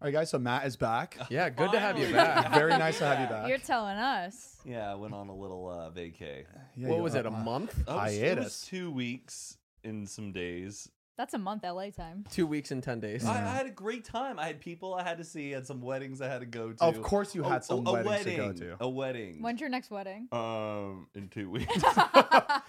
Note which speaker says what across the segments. Speaker 1: All right, guys. So Matt is back.
Speaker 2: Yeah, good to have you
Speaker 3: Finally.
Speaker 2: back.
Speaker 1: Very nice to have you back.
Speaker 3: You're telling us.
Speaker 4: Yeah, I went on a little uh, vacay.
Speaker 1: Yeah,
Speaker 2: what
Speaker 1: you
Speaker 2: was
Speaker 1: are
Speaker 2: it? A
Speaker 1: back.
Speaker 2: month?
Speaker 4: I was, it was
Speaker 1: Hiatus.
Speaker 4: two weeks in some days.
Speaker 3: That's a month LA time.
Speaker 2: Two weeks and ten days.
Speaker 4: I, I had a great time. I had people I had to see. I had some weddings I had to go to.
Speaker 1: Of course, you
Speaker 2: Oh,
Speaker 4: A-
Speaker 1: had
Speaker 4: a-
Speaker 1: some
Speaker 4: a
Speaker 1: weddings to go
Speaker 4: wedding,
Speaker 1: to.
Speaker 4: A wedding.
Speaker 3: When's your next wedding?
Speaker 4: um, in two weeks.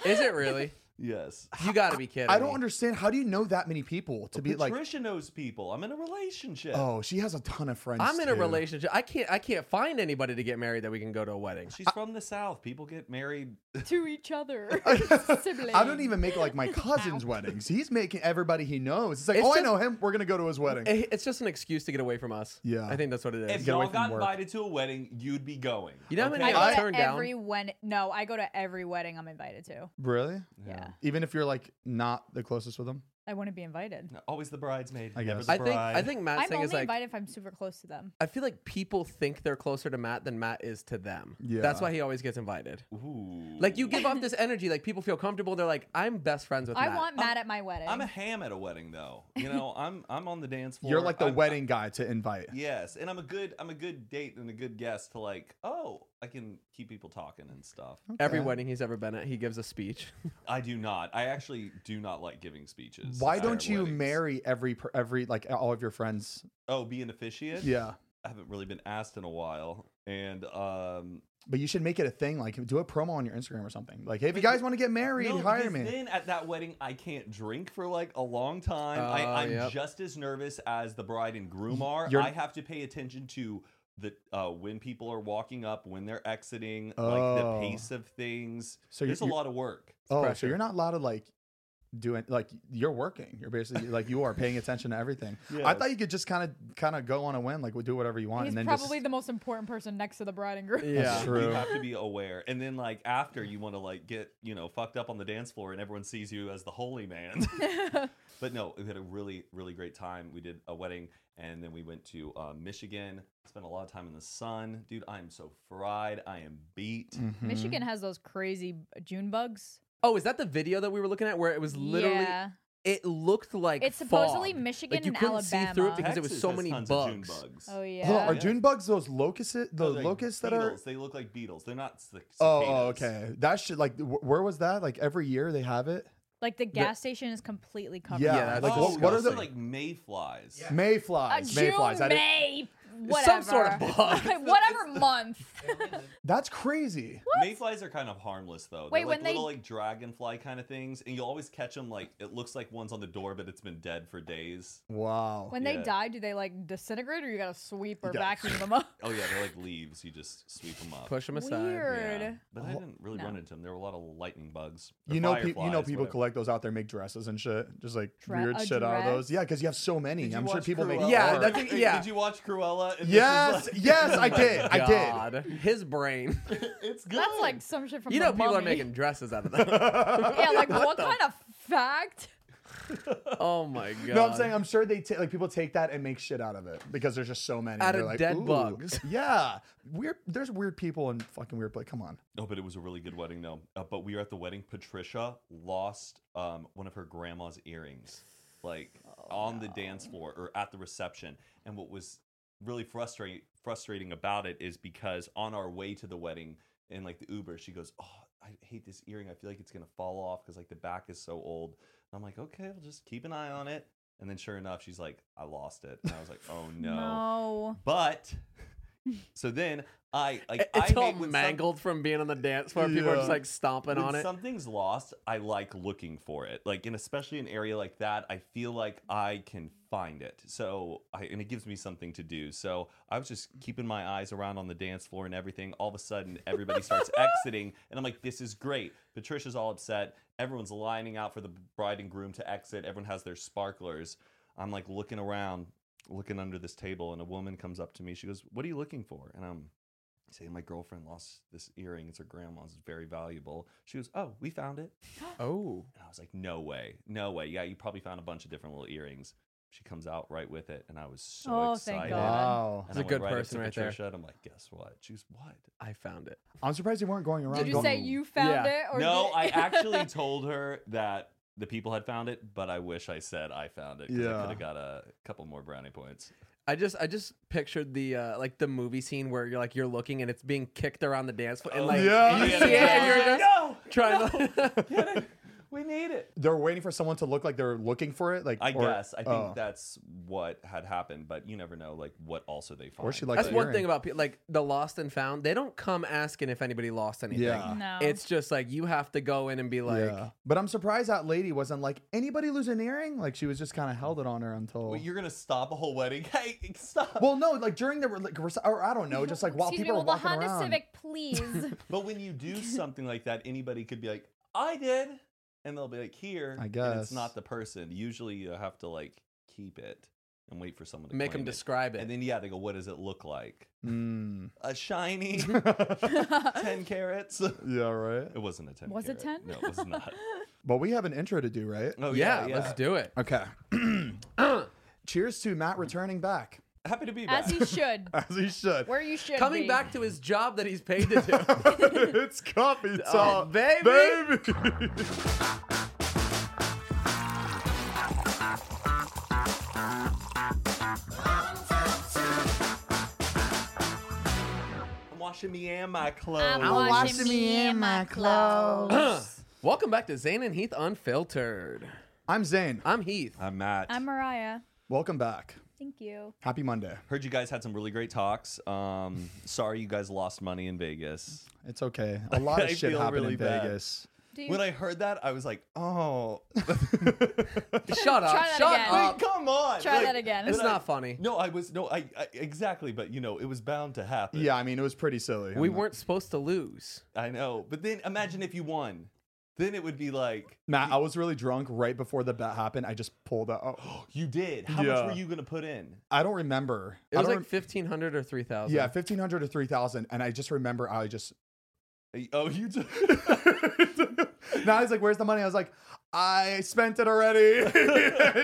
Speaker 2: Is it really?
Speaker 4: yes.
Speaker 2: You got to be kidding.
Speaker 1: I don't
Speaker 2: me.
Speaker 1: understand. How do you know that many people
Speaker 2: Oh,
Speaker 1: to be like?
Speaker 4: Patricia knows people. I'm in a relationship.
Speaker 1: Oh, she has a ton of friends.
Speaker 2: I'm in a
Speaker 1: too.
Speaker 2: relationship. I can't. I can't find anybody to get married that we can go to a wedding.
Speaker 4: She's from the south. People get married.
Speaker 3: to each other. Siblings.
Speaker 1: I don't even make like my cousin's weddings. He's making everybody he knows. It's like,
Speaker 2: It's
Speaker 1: oh, I
Speaker 2: just-
Speaker 1: know him. We're gonna go to his wedding.
Speaker 2: Eh, It's just an excuse to get away from us.
Speaker 1: Yeah.
Speaker 2: I think that's what it
Speaker 4: If
Speaker 2: is.
Speaker 1: get away
Speaker 4: y'all
Speaker 1: from
Speaker 4: got
Speaker 1: work.
Speaker 4: invited to a wedding, you'd be going.
Speaker 2: You know how many
Speaker 3: I
Speaker 4: okay?
Speaker 3: go
Speaker 2: I
Speaker 3: to
Speaker 2: turned down.
Speaker 3: every wed- No, I go to every wedding I'm invited to.
Speaker 1: really?
Speaker 3: Yeah.
Speaker 1: Even if you're like not the closest with him.
Speaker 3: I want to be invited.
Speaker 4: Always the bridesmaid.
Speaker 1: I
Speaker 4: never
Speaker 1: guess.
Speaker 4: the
Speaker 2: I think. I
Speaker 4: bride.
Speaker 2: think
Speaker 3: I'm
Speaker 2: Matt's thing
Speaker 3: only
Speaker 2: is like.
Speaker 3: invited if I'm super close to them.
Speaker 2: I feel like people think they're closer to Matt than Matt is to them.
Speaker 1: Yeah.
Speaker 2: That's why he always gets invited.
Speaker 4: Ooh.
Speaker 2: Like you give off this energy, like people feel comfortable. They're like, I'm best friends with
Speaker 3: I
Speaker 2: Matt.
Speaker 3: want Matt at my wedding.
Speaker 4: I'm a ham at a wedding though. You know, I'm I'm on the dance floor.
Speaker 1: You're like the
Speaker 4: I'm-
Speaker 1: wedding guy to invite.
Speaker 4: Yes, and I'm a good I'm a good date and a good guest to like, oh, I can keep people talking and stuff.
Speaker 2: Every
Speaker 1: Okay.
Speaker 2: wedding he's ever been at, he gives a speech.
Speaker 4: I do not. I actually do not like giving speeches.
Speaker 1: Why
Speaker 4: at
Speaker 1: don't you
Speaker 4: weddings.
Speaker 1: marry every per- every like all of your friends?
Speaker 4: Oh, be an officiant?
Speaker 1: Yeah,
Speaker 4: I haven't really been asked in a while. And um
Speaker 1: but you should make it a thing. Like, do a promo on your Instagram or something. Like, hey, if you guys want to get married,
Speaker 4: no,
Speaker 1: hire
Speaker 4: because
Speaker 1: me.
Speaker 4: Then at that wedding I can't drink for like a long time.
Speaker 2: Oh,
Speaker 4: I, I'm
Speaker 2: yep.
Speaker 4: just as nervous as the bride and groom are.
Speaker 1: Uh, you're-
Speaker 4: I have to pay attention to the uh, when people are walking up, when they're exiting,
Speaker 1: Oh.
Speaker 4: like the pace of things.
Speaker 1: So
Speaker 4: So
Speaker 1: you-
Speaker 4: There's a
Speaker 1: you-
Speaker 4: lot of work.
Speaker 1: oh, so
Speaker 2: pressure.
Speaker 1: you're not allowed to like do it. Like, you're working. You're basically like you are paying attention to everything. I
Speaker 4: Yes.
Speaker 1: thought you could just kind of kind of go on a whim, like we do whatever you want,
Speaker 3: He's
Speaker 1: and then
Speaker 3: probably
Speaker 1: just
Speaker 3: the most important person next to the bride and groom.
Speaker 2: Yeah.
Speaker 1: That's true.
Speaker 4: You have to be aware. And then like after you want to like get, you know, fucked up on the dance floor and everyone sees you as the holy man. but no, we had a really, really great time. We did a wedding and then we went to uh, Michigan. Spent a lot of time in the sun. Dude, I am so fried. I am beat.
Speaker 1: Mm. Mm-hmm.
Speaker 3: Michigan
Speaker 2: Hmm.
Speaker 3: has those crazy June bugs.
Speaker 2: Oh, is that the video that we were looking at where it was literally?
Speaker 3: yeah.
Speaker 2: It looked like
Speaker 3: It's supposedly
Speaker 2: fog.
Speaker 3: Michigan
Speaker 2: Like, you
Speaker 3: and
Speaker 2: couldn't see through it
Speaker 3: Alabama.
Speaker 2: because there was
Speaker 4: Texas
Speaker 2: so
Speaker 4: has
Speaker 2: many
Speaker 4: tons of June
Speaker 2: bugs.
Speaker 4: bugs.
Speaker 3: Oh yeah.
Speaker 1: Hold on, are
Speaker 4: Yeah.
Speaker 1: June bugs those locusts? Those
Speaker 4: like
Speaker 1: locusts that are.
Speaker 4: beetles. They look like beetles. They're not cic-
Speaker 1: Oh, oh,
Speaker 4: cicadas.
Speaker 1: okay. That should like wh- where was that? Like every year they have it.
Speaker 3: Like the gas station is completely covered.
Speaker 1: Yeah,
Speaker 2: that's
Speaker 3: in bugs.
Speaker 1: like
Speaker 4: oh,
Speaker 1: what, what are
Speaker 4: those
Speaker 1: the
Speaker 4: are like mayflies.
Speaker 3: a
Speaker 1: mayflies?
Speaker 3: June,
Speaker 1: Mayflies. I didn't,
Speaker 3: May,
Speaker 2: Some
Speaker 3: whatever.
Speaker 2: sort of bug.
Speaker 3: whatever month.
Speaker 1: that's crazy.
Speaker 4: Mayflies are kind of harmless though.
Speaker 3: Wait,
Speaker 4: They're
Speaker 3: when
Speaker 4: like
Speaker 3: they-
Speaker 4: little like dragonfly kind of things, and you'll always catch them. Like it looks like one's on the door, but it's been dead for days.
Speaker 1: Wow.
Speaker 3: When they
Speaker 4: Yeah.
Speaker 3: die, do they like disintegrate, or you gotta sweep or
Speaker 1: Yeah.
Speaker 3: vacuum them up?
Speaker 4: Oh yeah, they're like leaves. You just sweep them up.
Speaker 2: Push them aside.
Speaker 3: Weird.
Speaker 4: Yeah. But I didn't really
Speaker 3: No.
Speaker 4: run into them. There were a lot of lightning bugs. or
Speaker 1: you know, pe- you know,
Speaker 4: fireflies,
Speaker 1: people
Speaker 4: whatever.
Speaker 1: collect those out there, make dresses and shit, just like
Speaker 3: Dre-
Speaker 1: weird
Speaker 3: a
Speaker 1: shit out of those.
Speaker 3: dress?
Speaker 1: Yeah, because you have so many.
Speaker 4: Did you
Speaker 1: I'm sure
Speaker 4: watch
Speaker 1: people make.
Speaker 4: Cruella?
Speaker 2: Yeah,
Speaker 1: art.
Speaker 2: that's-
Speaker 4: Hey,
Speaker 2: yeah.
Speaker 4: Did you watch Cruella? And this is
Speaker 1: Yes,
Speaker 4: like-
Speaker 1: yes, I did, I did.
Speaker 2: God, his brain.
Speaker 4: It's good.
Speaker 3: That's like some shit from
Speaker 2: you
Speaker 3: the
Speaker 2: know, people are
Speaker 3: mummy.
Speaker 2: making dresses out of that.
Speaker 3: Yeah, like what, kind of fact?
Speaker 2: oh my god.
Speaker 1: No, I'm saying I'm sure they ta- like people take that and make shit out of it because there's just so many.
Speaker 2: Out
Speaker 1: They're
Speaker 2: of
Speaker 1: like,
Speaker 2: dead
Speaker 1: "Ooh."
Speaker 2: bugs.
Speaker 1: Yeah, weird. There's weird people in fucking weird place. Come on.
Speaker 4: No, but it was a really good wedding though. Uh, but we were at the wedding. Patricia lost um, one of her grandma's earrings, like on the dance floor or at the reception. And what was really frustrating frustrating about it is because on our way to the wedding in like the Uber, she goes, "Oh, I hate this earring. I feel like it's gonna fall off because like the back is so old." And I'm like, "Okay, I'll just keep an eye on it." And then sure enough, she's like, I lost it. And I was like, oh no.
Speaker 3: No.
Speaker 4: But so then I like
Speaker 2: It-
Speaker 4: I
Speaker 2: It's all
Speaker 4: hate when some-
Speaker 2: mangled from being on the dance floor. People are just
Speaker 1: Yeah.
Speaker 2: like stomping
Speaker 4: when
Speaker 2: on it.
Speaker 4: something's lost, I like looking for it. Like, and especially an area like that, I feel like I can find it. So, I, and it gives me something to do. So, I was just keeping my eyes around on the dance floor and everything. All of a sudden, everybody starts exiting, and I'm like, this is great. Patricia's all upset. Everyone's lining out for the bride and groom to exit. Everyone has their sparklers. I'm like looking around, looking under this table, and a woman comes up to me. She goes, What are you looking for? And I'm saying, My girlfriend lost this earring. It's her grandma's. It's very valuable. She goes, Oh, we found it.
Speaker 1: Oh.
Speaker 4: And I was like, No way. No way. Yeah, you probably found a bunch of different little earrings. She comes out right with it. And I was so
Speaker 3: Oh,
Speaker 4: excited.
Speaker 3: thank God.
Speaker 1: Wow.
Speaker 2: She's
Speaker 4: And
Speaker 2: a
Speaker 4: I went
Speaker 2: good
Speaker 4: right up to
Speaker 2: person right there.
Speaker 4: Patricia, And I'm like, Guess what? She goes, What?
Speaker 2: I found it.
Speaker 1: I'm surprised you weren't going around.
Speaker 3: Did you
Speaker 1: going,
Speaker 3: say you found
Speaker 2: Yeah.
Speaker 3: it? Or
Speaker 4: no,
Speaker 3: did-
Speaker 4: I actually told her that. The people had found it, but I wish I said I found it because I
Speaker 1: Yeah.
Speaker 4: could have got a couple more brownie points.
Speaker 2: I just I just pictured the uh, like the movie scene where you're like you're looking and it's being kicked around the dance floor and
Speaker 4: Oh,
Speaker 2: like
Speaker 1: yeah.
Speaker 2: you
Speaker 1: Yeah.
Speaker 2: see it and you're just
Speaker 4: no,
Speaker 2: trying to
Speaker 4: we need it.
Speaker 1: They're waiting for someone to look like they're looking for it. Like
Speaker 4: I
Speaker 1: or-
Speaker 4: guess. I think
Speaker 1: oh.
Speaker 4: that's what had happened, but you never know, like what also they find.
Speaker 1: Or she likes
Speaker 2: That's
Speaker 1: the
Speaker 2: one
Speaker 1: earring.
Speaker 2: thing about people like the lost and found. They don't come asking if anybody lost anything.
Speaker 1: Yeah.
Speaker 3: No.
Speaker 2: It's just like you have to go in and be like,
Speaker 1: yeah. But I'm surprised that lady wasn't like anybody lose an earring. Like she was just kind of held it on her until.
Speaker 4: Well, you're gonna stop a whole wedding? Hey, stop!
Speaker 1: Well, no, like during the like, rec- or I don't know, just like while
Speaker 3: Excuse
Speaker 1: people
Speaker 3: me,
Speaker 1: are
Speaker 3: will the
Speaker 1: walking
Speaker 3: Honda
Speaker 1: around.
Speaker 3: Civic please?
Speaker 4: but when you do something like that, anybody could be like, "I did," and they'll be like, "Here."
Speaker 1: I
Speaker 4: And it's
Speaker 1: guess.
Speaker 4: not the person. Usually, you have to like keep it and wait for someone to
Speaker 2: make them
Speaker 4: claim it.
Speaker 2: describe it.
Speaker 4: And then yeah, they go, "What does it look like?
Speaker 1: Mm.
Speaker 4: A shiny ten carats." it
Speaker 1: Yeah, right.
Speaker 4: wasn't a ten.
Speaker 3: Was it
Speaker 4: carat.
Speaker 3: 10?
Speaker 4: No, it was not.
Speaker 1: But we have an intro to do, right?
Speaker 4: Oh
Speaker 2: yeah,
Speaker 4: yeah,
Speaker 2: let's do it.
Speaker 1: Okay. Cheers to Matt returning back.
Speaker 4: Happy to be back.
Speaker 3: As he should.
Speaker 1: As he should.
Speaker 3: Where you should
Speaker 2: Coming
Speaker 3: be.
Speaker 2: back to his job that he's paid to do.
Speaker 1: it's coffee
Speaker 2: Oh, baby.
Speaker 1: baby.
Speaker 4: I'm washing me and my clothes.
Speaker 3: I'm
Speaker 1: I'm washing me in my clothes.
Speaker 2: Welcome back to Zane and Heath Unfiltered.
Speaker 1: I'm Zane.
Speaker 2: I'm Heath.
Speaker 4: I'm Matt.
Speaker 3: I'm Mariah.
Speaker 1: Welcome back.
Speaker 3: Thank you.
Speaker 1: Happy Monday.
Speaker 4: Heard you guys had some really great talks. Um, sorry you guys lost money in Vegas.
Speaker 1: It's okay. A lot of
Speaker 4: I
Speaker 1: shit
Speaker 4: feel
Speaker 1: happened
Speaker 4: really
Speaker 1: in
Speaker 4: bad.
Speaker 1: Vegas.
Speaker 3: Do you
Speaker 4: When I heard that, I was like, "Oh,
Speaker 2: Shut up.
Speaker 3: Try that
Speaker 2: Shut
Speaker 3: again.
Speaker 2: up.
Speaker 4: come on!"
Speaker 3: try
Speaker 4: Like,
Speaker 3: that again?
Speaker 2: It's
Speaker 4: but I-
Speaker 2: not funny.
Speaker 4: No, I was no, I, I exactly, but you know, it was bound to happen.
Speaker 1: Yeah, I mean, it was pretty silly.
Speaker 2: We
Speaker 1: I'm not-
Speaker 2: weren't supposed to lose.
Speaker 4: I know. But then imagine if you won, then it would be like,
Speaker 1: Matt, I was really drunk right before the bet happened. I just pulled out. Oh,
Speaker 4: "You did. How much
Speaker 1: Yeah.
Speaker 4: were you gonna put in?"
Speaker 1: I don't remember.
Speaker 2: It
Speaker 1: I
Speaker 2: was
Speaker 1: don't
Speaker 2: like
Speaker 1: rem-
Speaker 2: fifteen hundred or three thousand.
Speaker 1: yeah, fifteen hundred to three thousand, and I just remember I just
Speaker 4: Oh, you took.
Speaker 1: now he's like, "Where's the money?" I was like, "I spent it already."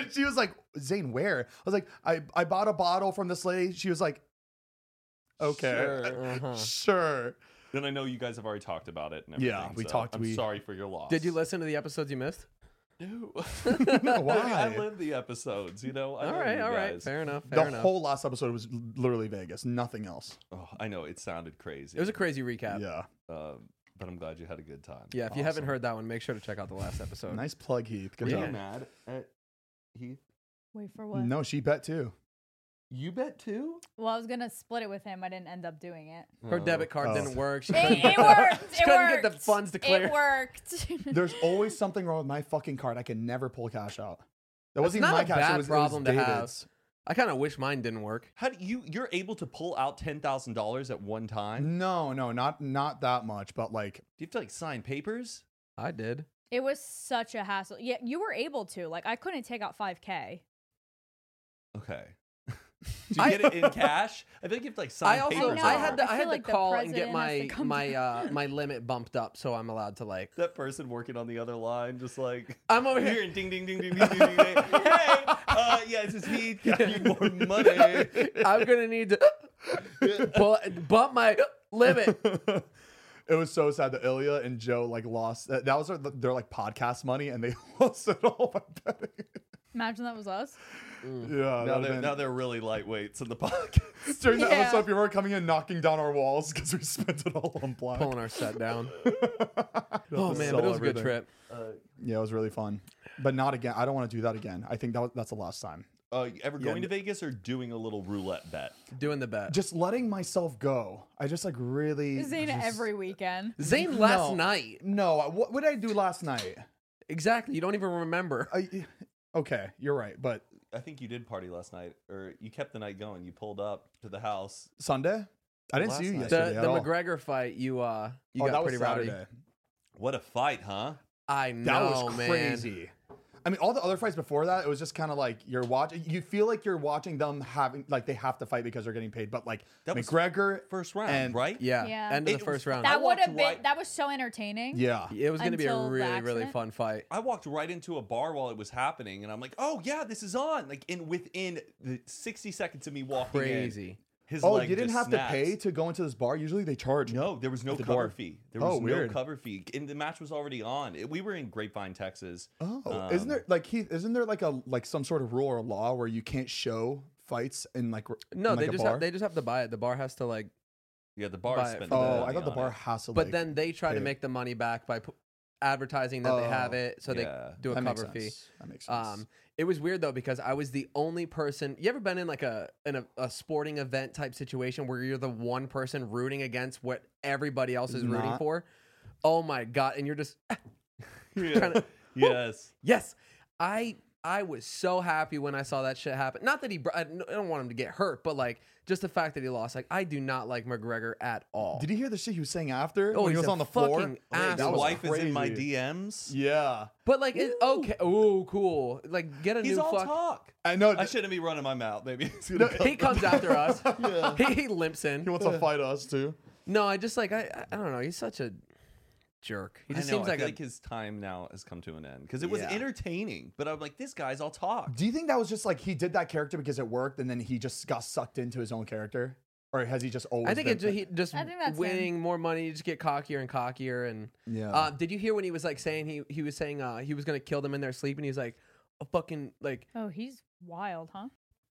Speaker 1: she was like, "Zane, where?" I was like, "I I bought a bottle from this lady." She was like, "Okay,
Speaker 4: Sure.
Speaker 1: sure."
Speaker 2: Uh-huh.
Speaker 4: then I know you guys have already talked about it. And everything,
Speaker 1: Yeah, we
Speaker 4: so
Speaker 1: talked-
Speaker 4: I'm
Speaker 1: we-
Speaker 4: sorry for your loss.
Speaker 2: Did you listen to the episodes you missed?
Speaker 4: No. I
Speaker 1: Why?
Speaker 4: live the episodes. You know. I
Speaker 2: all
Speaker 4: know
Speaker 2: right,
Speaker 4: you
Speaker 2: all right,
Speaker 4: guys.
Speaker 2: fair enough. Fair
Speaker 1: The
Speaker 2: enough.
Speaker 1: whole last episode was l- literally Vegas, nothing else.
Speaker 4: Oh, I know it sounded crazy.
Speaker 2: it was a crazy recap.
Speaker 1: Yeah,
Speaker 4: Um, but I'm glad you had a good time.
Speaker 2: Yeah, if you haven't heard that one, make sure to check out the last episode.
Speaker 1: nice plug, Heath. Good
Speaker 4: Were you
Speaker 1: job.
Speaker 4: mad at Heath?
Speaker 3: Wait for what?
Speaker 1: No, she bet too.
Speaker 4: You bet too.
Speaker 3: Well, I was gonna split it with him. I didn't end up doing it.
Speaker 2: Her debit card
Speaker 1: Oh.
Speaker 2: didn't work. She couldn't,
Speaker 3: It, it worked.
Speaker 2: she
Speaker 3: it
Speaker 2: couldn't get
Speaker 3: worked.
Speaker 2: the funds to clear.
Speaker 3: It worked.
Speaker 1: There's always something wrong with my fucking card. I can never pull cash out. That wasn't
Speaker 2: not
Speaker 1: even my
Speaker 2: a
Speaker 1: cash.
Speaker 2: bad
Speaker 1: it was,
Speaker 2: problem
Speaker 1: it
Speaker 2: to
Speaker 1: was
Speaker 2: have.
Speaker 1: David's.
Speaker 2: I kind of wish mine didn't work.
Speaker 4: How do you? You're able to pull out ten thousand dollars at one time.
Speaker 1: No, no, not not that much, but like
Speaker 4: Do you have to like sign papers?
Speaker 2: I did.
Speaker 3: it was such a hassle. Yeah, you were able to. Like, I couldn't take out 5K.
Speaker 4: Okay. Do
Speaker 2: I-
Speaker 4: you get it in cash? I think you have to like sign
Speaker 2: I also
Speaker 4: papers.
Speaker 3: know.
Speaker 2: I had
Speaker 4: that.
Speaker 2: to
Speaker 3: I
Speaker 2: I, had
Speaker 3: feel
Speaker 2: to
Speaker 3: like the
Speaker 2: call and get
Speaker 3: president has to
Speaker 2: my
Speaker 3: come
Speaker 2: my uh,
Speaker 3: down.
Speaker 2: my limit bumped up, so I'm allowed to like.
Speaker 4: That person working on the other line, just like
Speaker 2: I'm over
Speaker 4: here
Speaker 2: here.
Speaker 4: and ding ding ding ding ding ding ding. ding. hey, uh, yeah, this is Heath. Give me more money.
Speaker 2: I'm gonna need to bu- bump my limit.
Speaker 1: It was so sad that Ilya and Joe like lost. That that was their, their like podcast money, and they lost it all by betting.
Speaker 3: Imagine that was us.
Speaker 1: Yeah,
Speaker 4: Now
Speaker 1: that
Speaker 4: they're
Speaker 1: would've
Speaker 4: now they're really lightweights in the pockets.
Speaker 1: been- during that
Speaker 3: Yeah.
Speaker 1: episode, people were coming in knocking down our walls because we spent it all on black.
Speaker 2: Pulling our set down. oh man, but
Speaker 1: Sell
Speaker 2: it was a good
Speaker 1: everything.
Speaker 2: trip.
Speaker 1: Yeah, it was really fun. but not again. I don't want to do that again. I think that was, that's the last time.
Speaker 4: Uh, you ever
Speaker 1: Yeah,
Speaker 4: going
Speaker 1: n-
Speaker 4: to Vegas or doing a little roulette bet?
Speaker 2: Doing the bet.
Speaker 1: Just letting myself go. I just like really.
Speaker 3: Zayna
Speaker 1: just-
Speaker 3: every weekend.
Speaker 2: Zane last
Speaker 1: No.
Speaker 2: night.
Speaker 1: No, I- what, what did I do last night?
Speaker 2: Exactly. You don't even remember.
Speaker 1: I, okay, you're right. But
Speaker 4: I think you did party last night, or you kept the night going. You pulled up to the house.
Speaker 1: Sunday, I didn't
Speaker 4: Last
Speaker 1: see you
Speaker 4: night.
Speaker 1: yesterday
Speaker 2: The,
Speaker 1: at
Speaker 2: the
Speaker 1: all.
Speaker 2: McGregor fight, you uh, you
Speaker 1: oh,
Speaker 2: got
Speaker 1: that was
Speaker 2: pretty
Speaker 1: Saturday.
Speaker 2: rowdy.
Speaker 4: What a fight, huh?
Speaker 2: I know,
Speaker 1: That was
Speaker 2: man.
Speaker 1: crazy. I mean, all the other fights before that, it was just kind of like you're watching. You feel like you're watching them having like they have to fight because they're getting paid. But like
Speaker 4: That was
Speaker 1: McGregor,
Speaker 4: First round,
Speaker 1: And-
Speaker 4: right?
Speaker 2: Yeah.
Speaker 3: Yeah.
Speaker 2: End of
Speaker 4: It
Speaker 2: the
Speaker 4: was-
Speaker 2: first round.
Speaker 4: I
Speaker 3: That would
Speaker 4: walked
Speaker 3: have
Speaker 4: right-
Speaker 3: been. That was so entertaining.
Speaker 1: yeah,
Speaker 2: it was going to be a
Speaker 3: Until the
Speaker 2: really, really
Speaker 3: accident?
Speaker 2: fun fight.
Speaker 4: I walked right into a bar while it was happening, and I'm like, "Oh yeah, this is on!" Like, and within the 60 seconds of me walking in,
Speaker 2: Crazy.
Speaker 4: his
Speaker 1: Oh,
Speaker 4: leg
Speaker 1: you didn't
Speaker 4: just
Speaker 1: have
Speaker 4: snapped.
Speaker 1: to pay to go into this bar. Usually they charge.
Speaker 4: No, there was no
Speaker 1: At the
Speaker 4: cover
Speaker 1: bar.
Speaker 4: fee. There
Speaker 1: Oh,
Speaker 4: was
Speaker 1: weird.
Speaker 4: no cover fee, and the match was already on. It- we were in Grapevine, Texas.
Speaker 1: Oh, isn't
Speaker 4: Um,
Speaker 1: there like Heath? Isn't there like a like some sort of rule or law where you can't show fights in like r-
Speaker 2: No,
Speaker 1: in, like
Speaker 2: they
Speaker 1: a
Speaker 2: just
Speaker 1: bar?
Speaker 2: have, they just have to buy it. The bar has to like,
Speaker 4: Yeah, the bar
Speaker 2: By-
Speaker 4: spent.
Speaker 2: for
Speaker 1: oh,
Speaker 4: money
Speaker 1: I thought the
Speaker 4: on
Speaker 1: bar
Speaker 4: it.
Speaker 1: has to.
Speaker 2: uh, but
Speaker 1: like,
Speaker 2: then they try to
Speaker 1: pay.
Speaker 2: make the money back by pu- advertising that they have
Speaker 1: Oh,
Speaker 2: it, so
Speaker 4: yeah.
Speaker 2: they do a
Speaker 1: That makes
Speaker 2: cover fee.
Speaker 1: sense. That makes sense.
Speaker 2: Um, it was weird though because I was the only person. You ever been in like a in a, a sporting event type situation where you're the one person rooting against what everybody else is rooting
Speaker 1: Not-
Speaker 2: for? Oh my god! And you're just
Speaker 4: Yeah.
Speaker 2: Kinda-
Speaker 4: yes.
Speaker 2: yes, I I was so happy when I saw that shit happen. Not that he, br- I n- I don't want him to get hurt, but like just the fact that he lost. Like I do not like McGregor at all.
Speaker 1: Did you hear the shit he was saying after?
Speaker 2: Oh,
Speaker 1: when he
Speaker 2: he's
Speaker 1: was
Speaker 2: a
Speaker 1: on the floor.
Speaker 2: fucking
Speaker 1: Oh, yeah, that
Speaker 4: His
Speaker 2: asshole.
Speaker 1: was
Speaker 4: wife is in my
Speaker 1: crazy.
Speaker 4: DMs.
Speaker 1: Yeah,
Speaker 2: But like, it, okay, ooh, cool. Like get a
Speaker 4: He's
Speaker 2: new
Speaker 4: all
Speaker 2: fuck.
Speaker 4: talk.
Speaker 1: I know.
Speaker 4: I shouldn't be running my mouth. Maybe it's
Speaker 1: No,
Speaker 4: gonna
Speaker 2: He comes after us.
Speaker 1: Yeah.
Speaker 2: he, he limps in.
Speaker 1: He wants to fight us too.
Speaker 2: No, I just like I I I don't know. He's such a jerk. He
Speaker 4: I
Speaker 2: just
Speaker 4: know,
Speaker 2: seems
Speaker 4: I
Speaker 2: like,
Speaker 4: feel
Speaker 2: a,
Speaker 4: like his time now has come to an end because it was
Speaker 2: Yeah.
Speaker 4: entertaining, but I'm like, this guy's all talk.
Speaker 1: Do you think that was just like he did that character because it worked, and then he just got sucked into his own character, or has he just always?
Speaker 2: I think
Speaker 1: been
Speaker 2: it, ju- he just
Speaker 3: I think that's him.
Speaker 2: winning more money. You just get cockier and cockier. And
Speaker 1: Yeah.
Speaker 2: uh, did you hear when he was like saying he he was saying uh, he was gonna kill them in their sleep? And he's like, a fucking like
Speaker 3: Oh, he's wild, huh?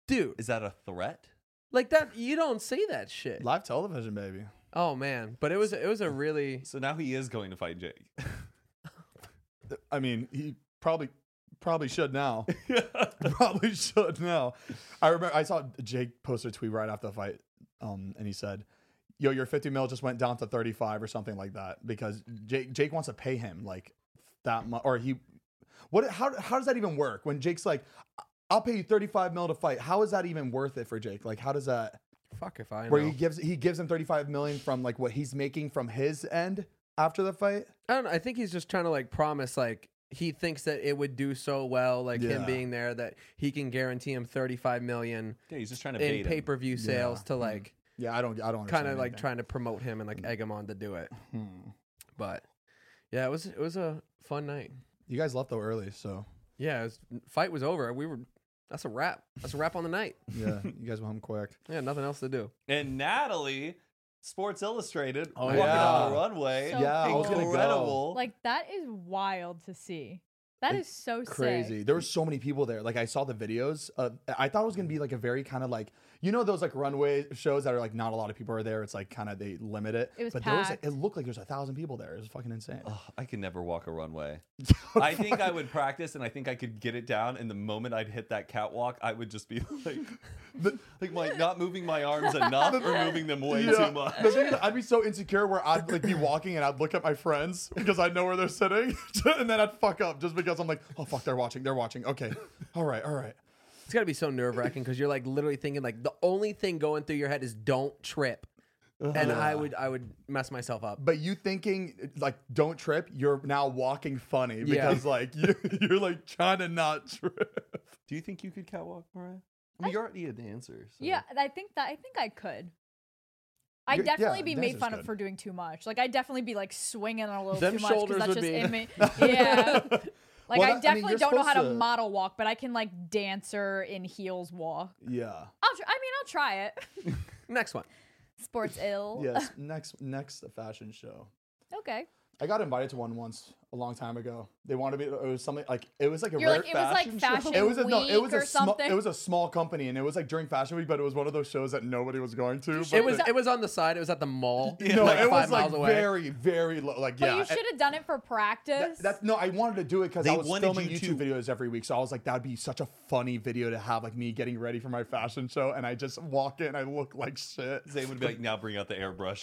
Speaker 2: dude,
Speaker 4: Is that a threat?
Speaker 2: like that. You don't say that shit.
Speaker 1: live television, baby.
Speaker 2: Oh man, but it was it was a really
Speaker 4: So now he is going to fight Jake.
Speaker 1: I mean, he probably probably should now. probably should now. I remember I saw Jake post a tweet right after the fight, um, and he said, "Yo, your 50 mil just went down to 35 or something like that because Jake Jake wants to pay him like that much, or he what? How how does that even work when Jake's like?" I'll pay you 35 mil to fight. How is that even worth it for Jake? Like, how does that?
Speaker 2: fuck if I
Speaker 1: Where
Speaker 2: know.
Speaker 1: he gives he gives him 35 million from like what he's making from his end after the fight.
Speaker 2: I don't know. I think he's just trying to like promise like he thinks that it would do so well like him
Speaker 1: Yeah.
Speaker 2: being there that he can guarantee him 35 million
Speaker 4: Yeah, he's just trying to
Speaker 2: in
Speaker 4: bait him.
Speaker 2: pay-per-view sales
Speaker 1: Yeah.
Speaker 2: to like
Speaker 1: Yeah, I don't. I don't
Speaker 2: kind of
Speaker 1: understand
Speaker 2: like
Speaker 1: anything.
Speaker 2: trying to promote him and like egg him on to do it.
Speaker 1: Hmm.
Speaker 2: But yeah, it was it was a fun night.
Speaker 1: You guys left though early, so
Speaker 2: Yeah, it was, fight was over. We were that's a wrap. That's a wrap on the night.
Speaker 1: yeah, you guys went home quick.
Speaker 2: Yeah, nothing else to do.
Speaker 4: And Natalie, Sports Illustrated,
Speaker 1: Oh,
Speaker 4: walking on the
Speaker 1: yeah.
Speaker 4: runway.
Speaker 3: So
Speaker 1: yeah, I was gonna go.
Speaker 4: Incredible.
Speaker 3: Like that is wild to see. That
Speaker 1: Like,
Speaker 3: is so sick.
Speaker 1: Crazy. There were so many people there. Like I saw the videos. Uh, I thought it was gonna be like a very kind of like you know those like runway shows that are like not a lot of people are there. It's like kind of they limit it.
Speaker 3: It was
Speaker 1: but there was like,
Speaker 3: packed.
Speaker 1: it looked like there was a thousand people there. It was fucking insane.
Speaker 4: Ugh, I could never walk a runway. I think I would practice, and I think I could get it down. And the moment I'd hit that catwalk, I would just be like, like my not moving my arms enough or moving them way
Speaker 1: Yeah.
Speaker 4: too much.
Speaker 1: The thing is, I'd be so insecure where I'd like be walking and I'd look at my friends because I know where they're sitting, and then I'd fuck up just because I'm like, oh fuck, they're watching, they're watching. Okay, all right, all right.
Speaker 2: It's got to be so nerve-wracking cuz you're like literally thinking like the only thing going through your head is don't trip. And I
Speaker 1: Uh-huh.
Speaker 2: would I would mess myself up.
Speaker 1: but you thinking like don't trip you're now walking funny because like you, you're like trying to not trip
Speaker 4: Do you think you could catwalk, Mariah? I mean, you're already a dancer. So.
Speaker 3: Yeah, I think that I think I could. I'd
Speaker 1: You're- yeah,
Speaker 3: definitely be made
Speaker 1: dancers
Speaker 3: fun
Speaker 1: could.
Speaker 3: of for doing too much. Like I'd definitely be like swinging a little
Speaker 2: Them
Speaker 3: too much
Speaker 2: shoulders
Speaker 3: because
Speaker 2: would
Speaker 3: that's just
Speaker 2: be-
Speaker 3: in me. Yeah.
Speaker 1: Well,
Speaker 3: Like
Speaker 1: that- I
Speaker 3: I
Speaker 1: mean,
Speaker 3: definitely
Speaker 1: you're
Speaker 3: don't know how to,
Speaker 1: supposed to-
Speaker 3: model walk, but I can like dancer in heels walk.
Speaker 1: yeah
Speaker 3: I'll tr- I mean, I'll try it.
Speaker 2: Next one.
Speaker 3: Sports ill.
Speaker 1: yes next next fashion show
Speaker 3: Okay.
Speaker 1: I got invited to one once a long time ago. They wanted me. It was something like it was like a
Speaker 3: You're
Speaker 1: rare
Speaker 3: like, it was like
Speaker 1: show.
Speaker 3: Fashion
Speaker 1: It was a no. It
Speaker 3: Week
Speaker 1: was
Speaker 3: or
Speaker 1: a small.
Speaker 3: something?
Speaker 1: It was a small company, and it was like during Fashion Week, but it was one of those shows that nobody was going to. but
Speaker 2: It was
Speaker 1: the-
Speaker 3: that-
Speaker 2: it was on the side. It was at the mall.
Speaker 1: no,
Speaker 2: like
Speaker 1: it
Speaker 2: five
Speaker 1: was
Speaker 2: miles
Speaker 1: like
Speaker 2: away.
Speaker 1: very, very low. Like
Speaker 3: But
Speaker 1: yeah,
Speaker 3: you should have done it for
Speaker 1: That-
Speaker 3: practice.
Speaker 1: that's no, I wanted to do it because I
Speaker 4: They
Speaker 1: was
Speaker 4: wanted
Speaker 1: filming
Speaker 4: you
Speaker 1: YouTube
Speaker 4: to-
Speaker 1: videos every week. So I was like, that'd be such a funny video to have, like me getting ready for my fashion show, and I just walk in, I look like shit.
Speaker 4: Zay would be like, now bring out the airbrush.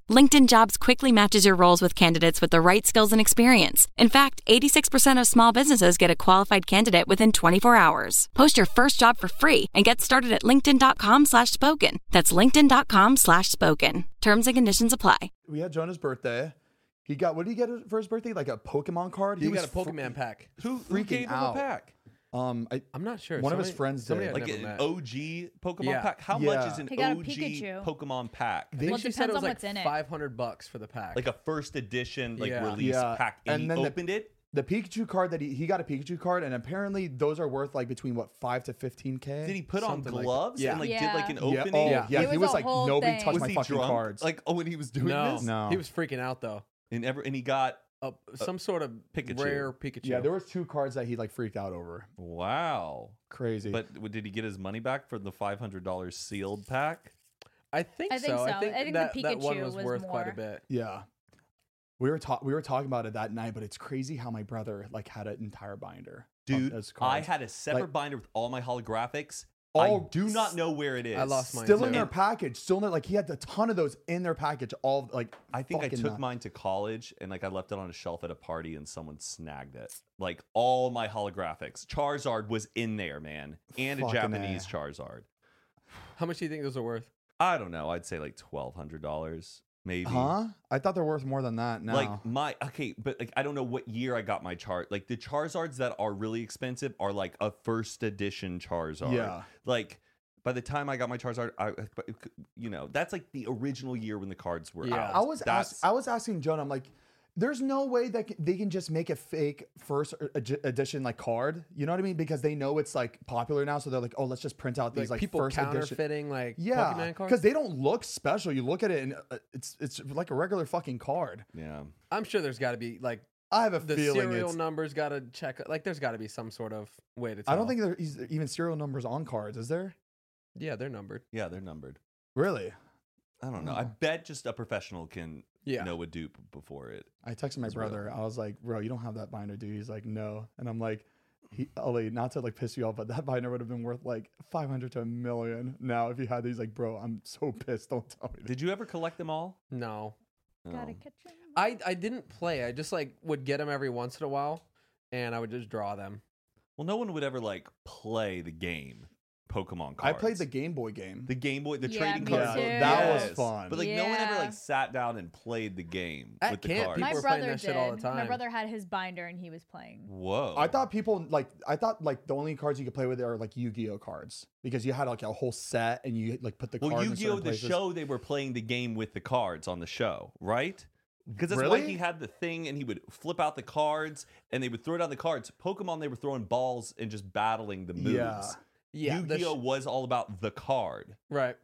Speaker 5: LinkedIn Jobs quickly matches your roles with candidates with the right skills and experience. In fact, 86% of small businesses get a qualified candidate within 24 hours. Post your first job for free and get started at linkedin.com slash spoken. That's linkedin.com slash spoken. Terms and conditions apply.
Speaker 1: We had Jonah's birthday. He got what did he get for his birthday? Like a Pokemon card.
Speaker 2: You
Speaker 1: was
Speaker 2: got a
Speaker 1: fr-
Speaker 2: Pokemon pack.
Speaker 4: who, who
Speaker 1: Freaking
Speaker 4: gave him
Speaker 1: out.
Speaker 4: a pack?
Speaker 1: Um, I,
Speaker 2: I'm not sure.
Speaker 1: One of his
Speaker 2: Somebody-
Speaker 1: friends
Speaker 2: somebody
Speaker 1: did.
Speaker 2: I've
Speaker 4: Like
Speaker 2: never
Speaker 4: an
Speaker 2: met.
Speaker 4: OG Pokemon
Speaker 2: Yeah.
Speaker 4: pack? How
Speaker 1: Yeah.
Speaker 4: much is an
Speaker 3: He got a
Speaker 4: OG
Speaker 3: Pikachu.
Speaker 4: Pokemon pack?
Speaker 2: I think
Speaker 3: Well, it
Speaker 2: she said
Speaker 3: depends
Speaker 2: it was
Speaker 3: on
Speaker 2: like
Speaker 3: what's in it.
Speaker 2: 500 bucks for the pack.
Speaker 4: Like a first edition like
Speaker 2: Yeah.
Speaker 4: release
Speaker 1: Yeah.
Speaker 4: pack. And,
Speaker 1: And
Speaker 4: he
Speaker 1: then the-
Speaker 4: opened it.
Speaker 1: the Pikachu card that he, he got a Pikachu card, and apparently those are worth like between what five to fifteen k.
Speaker 4: Did he put on
Speaker 2: Something like that.
Speaker 4: gloves
Speaker 2: Yeah.
Speaker 4: and like did like an
Speaker 3: Yeah.
Speaker 1: Yeah.
Speaker 4: opening?
Speaker 1: Oh, yeah.
Speaker 2: Yeah.
Speaker 3: It
Speaker 1: He
Speaker 3: was
Speaker 1: was
Speaker 3: a
Speaker 1: like
Speaker 3: whole
Speaker 1: nobody
Speaker 3: thing.
Speaker 1: touched
Speaker 4: Was
Speaker 1: my
Speaker 4: he
Speaker 1: fucking
Speaker 4: drunk?
Speaker 1: cards.
Speaker 4: Like oh, when he was doing
Speaker 2: no.
Speaker 4: this,
Speaker 1: No.
Speaker 2: he was freaking out though.
Speaker 4: and ever and he got
Speaker 2: Uh, some sort of
Speaker 4: Pikachu.
Speaker 2: rare Pikachu.
Speaker 1: yeah, there was two cards that he like freaked out over.
Speaker 4: wow.
Speaker 1: Crazy.
Speaker 4: But w- did he get his money back for the five hundred dollars sealed pack?
Speaker 2: I think
Speaker 3: I think
Speaker 2: so.
Speaker 3: so.
Speaker 2: I think,
Speaker 3: I think the
Speaker 2: that, that one
Speaker 3: Pikachu
Speaker 2: was,
Speaker 3: was
Speaker 2: worth quite a
Speaker 3: more.
Speaker 2: bit.
Speaker 1: Yeah. We were ta- we were talking about it that night, but it's crazy how my brother like had an entire binder. of
Speaker 4: Dude,
Speaker 1: those cards.
Speaker 4: I had a separate
Speaker 1: Like-
Speaker 4: binder with all my holographics. I
Speaker 1: Oh,
Speaker 4: do not know where it is.
Speaker 2: I lost mine
Speaker 1: still in
Speaker 2: too.
Speaker 1: their package, still in their, like he had a ton of those in their package. All of, like
Speaker 4: I think I
Speaker 1: fucking
Speaker 4: took
Speaker 1: nuts.
Speaker 4: mine to college and like I left it on a shelf at a party and someone snagged it. Like all my holographics. Charizard was in there, man. And a
Speaker 1: Fucking eh.
Speaker 4: Japanese
Speaker 1: A.
Speaker 4: Charizard.
Speaker 2: How much do you think those are worth?
Speaker 4: I don't know. I'd say like twelve hundred dollars, maybe.
Speaker 1: Huh? I thought they're worth more than that now.
Speaker 4: Like my okay, but like I don't know what year I got my chart. Like the Charizards that are really expensive are like a first edition Charizard.
Speaker 1: Yeah.
Speaker 4: Like by the time I got my Charizard, I but it could- you know that's like the original year when the cards were
Speaker 2: Yeah.
Speaker 4: out.
Speaker 1: I was
Speaker 4: that's,
Speaker 1: ask, I was asking Jonah, I'm like, there's no way that c- they can just make a fake first er- edi- edition like card. You know what I mean? Because they know it's like popular now, so they're like, oh, let's just print out these
Speaker 2: Like,
Speaker 1: like,
Speaker 2: people
Speaker 1: first edition.
Speaker 2: counterfitting like
Speaker 1: Yeah,
Speaker 2: Pokemon cards.
Speaker 1: because they don't look special. You look at it and uh, it's it's like a regular fucking card.
Speaker 4: yeah.
Speaker 2: I'm sure there's got to be like
Speaker 1: I have a
Speaker 2: the
Speaker 1: feeling
Speaker 2: serial
Speaker 1: it's.
Speaker 2: numbers got to check. Like there's got to be some sort of way to. Tell.
Speaker 1: I don't think there's even serial numbers on cards. Is there?
Speaker 2: Yeah, they're numbered.
Speaker 4: Yeah, they're numbered.
Speaker 1: Really?
Speaker 4: I don't
Speaker 1: Mm.
Speaker 4: know. I bet just a professional can
Speaker 2: Yeah.
Speaker 4: know a dupe before it.
Speaker 1: I texted my
Speaker 4: It's real.
Speaker 1: brother. I was like, bro, you don't have that binder, do you? He's like, no. And I'm like, he, Ollie, not to like piss you off, but that binder would have been worth like 500 to a million now if you had these. Like, bro, I'm so pissed. Don't tell me.
Speaker 4: Did you ever collect them all? Um,
Speaker 2: No,
Speaker 3: Gotta
Speaker 2: Oh.
Speaker 4: No.
Speaker 3: catch 'em.
Speaker 2: I I didn't play. I just like would get them every once in a while, and I would just draw them.
Speaker 4: Well, no one would ever like play the game Pokemon
Speaker 1: I
Speaker 4: cards.
Speaker 1: played the Game Boy game.
Speaker 4: the Game Boy, the
Speaker 3: Yeah,
Speaker 4: trading
Speaker 3: me
Speaker 4: cards.
Speaker 3: too. Yeah,
Speaker 1: that was fun.
Speaker 4: But like no one ever
Speaker 3: Yeah.
Speaker 4: like sat down and played the game
Speaker 2: At
Speaker 4: with the
Speaker 2: camp,
Speaker 4: cards.
Speaker 2: people
Speaker 3: My
Speaker 2: were playing
Speaker 3: brother
Speaker 2: that
Speaker 3: did.
Speaker 2: shit all the
Speaker 3: My
Speaker 2: time.
Speaker 3: brother had his binder and he was playing.
Speaker 4: Whoa.
Speaker 1: I thought people like I thought like the only cards you could play with are like Yu-Gi-Oh cards because you had like a whole set and you like put the
Speaker 4: Well,
Speaker 1: cards.
Speaker 4: Yu
Speaker 1: in
Speaker 4: Gi Oh!
Speaker 1: certain
Speaker 4: the
Speaker 1: places.
Speaker 4: show, they were playing the game with the cards on the show, right? Because that's why
Speaker 1: Really?
Speaker 4: he had the thing and he would flip out the cards and they would throw down the cards. Pokemon, they were throwing balls and just battling the moves.
Speaker 1: Yeah.
Speaker 2: Yeah, the sh-
Speaker 4: Yu-Gi-Oh was all about the card.
Speaker 2: right.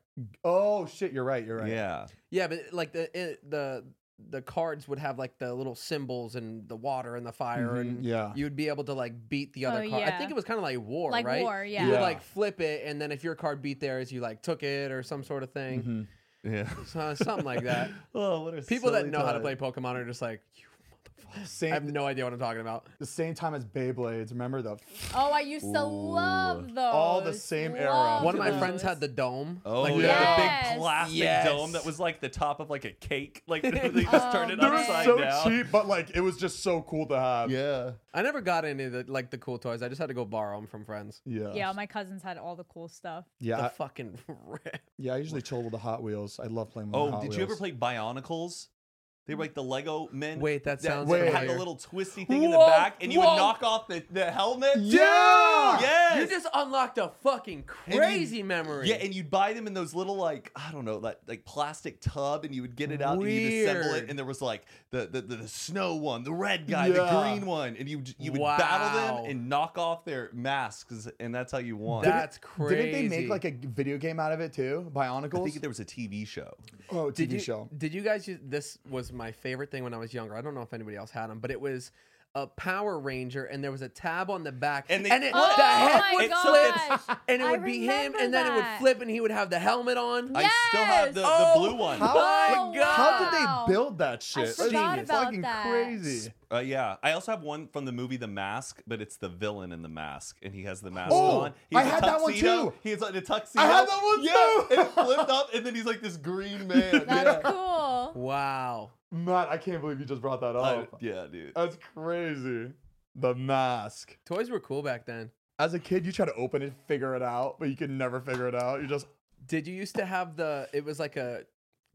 Speaker 1: Oh shit, you're right. You're right.
Speaker 4: Yeah.
Speaker 2: Yeah, but like the it, the the cards would have like the little symbols and the water and the fire
Speaker 1: Mhm,
Speaker 2: and
Speaker 1: yeah.
Speaker 2: you would be able to like beat the other
Speaker 3: Oh,
Speaker 2: card. I
Speaker 3: yeah.
Speaker 2: think it was kind of like war,
Speaker 3: Like
Speaker 2: right?
Speaker 3: war,
Speaker 2: You would
Speaker 1: yeah.
Speaker 2: like flip it and then if your card beat theirs, you like took it or some sort of thing.
Speaker 4: Yeah.
Speaker 2: So- something like that.
Speaker 4: oh, what are
Speaker 2: People that know how to play Pokemon are just like, you motherfucker.
Speaker 1: Same,
Speaker 2: I have no idea what I'm talking about.
Speaker 1: the same time as Beyblades. Remember the?
Speaker 3: Oh, I used to love those.
Speaker 1: All the same era.
Speaker 3: Love
Speaker 2: One of my
Speaker 3: those.
Speaker 2: friends had the dome.
Speaker 4: Oh,
Speaker 2: like,
Speaker 4: yeah. the
Speaker 3: Yes.
Speaker 4: big plastic
Speaker 2: Yes.
Speaker 4: dome that was like the top of like a cake. Like they just turned it
Speaker 3: They're
Speaker 4: upside
Speaker 1: so
Speaker 4: down.
Speaker 1: cheap, but like it was just so cool to have.
Speaker 4: Yeah.
Speaker 2: I never got any of the like the cool toys. I just had to go borrow them from friends.
Speaker 1: Yeah.
Speaker 3: Yeah, my cousins had all the cool stuff.
Speaker 1: Yeah.
Speaker 2: The
Speaker 1: I,
Speaker 2: fucking rip.
Speaker 1: yeah. I usually chill with the Hot Wheels. I love playing with the
Speaker 4: Oh,
Speaker 1: Hot
Speaker 4: did you ever
Speaker 1: Wheels.
Speaker 4: play Bionicles? They were like the Lego men.
Speaker 2: Wait, that sounds
Speaker 4: Wait. had
Speaker 2: familiar.
Speaker 4: the little twisty thing in the
Speaker 2: Whoa,
Speaker 4: back, and you
Speaker 2: whoa.
Speaker 4: would knock off the, the helmet.
Speaker 1: Yeah!
Speaker 4: Yes.
Speaker 2: You just unlocked a fucking
Speaker 4: And you-
Speaker 2: crazy memory.
Speaker 4: Yeah, and you'd buy them in those little like I don't know, like like plastic tub, and you would get it out and you'd assemble it,
Speaker 2: Weird.
Speaker 4: and there was like the the, the, the snow one, the red guy, the
Speaker 1: Yeah.
Speaker 4: green one, and you you would battle
Speaker 2: Wow.
Speaker 4: them and knock off their masks, and that's how you won.
Speaker 2: that's crazy.
Speaker 1: Didn't they make like a video game out of it too?
Speaker 4: I
Speaker 1: Bionicles.
Speaker 4: think there was a TV show.
Speaker 1: oh, TV
Speaker 2: did you,
Speaker 1: show.
Speaker 2: Did you guys use this? Was my favorite thing when I was younger. I don't know if anybody else had them, but it was a Power Ranger, and there was a tab on the back,
Speaker 4: And they
Speaker 2: it,
Speaker 4: flipped.
Speaker 2: the
Speaker 4: Oh
Speaker 2: head
Speaker 4: my
Speaker 2: would
Speaker 4: gosh.
Speaker 2: flip, and it
Speaker 3: I
Speaker 2: would be him,
Speaker 3: remember
Speaker 2: and then it would
Speaker 3: that.
Speaker 2: flip, and he would have the helmet on.
Speaker 4: I still have
Speaker 3: Yes!
Speaker 4: the,
Speaker 2: Oh,
Speaker 4: the blue one.
Speaker 1: How,
Speaker 2: my
Speaker 1: like, Oh, how did
Speaker 3: God.
Speaker 1: they build that shit? That's
Speaker 3: forgot
Speaker 1: genius.
Speaker 3: about
Speaker 1: fucking
Speaker 3: that.
Speaker 1: crazy.
Speaker 4: Uh, yeah, I also have one from the movie The Mask, but it's the villain in the mask, and he has the mask
Speaker 1: Oh,
Speaker 4: on. He
Speaker 1: I
Speaker 4: has a
Speaker 1: had that one
Speaker 4: tuxedo.
Speaker 1: too.
Speaker 4: He has like, a tuxedo.
Speaker 1: had that one too.
Speaker 4: Yeah, and it flipped up, and then he's like this green man.
Speaker 3: That's cool.
Speaker 2: Wow.
Speaker 1: Matt, I can't believe you just brought that
Speaker 4: I-
Speaker 1: up.
Speaker 4: yeah, dude.
Speaker 1: That's crazy. The mask.
Speaker 2: Toys were cool back then.
Speaker 1: As a kid, you try to open it, figure it out, but you can never figure it out. You just
Speaker 2: Did you used to have the? It was like a,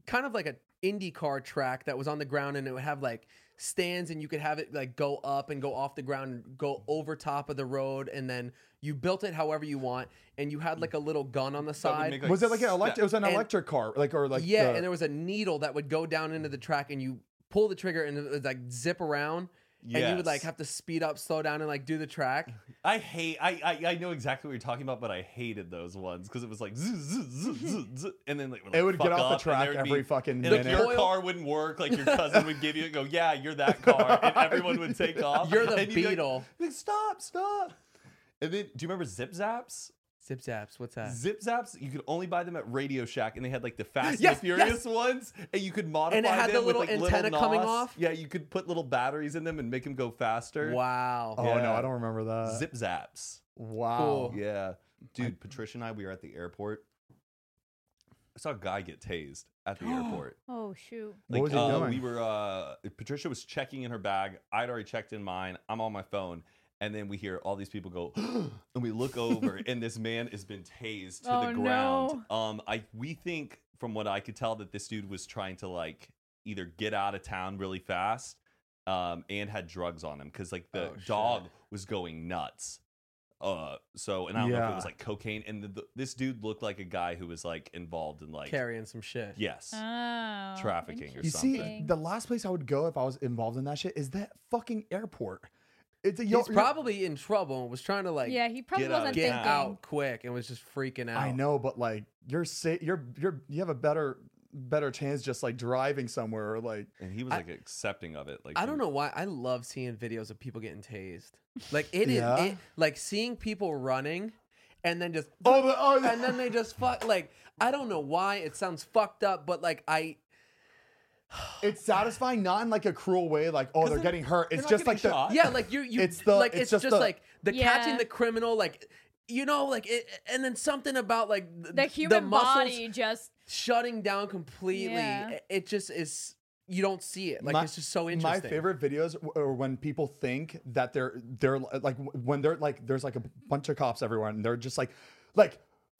Speaker 2: kind of like a IndyCar track that was on the ground, and it would have like stands, and you could have it like go up and go off the ground, and go over top of the road, and then you built it however you want, and you had like a little gun on the
Speaker 4: That would
Speaker 2: side.
Speaker 4: make,
Speaker 1: was it like an electric? It was an
Speaker 2: And-
Speaker 1: electric car, like or like
Speaker 2: yeah,
Speaker 1: the-
Speaker 2: and there was a needle that would go down into the track, and you pull the trigger, and it would like zip around. And you would like
Speaker 4: Yes.
Speaker 2: have to speed up, slow down, and like do the track.
Speaker 4: I hate. I, I I know exactly what you're talking about, but I hated those ones because it was like, zzz, zzz, zzz, zzz, zzz, and then like,
Speaker 1: It would
Speaker 4: fuck
Speaker 1: get off the
Speaker 4: up, and
Speaker 1: track
Speaker 4: there would
Speaker 1: every fucking
Speaker 4: and, like,
Speaker 1: minute.
Speaker 4: your
Speaker 2: Coil-
Speaker 4: car wouldn't work. Like your cousin would give you and go, "Yeah, you're that car," and everyone would take off.
Speaker 2: You're the
Speaker 4: and you'd be like,
Speaker 2: beetle.
Speaker 4: like, stop, stop. And then, do you remember Zip Zaps?
Speaker 2: Zip zaps, what's that?
Speaker 4: Zip Zaps, you could only buy them at Radio Shack, and they had like the Fast
Speaker 2: Yes,
Speaker 4: and the Furious ones, and you could modify
Speaker 2: And it had the
Speaker 4: them with,
Speaker 2: little
Speaker 4: like,
Speaker 2: antenna coming
Speaker 4: NOS.
Speaker 2: off?
Speaker 4: Yeah, you could put little batteries in them and make them go faster.
Speaker 2: Wow.
Speaker 1: oh no,
Speaker 4: yeah.
Speaker 1: I don't remember that.
Speaker 4: Zip Zaps.
Speaker 1: Wow.
Speaker 2: Cool.
Speaker 4: Yeah. Dude, Patricia and I, we were at the airport. I saw a guy get tased at the airport.
Speaker 3: Oh shoot.
Speaker 1: What was he
Speaker 4: uh,
Speaker 1: doing?
Speaker 4: We were, uh, Patricia was checking in her bag. I'd already checked in mine. I'm on my phone. And then we hear all these people go, and we look over, and this man has been tased to the
Speaker 3: Oh,
Speaker 4: ground. Um, I we think from what I could tell that this dude was trying to like either get out of town really fast, um, and had drugs on him because like the
Speaker 2: Oh, shit.
Speaker 4: dog was going nuts. Uh, so and I don't know if it
Speaker 1: Yeah.
Speaker 4: was like cocaine, and the, the, this dude looked like a guy who was like involved in like
Speaker 2: Carrying some shit.
Speaker 4: yes,
Speaker 3: Oh.
Speaker 4: Trafficking or
Speaker 1: You see,
Speaker 3: interesting.
Speaker 1: the last place I would go if I was involved in that shit is that fucking airport. It's a,
Speaker 2: He's
Speaker 1: yo- yo-
Speaker 2: probably in trouble and was trying to like
Speaker 3: yeah, he probably
Speaker 4: get out
Speaker 3: wasn't
Speaker 4: of
Speaker 2: get
Speaker 3: thinking.
Speaker 4: town.
Speaker 2: out quick and was just freaking out.
Speaker 1: I know, but like you're sa- you're you're you have a better better chance just like driving somewhere or like
Speaker 4: and he was
Speaker 2: I-
Speaker 4: like accepting of it. Like
Speaker 2: I
Speaker 4: he
Speaker 2: don't know why. I love seeing videos of people getting tased. Like it is
Speaker 1: Yeah.
Speaker 2: it, like seeing people running and then just
Speaker 1: oh the oh the-
Speaker 2: and then they just fuck like I don't know why it sounds fucked up, but like I
Speaker 1: it's satisfying not in like a cruel way like oh they're getting hurt it's
Speaker 4: not
Speaker 1: just
Speaker 4: getting
Speaker 1: like the
Speaker 4: shot.
Speaker 2: yeah like you you
Speaker 1: It's the-
Speaker 2: like
Speaker 1: it's
Speaker 2: it's,
Speaker 1: just
Speaker 2: just,
Speaker 1: the-
Speaker 2: like the catching
Speaker 3: Yeah.
Speaker 2: the criminal like you know like it and then something about like th-
Speaker 3: The human
Speaker 2: muscles
Speaker 3: body just
Speaker 2: shutting down completely.
Speaker 3: Yeah.
Speaker 2: It- It just is you don't see it like
Speaker 1: My-
Speaker 2: it's just so
Speaker 1: my
Speaker 2: interesting.
Speaker 1: favorite videos w- are when people think that they're they're like when they're like there's like a bunch of cops everywhere and they're just like like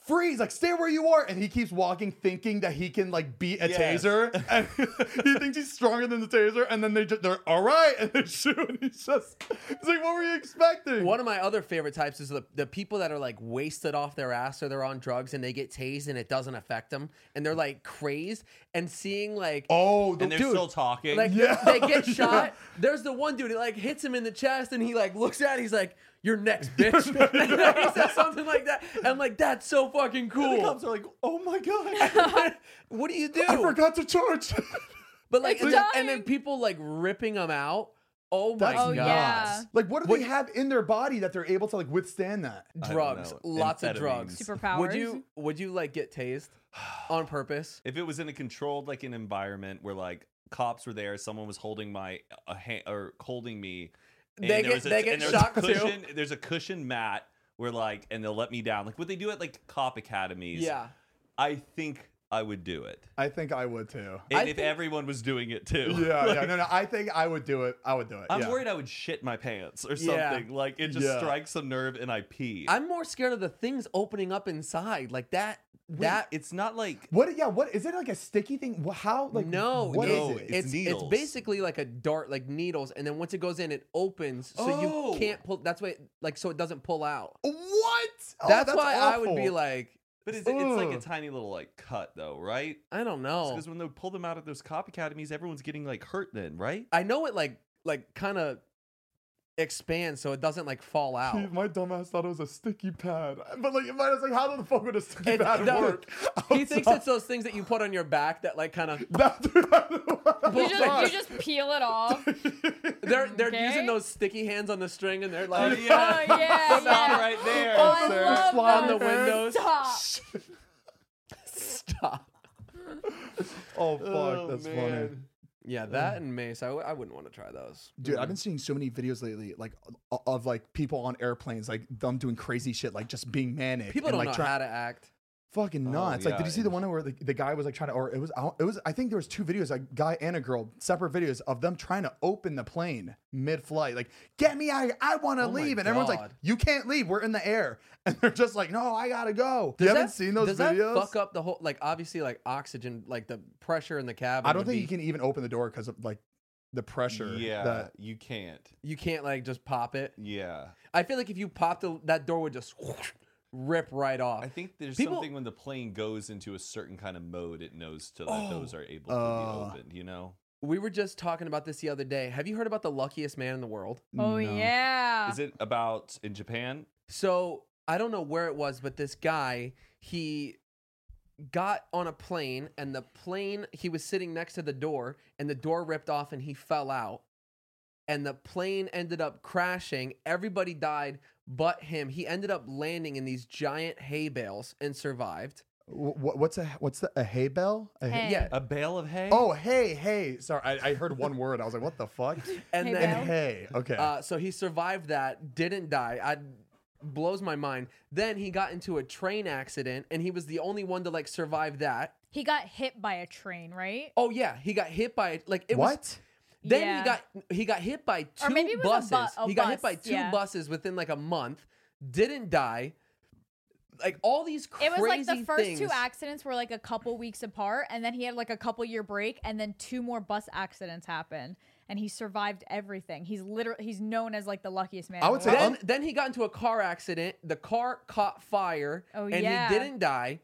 Speaker 1: freeze like stay where you are and he keeps walking thinking that he can like beat a
Speaker 4: Yes.
Speaker 1: taser and he thinks he's stronger than the taser and then they just they're all right and they shoot and he's just it's like what were you expecting
Speaker 2: One of my other favorite types is the, the people that are like wasted off their ass or they're on drugs and they get tased and it doesn't affect them and they're like crazed and seeing like
Speaker 1: oh the
Speaker 4: and they're
Speaker 1: dude
Speaker 4: still talking.
Speaker 2: like
Speaker 1: Yeah.
Speaker 2: they get
Speaker 1: Yeah.
Speaker 2: shot. There's the one dude it like hits him in the chest and he like looks at it, he's like you're next bitch. and then he says something like that and I'm like that's so fucking
Speaker 1: the cops
Speaker 2: cool.
Speaker 1: are like oh my god
Speaker 2: what do you do?
Speaker 1: I forgot to charge
Speaker 2: But like,
Speaker 3: It's
Speaker 2: and then, and then
Speaker 3: dying.
Speaker 2: people like ripping them out. Oh my
Speaker 1: That's
Speaker 3: Oh,
Speaker 2: god!
Speaker 3: yeah.
Speaker 1: Like, what do
Speaker 2: What-
Speaker 1: they have in their body that they're able to like withstand that?
Speaker 4: I don't
Speaker 2: Drugs,
Speaker 4: know.
Speaker 2: lots of
Speaker 4: Amphetamines.
Speaker 2: drugs.
Speaker 3: Superpowers.
Speaker 2: Would you would you like get tased on purpose?
Speaker 4: If it was in a controlled like an environment where like cops were there, someone was holding my a hand or holding me. and
Speaker 2: They
Speaker 4: there
Speaker 2: get-
Speaker 4: was a-
Speaker 2: they get
Speaker 4: and there's a
Speaker 2: shocked too.
Speaker 4: cushion, There's a cushion mat where like and they'll let me down. Like what they do at like cop academies.
Speaker 2: Yeah.
Speaker 4: I think I would do it.
Speaker 1: I think I would too.
Speaker 4: And
Speaker 2: I
Speaker 4: if
Speaker 2: think-
Speaker 4: everyone was doing it too.
Speaker 1: Yeah, yeah. No, no. I think I would do it. I would do it.
Speaker 4: I'm
Speaker 1: yeah.
Speaker 4: worried I would shit my pants or
Speaker 2: Yeah.
Speaker 4: something. Like it just
Speaker 1: Yeah.
Speaker 4: strikes some nerve and I pee.
Speaker 2: I'm more scared of the things opening up inside, like that. That
Speaker 4: it's not like
Speaker 1: What? Yeah. What is it like a sticky thing? Wh- How? Like
Speaker 2: no,
Speaker 1: What is
Speaker 2: no,
Speaker 1: it?
Speaker 4: It's
Speaker 2: It's, it's
Speaker 4: needles.
Speaker 2: basically like a dart, like needles, and then once it goes in, it opens, so
Speaker 4: Oh.
Speaker 2: you can't pull. That's why, it- like, so it doesn't pull out.
Speaker 1: What? Oh,
Speaker 2: that's, why I would be
Speaker 1: awful.
Speaker 2: like,
Speaker 4: but it's, it's like a
Speaker 1: Ugh.
Speaker 4: tiny little like cut though, right?
Speaker 2: I don't
Speaker 3: Oh.
Speaker 2: know.
Speaker 4: Because when they pull them out of those cop academies, everyone's getting like hurt then, right?
Speaker 2: I know it like like kind of expands, so it doesn't like fall out.
Speaker 1: Dude, my dumbass thought it was a sticky pad, but like, mine was like, how the fuck would a sticky
Speaker 2: It's-
Speaker 1: pad
Speaker 2: no,
Speaker 1: work?
Speaker 2: He thinks
Speaker 1: outside?
Speaker 2: it's those things that you put on your back that like kind of
Speaker 1: That's
Speaker 3: You just, you
Speaker 1: what
Speaker 3: just peel it off. oh
Speaker 2: they're they're using
Speaker 3: Okay.
Speaker 2: those sticky hands on the string and they're
Speaker 4: Oh,
Speaker 2: like
Speaker 4: yeah.
Speaker 3: yeah, yeah.
Speaker 4: right there.
Speaker 3: Oh, I
Speaker 1: sir.
Speaker 3: love
Speaker 1: Fly
Speaker 2: on the
Speaker 3: those.
Speaker 2: windows.
Speaker 3: Stop.
Speaker 2: stop.
Speaker 1: Oh fuck,
Speaker 2: Oh,
Speaker 1: that's funny.
Speaker 2: man. Yeah, that and mace. I, w- I wouldn't want to try those.
Speaker 1: Dude, I've been seeing so many videos lately, like o- of like people on airplanes, like them doing crazy shit, like just being manic.
Speaker 2: People
Speaker 1: and,
Speaker 2: don't
Speaker 1: like,
Speaker 2: know
Speaker 1: try-
Speaker 2: how to act. Oh,
Speaker 1: fucking nuts. like,
Speaker 4: yeah,
Speaker 1: did you see the one where the, the guy was like trying to, or it was, I don't- it was, I think there was two videos, a guy and a girl, separate videos of them trying to open the plane mid-flight. Like, get me out! of here. I want to
Speaker 2: Oh my
Speaker 1: leave, and everyone's like,
Speaker 2: God.
Speaker 1: you can't leave. We're in the air, and they're just like, no, I gotta go. you
Speaker 2: Does
Speaker 1: haven't
Speaker 2: that-
Speaker 1: seen those
Speaker 2: does
Speaker 1: videos?
Speaker 2: That fuck up the whole like obviously like oxygen like the pressure in the cabin.
Speaker 1: I don't
Speaker 2: would
Speaker 1: think
Speaker 2: be-
Speaker 1: you can even open the door because of like the pressure.
Speaker 4: Yeah,
Speaker 1: that-
Speaker 4: you can't.
Speaker 2: You can't like just pop it.
Speaker 4: Yeah,
Speaker 2: I feel like if you popped the, that door would just rip right off.
Speaker 1: Uh,
Speaker 4: I think there's
Speaker 2: People-
Speaker 4: something when the plane goes into a certain kind of mode, it knows to that those are able to
Speaker 1: Oh.
Speaker 4: be opened. You know,
Speaker 2: We were just talking about this the other day. Have you heard about the luckiest man in the world?
Speaker 3: Oh yeah.
Speaker 4: is it about in Japan?
Speaker 2: So I don't know where it was, but this guy, he got on a plane and the plane, he was sitting next to the door and the door ripped off and he fell out. And the plane ended up crashing. Everybody died but him. He ended up landing in these giant hay bales and survived.
Speaker 1: Wh- wh- what's a what's the a hay bell? A hay-
Speaker 3: Hey.
Speaker 2: Yeah.
Speaker 4: A bale of hay?
Speaker 1: Oh, hey, hey. Sorry, I, I heard one word. I was like, what the fuck?
Speaker 2: And then
Speaker 3: Hay bale?
Speaker 1: And hey, okay.
Speaker 2: Uh, so he survived that, didn't die. I blows my mind. Then he got into a train accident, and he was the only one to like survive that.
Speaker 3: He got hit by a train, right?
Speaker 2: Oh yeah, he got hit by like it was.
Speaker 1: what?
Speaker 2: Then
Speaker 3: Yeah.
Speaker 2: he got he got hit by two
Speaker 3: Or maybe it was
Speaker 2: buses.
Speaker 3: a bu- a
Speaker 2: he got hit
Speaker 3: bus,
Speaker 2: by two
Speaker 3: yeah.
Speaker 2: buses within like a month. Didn't die. Like all these crazy
Speaker 3: It was like the first two
Speaker 2: things.
Speaker 3: accidents were like a couple weeks apart, and then he had like a couple year break, and then two more bus accidents happened, and he survived everything. He's literally he's known as like the luckiest man.
Speaker 1: I
Speaker 3: in
Speaker 1: would
Speaker 3: the
Speaker 1: say
Speaker 3: world.
Speaker 2: Then,
Speaker 1: Um,
Speaker 2: then he got into a car accident. The car caught fire,
Speaker 3: Oh,
Speaker 2: and
Speaker 3: yeah.
Speaker 2: he didn't die.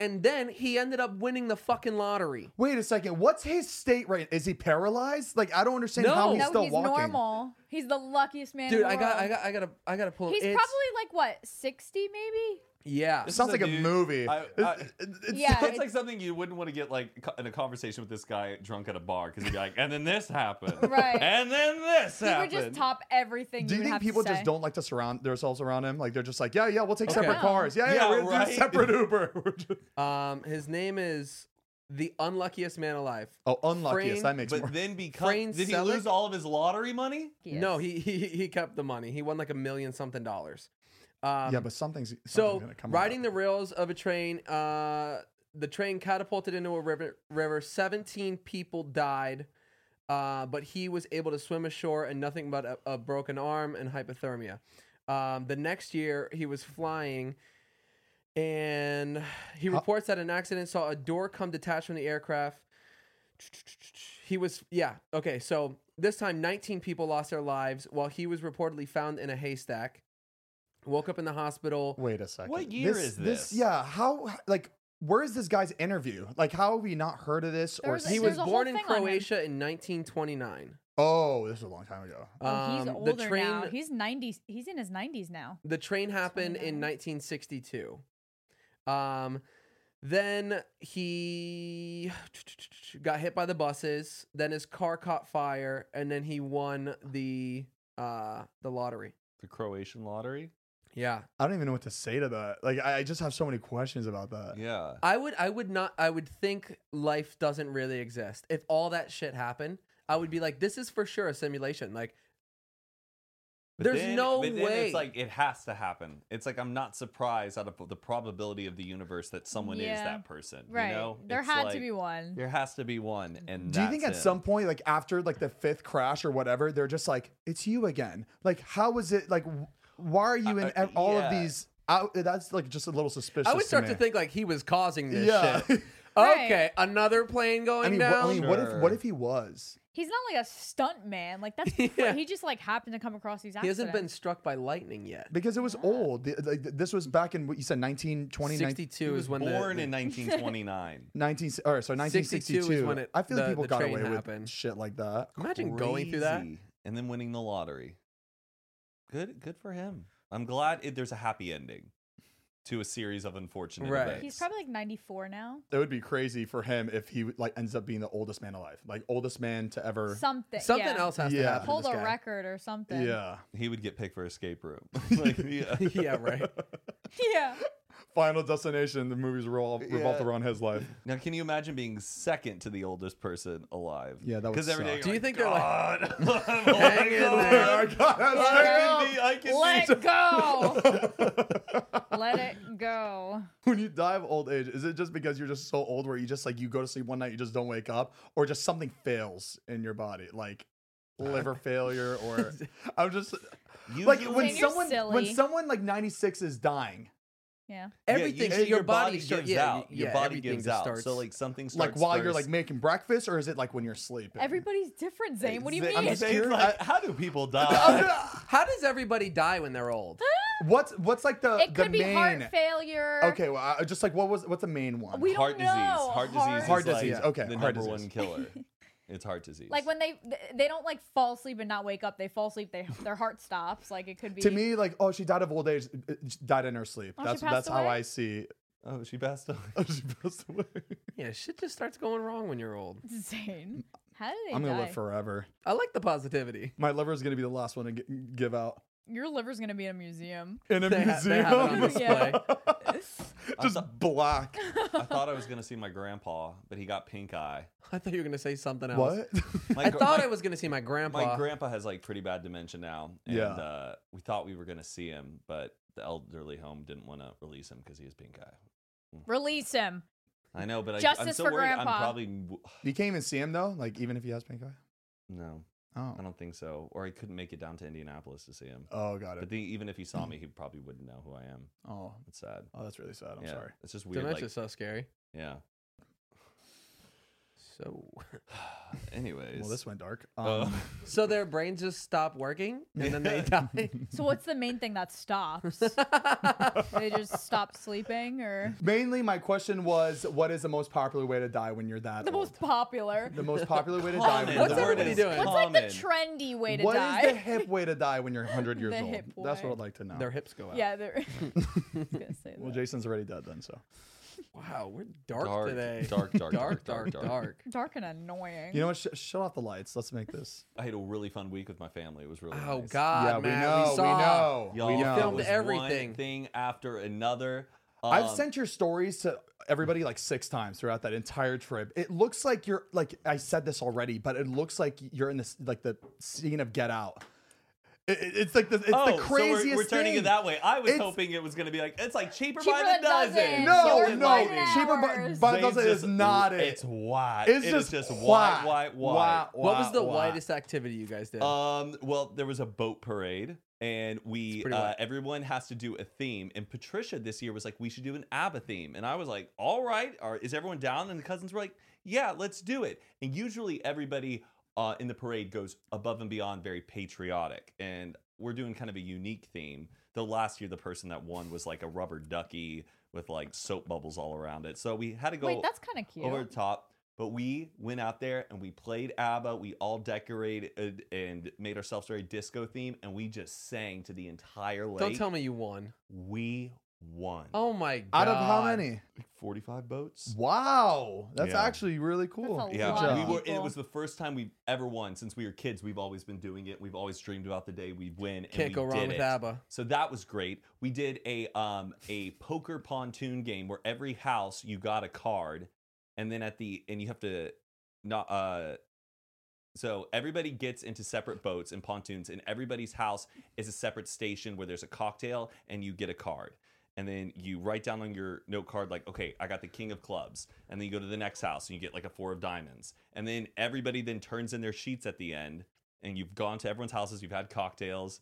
Speaker 2: And then he ended up winning the fucking lottery.
Speaker 1: Wait a second. What's his state right? Is he paralyzed? Like, I don't understand how
Speaker 2: No.
Speaker 1: he's
Speaker 3: no,
Speaker 1: still
Speaker 3: he's
Speaker 1: walking.
Speaker 3: normal. He's the luckiest man. in
Speaker 2: Dude,
Speaker 3: the
Speaker 2: I got, I
Speaker 3: world.
Speaker 2: got, I gotta, I gotta pull.
Speaker 3: He's
Speaker 2: it's,
Speaker 3: probably like what sixty, maybe.
Speaker 2: yeah.
Speaker 1: It sounds
Speaker 4: This
Speaker 1: like
Speaker 4: is
Speaker 1: a
Speaker 4: a dude-
Speaker 1: movie.
Speaker 4: I-
Speaker 1: It's-
Speaker 4: I-
Speaker 1: it's- it's-
Speaker 3: Yeah,
Speaker 4: It's like something you wouldn't want to get like co- in a conversation with this guy drunk at a bar because he'd be like, and then this happened,
Speaker 3: Right.
Speaker 4: And then this
Speaker 3: He would
Speaker 4: happened.
Speaker 3: just top everything.
Speaker 1: Do you
Speaker 3: would
Speaker 1: think
Speaker 3: have to
Speaker 1: people just
Speaker 3: say.
Speaker 1: don't like to surround themselves around him? Like, they're just like, yeah, yeah, we'll take
Speaker 2: Okay.
Speaker 1: separate
Speaker 3: No.
Speaker 1: cars. Yeah, yeah,
Speaker 4: Yeah,
Speaker 1: we're going to
Speaker 4: right?
Speaker 1: do separate Uber. We're just-
Speaker 2: Um, his name is the unluckiest man alive.
Speaker 1: oh, unluckiest.
Speaker 2: Frame,
Speaker 1: that makes more.
Speaker 4: but then become
Speaker 2: Frane
Speaker 4: did he
Speaker 2: Selick?
Speaker 4: lose all of his lottery money?
Speaker 3: Yes.
Speaker 2: No, he he he kept the money. He won like a million something dollars. Um,
Speaker 1: yeah, but something's, something's
Speaker 2: so
Speaker 1: gonna come up.
Speaker 2: riding the rails of a train, uh, the train catapulted into a river. River. Seventeen people died, uh, but he was able to swim ashore and nothing but a, a broken arm and hypothermia. Um, the next year, he was flying. And he reports that an accident saw a door come detached from the aircraft. He was, yeah, okay. So this time, 19 people lost their lives while he was reportedly found in a haystack. Woke up in the hospital.
Speaker 1: Wait a second.
Speaker 4: What year is this?
Speaker 1: Yeah, how like where is this guy's interview? Like how have we not heard of this
Speaker 3: There
Speaker 1: or
Speaker 3: was-
Speaker 1: seen
Speaker 2: He
Speaker 3: There's
Speaker 2: was
Speaker 3: a whole
Speaker 2: born in
Speaker 3: thing on him.
Speaker 2: Croatia in 1929.
Speaker 1: Oh, this is a long time ago.
Speaker 3: Oh, he's
Speaker 2: Um,
Speaker 3: older
Speaker 2: the train,
Speaker 3: now. He's ninety. He's in his nineties now.
Speaker 2: the train happened in 1962. Um, Then he got hit by the buses. Then his car caught fire, and then he won the uh the lottery.
Speaker 4: The Croatian lottery.
Speaker 2: Yeah,
Speaker 1: I don't even know what to say to that. Like, I I just have so many questions about that.
Speaker 4: Yeah.
Speaker 2: I would I would not I would think life doesn't really exist. If all that shit happened, I would be like, this is for sure a simulation. Like There's no
Speaker 4: but then
Speaker 2: way.
Speaker 4: It's like it has to happen. It's like I'm not surprised out of the probability of the universe that someone is
Speaker 3: Yeah.
Speaker 4: that person.
Speaker 3: Right.
Speaker 4: You know?
Speaker 3: there
Speaker 4: It's
Speaker 3: had to
Speaker 4: like,
Speaker 3: be one.
Speaker 4: There has to be one. And
Speaker 1: Do you think
Speaker 4: that's
Speaker 1: at
Speaker 4: it.
Speaker 1: some point, like after like the fifth crash or whatever, they're just like, "It's you again." Like, how is it? Like, w- why are you in
Speaker 4: Uh, uh,
Speaker 1: ev- all of
Speaker 4: yeah.
Speaker 1: these? Out, that's like just a little suspicious.
Speaker 2: I would start to
Speaker 1: me.
Speaker 2: think like he was causing this
Speaker 1: Yeah.
Speaker 2: shit.
Speaker 3: Right.
Speaker 2: Okay, another plane going
Speaker 1: I mean, what,
Speaker 2: down.
Speaker 1: I mean what if
Speaker 4: Sure.
Speaker 1: what if he was?
Speaker 3: He's not like a stunt man. Like that's
Speaker 2: Yeah.
Speaker 3: he just like happened to come across these
Speaker 2: he
Speaker 3: accidents.
Speaker 2: hasn't been struck by lightning yet.
Speaker 1: Because it was old. The- like, th- this was back in what you said, 1920, 19,
Speaker 2: 62
Speaker 4: He
Speaker 2: is
Speaker 4: was
Speaker 2: when the-
Speaker 4: born
Speaker 2: the,
Speaker 4: in 1929.
Speaker 1: 19 or sorry,
Speaker 2: 62
Speaker 1: 1962.
Speaker 2: is when it-
Speaker 1: I feel like
Speaker 2: the-
Speaker 1: people
Speaker 2: the
Speaker 1: got
Speaker 2: train
Speaker 1: away with
Speaker 2: happened.
Speaker 1: shit like that.
Speaker 2: Imagine going through that.
Speaker 4: Crazy. and then winning the lottery. Good, good for him. I'm glad it, there's a happy ending to a series of unfortunate
Speaker 2: Right.
Speaker 4: events.
Speaker 3: He's probably like 94 now.
Speaker 1: It would be crazy for him if he like ends up being the oldest man alive, like oldest man to ever.
Speaker 3: Something.
Speaker 2: Something
Speaker 3: yeah.
Speaker 2: else has to
Speaker 1: Yeah.
Speaker 2: happen. to
Speaker 3: Hold
Speaker 2: this
Speaker 3: a
Speaker 2: guy.
Speaker 3: record or something.
Speaker 1: yeah.
Speaker 4: he would get picked for escape room. like, yeah.
Speaker 2: yeah, right.
Speaker 3: Yeah.
Speaker 1: Final Destination. The movies revolve, revolved
Speaker 4: Yeah.
Speaker 1: around his life.
Speaker 4: Now, can you imagine being second to the oldest person alive?
Speaker 1: Yeah, that would
Speaker 4: Because every day
Speaker 1: suck.
Speaker 4: you're
Speaker 2: Do you think they're like-
Speaker 4: "God, oh my
Speaker 2: Hang in there.
Speaker 4: God, I can be- I can
Speaker 3: Let
Speaker 4: be-
Speaker 3: go. Let it go.
Speaker 1: when you die of old age, is it just because you're just so old where you just like you go to sleep one night, you just don't wake up, or just something fails in your body, like liver failure, or I'm just
Speaker 4: You-
Speaker 1: like
Speaker 4: you-
Speaker 3: Then
Speaker 1: when
Speaker 3: you're
Speaker 1: someone
Speaker 3: silly.
Speaker 1: when someone like 96 is dying,
Speaker 3: Yeah.
Speaker 4: Yeah, you-
Speaker 2: Everything.
Speaker 4: and
Speaker 2: your, body,
Speaker 4: gives
Speaker 2: start- yeah,
Speaker 4: out.
Speaker 2: yeah,
Speaker 4: Your body
Speaker 2: everything
Speaker 4: gives
Speaker 2: just
Speaker 4: out.
Speaker 2: starts-
Speaker 4: So like something starts
Speaker 1: like while you you're
Speaker 4: first.
Speaker 1: like making breakfast, or is it like when you're sleeping?
Speaker 3: Everybody's different, Zane. What do you
Speaker 4: I'm
Speaker 3: mean?
Speaker 4: just saying,
Speaker 1: curious.
Speaker 4: like, how do people
Speaker 1: I'm
Speaker 4: die?
Speaker 1: just-
Speaker 2: how does everybody die when they're old?
Speaker 1: Uh, what's what's like the
Speaker 3: It
Speaker 1: the
Speaker 3: could be
Speaker 1: main?
Speaker 3: heart failure.
Speaker 1: okay, well, I, just like what was what's the main one?
Speaker 3: We don't
Speaker 4: heart disease.
Speaker 3: know.
Speaker 4: Heart disease. is
Speaker 1: Heart
Speaker 4: like
Speaker 1: disease, okay,
Speaker 4: The
Speaker 1: heart
Speaker 4: number one
Speaker 1: disease.
Speaker 4: killer. It's heart disease.
Speaker 3: Like when they they don't like fall asleep and not wake up. They fall asleep. They their heart stops. Like it could be.
Speaker 1: to me, like, oh, she died of old age. uh, She died in her sleep.
Speaker 3: Oh, she
Speaker 1: that's
Speaker 3: passed
Speaker 1: that's how
Speaker 3: away?
Speaker 1: I see.
Speaker 4: oh, she passed away.
Speaker 1: Oh, she passed away.
Speaker 2: Yeah, shit just starts going wrong when you're old.
Speaker 3: Zane. How do they
Speaker 1: I'm gonna
Speaker 3: die?
Speaker 1: live forever.
Speaker 2: I like the positivity.
Speaker 1: My liver is gonna be the last one to g- give out
Speaker 3: Your liver's gonna be in a museum.
Speaker 1: in a
Speaker 2: They ha- they
Speaker 1: museum.
Speaker 2: have it on display.
Speaker 1: Just black.
Speaker 4: I thought I was gonna see my grandpa, but he got pink eye.
Speaker 2: I thought you were gonna say something else.
Speaker 1: What?
Speaker 4: My
Speaker 2: I
Speaker 4: gr-
Speaker 2: thought
Speaker 4: my-
Speaker 2: I was gonna see my grandpa.
Speaker 4: My grandpa has like pretty bad dementia now, and
Speaker 1: Yeah.
Speaker 4: uh, we thought we were gonna see him, but the elderly home didn't want to release him because he has pink eye.
Speaker 3: Release him.
Speaker 4: I know, but I, I'm
Speaker 3: Justice
Speaker 4: so
Speaker 3: for
Speaker 4: worried.
Speaker 3: Grandpa.
Speaker 4: I'm probably w-
Speaker 1: you can't even see him though. Like even if he has pink eye.
Speaker 4: no,
Speaker 1: Oh.
Speaker 4: I don't think so. Or I couldn't make it down to Indianapolis to see him.
Speaker 1: Oh, got
Speaker 4: But
Speaker 1: it.
Speaker 4: the, even if he saw me, he probably wouldn't know who I am.
Speaker 1: Oh.
Speaker 4: It's sad.
Speaker 1: Oh, that's really sad. I'm
Speaker 4: yeah,
Speaker 1: sorry.
Speaker 4: It's just weird.
Speaker 2: Dementia's
Speaker 4: Like,
Speaker 2: so scary.
Speaker 4: yeah.
Speaker 2: So,
Speaker 4: Anyways,
Speaker 1: Well, this went dark. Um,
Speaker 4: Oh.
Speaker 2: so their brains just stop working and then they die.
Speaker 3: So what's the main thing that stops? they just stop sleeping, or
Speaker 1: Mainly, my question was, what is the most popular way to die when you're that
Speaker 3: the
Speaker 1: old?
Speaker 3: most popular.
Speaker 1: the most popular way to die. When
Speaker 4: common.
Speaker 1: you're
Speaker 2: What's
Speaker 4: the
Speaker 1: that
Speaker 4: word
Speaker 2: everybody
Speaker 4: is
Speaker 1: old.
Speaker 2: doing?
Speaker 3: What's like
Speaker 4: common.
Speaker 3: the trendy way to
Speaker 1: What is
Speaker 3: die?
Speaker 1: the hip way to die when you're 100 years
Speaker 3: The
Speaker 1: old?
Speaker 3: hip
Speaker 1: That's
Speaker 3: way.
Speaker 1: what I'd like to know.
Speaker 2: Their hips go out.
Speaker 3: yeah, they're. I was gonna say
Speaker 1: Well,
Speaker 3: that.
Speaker 1: Jason's already dead then, so.
Speaker 2: Wow, we're dark,
Speaker 4: Dark,
Speaker 2: today.
Speaker 4: dark,
Speaker 2: dark,
Speaker 4: dark, dark,
Speaker 2: dark,
Speaker 4: dark,
Speaker 2: dark.
Speaker 3: Dark and annoying.
Speaker 1: You know what? Sh- shut off the lights. Let's make this.
Speaker 4: I had a really fun week with my family. It was really
Speaker 2: Oh
Speaker 4: nice.
Speaker 2: God,
Speaker 1: yeah,
Speaker 2: man,
Speaker 1: we know. We,
Speaker 2: saw.
Speaker 1: know.
Speaker 4: Y'all
Speaker 1: we know.
Speaker 4: it
Speaker 2: filmed
Speaker 4: was
Speaker 2: everything.
Speaker 4: One thing after another.
Speaker 1: I've
Speaker 4: Um,
Speaker 1: sent your stories to everybody like six times throughout that entire trip. It looks like you're like I said this already, but it looks like you're in this like the scene of Get Out. It, it- it's like the it's
Speaker 4: oh,
Speaker 1: the craziest.
Speaker 4: So we're, we're turning
Speaker 1: thing.
Speaker 4: it that way. I was
Speaker 1: It's-
Speaker 4: hoping it was going to be like it's like cheaper,
Speaker 3: Cheaper
Speaker 4: by the
Speaker 3: than
Speaker 4: dozen.
Speaker 3: dozen.
Speaker 1: No,
Speaker 3: Yours
Speaker 1: no,
Speaker 3: was an
Speaker 1: cheaper by,
Speaker 3: hours.
Speaker 1: by the dozen is
Speaker 4: just-
Speaker 1: not it.
Speaker 4: It's white.
Speaker 1: It's
Speaker 4: It is
Speaker 1: just
Speaker 4: white,
Speaker 1: white,
Speaker 4: white, white.
Speaker 1: white,
Speaker 2: What was the
Speaker 1: Wah, wah.
Speaker 2: whitest activity you guys did?
Speaker 4: Um, well, there was a boat parade, and we
Speaker 2: pretty
Speaker 4: uh,
Speaker 2: whack.
Speaker 4: everyone has to do a theme. And Patricia this year was like, "We should do an ABBA theme," and I was like, "All right, are, is everyone down?" And the cousins were like, "Yeah, let's do it." And usually everybody uh, in the parade goes above and beyond, very patriotic, and we're doing kind of a unique theme. Though last year the person that won was like a rubber ducky with like soap bubbles all around it, so we had to go
Speaker 3: Wait, that's kind of cute.
Speaker 4: over the top. But we went out there and we played ABBA. We all decorated uh, and made ourselves very disco theme, and we just sang to the entire lake.
Speaker 2: Don't tell me you won.
Speaker 4: we one
Speaker 2: Oh my
Speaker 1: Out
Speaker 2: god.
Speaker 1: of how many?
Speaker 4: Like 45 boats.
Speaker 1: Wow, that's
Speaker 4: Yeah.
Speaker 1: actually really cool.
Speaker 3: That's a
Speaker 1: Good
Speaker 3: lot of
Speaker 4: Yeah, we
Speaker 1: job.
Speaker 4: were, it
Speaker 3: people.
Speaker 4: was the first time we've ever won since we were kids. We've always been doing it. We've always dreamed about the day we'd win. And
Speaker 2: Can't
Speaker 4: we
Speaker 2: go wrong
Speaker 4: did
Speaker 2: with
Speaker 4: it.
Speaker 2: ABBA.
Speaker 4: So that was great. We did a um a poker pontoon game where every house you got a card, and then at the and you have to not uh. So everybody gets into separate boats and pontoons, and everybody's house is a separate station where there's a cocktail and you get a card. And then you write down on your note card, like, okay, I got the king of clubs. And then you go to the next house and you get like a four of diamonds. And then everybody then turns in their sheets at the end. And you've gone to everyone's houses, you've had cocktails,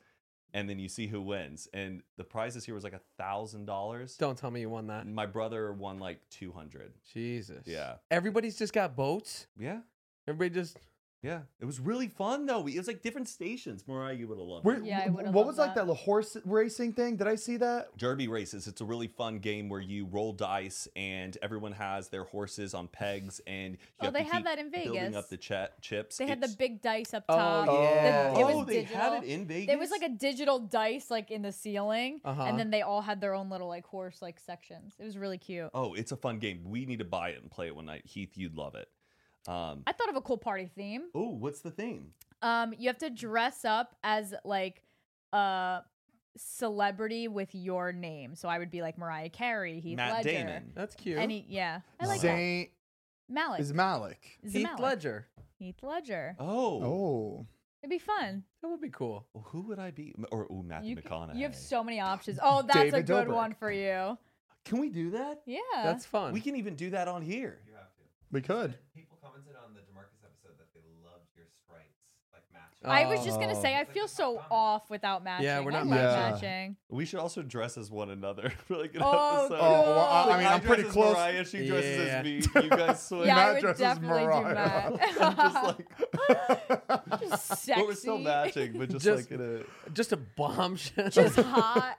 Speaker 4: and then you see who wins. And the prize this year was like a thousand dollars.
Speaker 2: Don't tell me you won that.
Speaker 4: My brother won like two hundred.
Speaker 2: Jesus.
Speaker 4: Yeah.
Speaker 2: Everybody's just got boats.
Speaker 4: Yeah,
Speaker 2: Everybody just
Speaker 4: yeah. It was really fun though. It was like different stations. Mariah, you would have loved. it.
Speaker 1: Were-
Speaker 3: Yeah, I would've
Speaker 1: what
Speaker 3: loved
Speaker 1: was like
Speaker 3: that.
Speaker 1: that little horse racing thing? Did I see that?
Speaker 4: Derby races. It's a really fun game where you roll dice and everyone has their horses on pegs and you
Speaker 3: Oh,
Speaker 4: have
Speaker 3: they
Speaker 4: to
Speaker 3: had
Speaker 4: keep
Speaker 3: that in
Speaker 4: Building
Speaker 3: Vegas.
Speaker 4: up the cha- chips.
Speaker 3: They had the
Speaker 4: It's-
Speaker 3: big dice up
Speaker 2: Oh,
Speaker 3: top. The-
Speaker 2: yeah.
Speaker 3: it was
Speaker 4: oh, they
Speaker 3: digital.
Speaker 4: had it in Vegas.
Speaker 3: There was like a digital dice like in the ceiling,
Speaker 2: Uh-huh.
Speaker 3: and then they all had their own little like horse like sections. It was really cute.
Speaker 4: Oh, it's a fun game. We need to buy it and play it one night. Heath, you'd love it. Um,
Speaker 3: I thought of a cool party theme.
Speaker 4: oh, what's the theme?
Speaker 3: Um, you have to dress up as like a celebrity with your name. So I would be like Mariah Carey, Heath
Speaker 4: Matt
Speaker 3: Ledger.
Speaker 4: Damon.
Speaker 2: that's cute.
Speaker 3: Any yeah, I like that.
Speaker 1: Saint
Speaker 3: Malik.
Speaker 1: is Malik.
Speaker 2: Heath
Speaker 3: Zamalek.
Speaker 2: Ledger.
Speaker 3: Heath Ledger.
Speaker 4: Oh,
Speaker 1: Oh,
Speaker 3: It'd be fun.
Speaker 2: That would be cool.
Speaker 4: who would I be? Or ooh, Matthew
Speaker 3: You, c-
Speaker 4: McConaughey.
Speaker 3: you have so many options. Oh, that's a
Speaker 1: David
Speaker 3: good
Speaker 1: Dobrik.
Speaker 3: one for you.
Speaker 4: Can we do that?
Speaker 3: Yeah.
Speaker 2: That's fun.
Speaker 4: We can even do that on here.
Speaker 1: we could.
Speaker 6: People commented on the Demarcus episode that they loved your stripes, like matching.
Speaker 3: I was just gonna say I
Speaker 6: Oh.
Speaker 3: feel so off without matching.
Speaker 2: we're
Speaker 3: I
Speaker 2: not
Speaker 3: love
Speaker 1: matching.
Speaker 3: matching.
Speaker 4: We should also dress as one another for like an
Speaker 3: Oh,
Speaker 4: episode.
Speaker 3: Oh, well, I- I
Speaker 4: Like,
Speaker 1: mean, I'm
Speaker 4: dress
Speaker 1: pretty
Speaker 4: as
Speaker 1: close.
Speaker 4: Mariah, she dresses
Speaker 2: Yeah.
Speaker 4: as me. You guys switch.
Speaker 3: Yeah, I
Speaker 1: Matt
Speaker 3: would
Speaker 1: dresses
Speaker 3: definitely
Speaker 1: Mariah.
Speaker 3: do
Speaker 4: I'm just
Speaker 3: Matt.
Speaker 4: like,
Speaker 3: just sexy.
Speaker 4: but we're still matching, but just,
Speaker 2: Just-
Speaker 4: like in a.
Speaker 2: Just a bombshell.
Speaker 3: Just hot.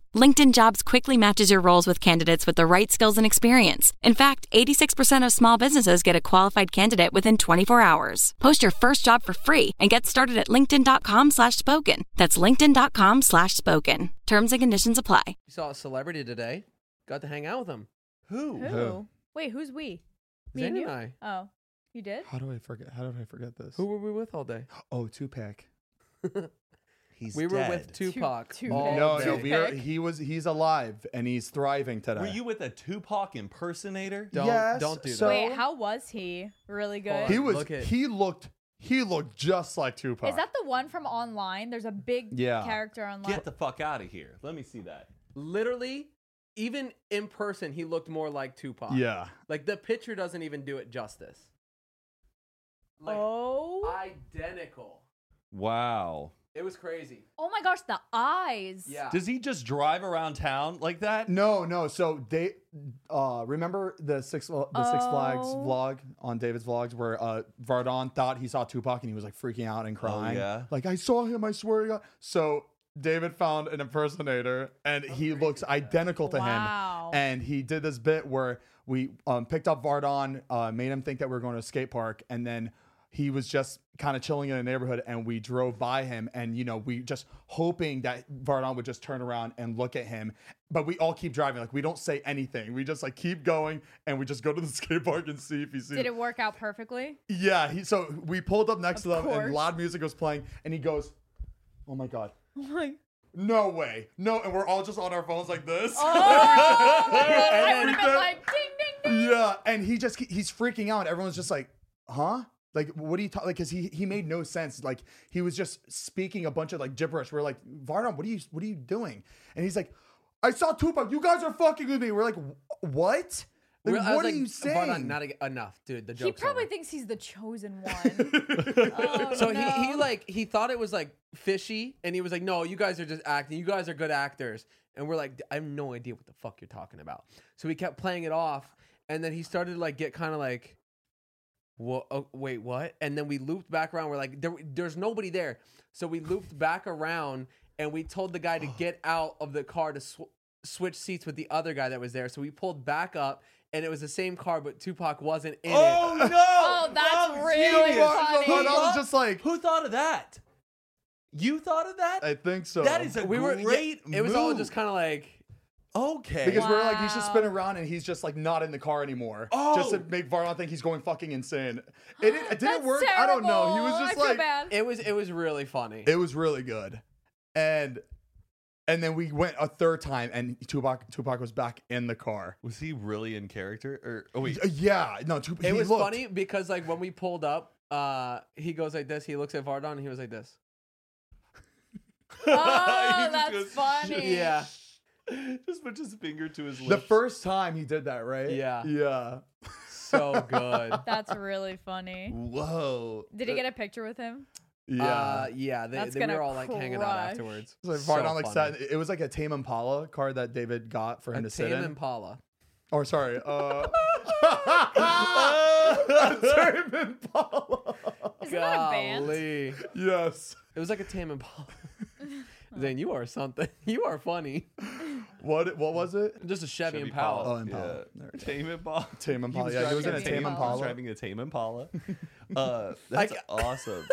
Speaker 5: LinkedIn Jobs quickly matches your roles with candidates with the right skills and experience. In fact, 86% of small businesses get a qualified candidate within 24 hours. Post your first job for free and get started at linkedin.com slash spoken. That's linkedin.com slash spoken. Terms and conditions apply.
Speaker 2: You saw a celebrity today. Got to hang out with him.
Speaker 4: Who?
Speaker 3: Who? Wait, who's we? Me
Speaker 2: Zayn
Speaker 3: and you?
Speaker 2: and I.
Speaker 3: Oh, you did?
Speaker 1: How do I forget? How did I forget this?
Speaker 2: Who were we with all day?
Speaker 1: Oh, Tupac.
Speaker 4: He's
Speaker 2: we were with
Speaker 4: dead.
Speaker 2: Tupac.
Speaker 3: Tu-
Speaker 2: all
Speaker 3: Tupac.
Speaker 1: no,
Speaker 2: day.
Speaker 1: no, we are,
Speaker 3: Tupac.
Speaker 1: he was he's alive and he's thriving today.
Speaker 4: Were you with a Tupac impersonator?
Speaker 2: Don't-
Speaker 1: yes,
Speaker 2: don't do that.
Speaker 1: so
Speaker 3: Wait, how was he? Really good.
Speaker 1: he
Speaker 2: Look
Speaker 1: was?
Speaker 2: at-
Speaker 1: he looked he looked just like Tupac.
Speaker 3: Is that the one from online? There's a big
Speaker 1: Yeah.
Speaker 3: character online.
Speaker 4: Get the fuck out of here. Let me see that.
Speaker 2: Literally, even in person, he looked more like Tupac.
Speaker 1: yeah,
Speaker 2: Like the picture doesn't even do it justice. Like
Speaker 3: oh.
Speaker 2: identical.
Speaker 4: Wow.
Speaker 2: It was crazy.
Speaker 3: Oh my gosh, the eyes.
Speaker 2: Yeah.
Speaker 4: Does he just drive around town like that?
Speaker 1: no, no. So they uh, remember the six uh, the Six Flags
Speaker 3: Oh.
Speaker 1: vlog on David's vlogs where uh, Vardon thought he saw Tupac and he was like freaking out and crying.
Speaker 4: yeah?
Speaker 1: like I saw him. I swear to God. So David found an impersonator and he looks identical to him.
Speaker 3: Wow.
Speaker 1: and he did this bit where we um, picked up Vardon, uh, made him think that we were going to a skate park, and then he was just kind of chilling in the neighborhood, and we drove by him, and you know we just hoping that Vardon would just turn around and look at him, but we all keep driving. Like we don't say anything. We just like keep going and we just go to the skate park and see if he sees.
Speaker 3: Did it work out perfectly?
Speaker 1: Yeah, he, so we pulled up next
Speaker 3: Of
Speaker 1: to them
Speaker 3: course.
Speaker 1: and loud music was playing and he goes, "Oh my god.
Speaker 3: Like,
Speaker 1: No way. No." And we're all just on our phones like this.
Speaker 3: oh, my God, I
Speaker 1: And
Speaker 3: would have
Speaker 1: then-
Speaker 3: been like, ding, ding, ding.
Speaker 1: yeah, and he just he's freaking out. Everyone's just like, "Huh?" Like, what are you talking? Like, cause he he made no sense. Like, he was just speaking a bunch of like gibberish. We're like, Varnum, what are you what are you doing? And he's like, "I saw Tupac. You guys are fucking with me." We're like, "Wh- "What? Like,
Speaker 2: We're- I was
Speaker 1: what are
Speaker 2: like,
Speaker 1: you
Speaker 2: "But
Speaker 1: saying?"
Speaker 2: Not, not a- enough, dude. The joke.
Speaker 3: He probably thinks he's the chosen one. Oh,
Speaker 2: So
Speaker 3: no.
Speaker 2: he, he like he thought it was like fishy, and he was like, "No, you guys are just acting. You guys are good actors." And we're like, "I have no idea what the fuck you're talking about." So he kept playing it off, and then he started to like get kind of like, "What? Oh, wait, what?" And then we looped back around. We're like, there, "There's nobody there." So we looped back around, and we told the guy to get out of the car to sw- switch seats with the other guy that was there. So we pulled back up, and it was the same car, but Tupac wasn't in it.
Speaker 4: Oh no!
Speaker 3: Oh, that's really
Speaker 4: genius.
Speaker 3: funny.
Speaker 1: Who I was
Speaker 4: thought-
Speaker 1: just like,
Speaker 4: who thought of that? You thought of that?
Speaker 1: I think so.
Speaker 4: That is a
Speaker 2: We were.
Speaker 4: great.
Speaker 2: It was all
Speaker 4: move.
Speaker 2: just kind of like.
Speaker 4: okay.
Speaker 1: because we're like, he should spin
Speaker 3: Wow.
Speaker 1: around and he's just like not in the car anymore. Just
Speaker 4: Oh.
Speaker 1: to make Varnum think he's going fucking insane. It, didn't- it didn't
Speaker 3: That's
Speaker 1: work. I don't know. He was
Speaker 3: terrible.
Speaker 1: just
Speaker 3: I feel
Speaker 1: like,
Speaker 3: bad.
Speaker 2: It was it was really funny.
Speaker 1: it was really good. And and then we went a third time and Tupac Tupac was back in the car.
Speaker 4: was he really in character? Or oh wait,
Speaker 1: Uh, Yeah, no, Tupac.
Speaker 2: It
Speaker 1: he
Speaker 2: was
Speaker 1: looked.
Speaker 2: funny because like when we pulled up, uh, he goes like this. He looks at Vardon and he was like this.
Speaker 3: Oh,
Speaker 4: just
Speaker 3: that's
Speaker 4: goes,
Speaker 3: funny.
Speaker 2: Yeah,
Speaker 4: just put his finger to his lips.
Speaker 1: The first time he did that, right?
Speaker 2: Yeah.
Speaker 1: Yeah.
Speaker 2: so good.
Speaker 3: That's really funny.
Speaker 4: Whoa.
Speaker 3: Did he get a picture with him?
Speaker 1: Yeah.
Speaker 2: Uh, yeah. They,
Speaker 3: That's
Speaker 2: they, we
Speaker 3: gonna
Speaker 2: were all like hanging out
Speaker 3: crush.
Speaker 2: afterwards.
Speaker 1: so
Speaker 2: So
Speaker 1: Varnum, like
Speaker 2: funny.
Speaker 1: sat, it was like a Tame Impala car that David got for him
Speaker 2: A
Speaker 1: to sit
Speaker 2: Tame
Speaker 1: in.
Speaker 2: Impala.
Speaker 1: Or sorry, uh, a Tame Impala.
Speaker 3: Isn't that a band?
Speaker 2: Golly.
Speaker 1: Yes.
Speaker 2: It was like a Tame Impala. Zane, you are something. You are funny.
Speaker 1: What? What was it?
Speaker 2: Just a Chevy,
Speaker 4: Chevy
Speaker 2: Impala.
Speaker 1: Oh, Impala.
Speaker 4: Yeah.
Speaker 1: There it is.
Speaker 4: Tame Impala.
Speaker 1: Tame Impala.
Speaker 4: was
Speaker 1: Yeah, he was in
Speaker 4: driving
Speaker 1: a Tame
Speaker 4: He was
Speaker 1: Impala.
Speaker 4: driving a Tame Impala. Uh, that's awesome.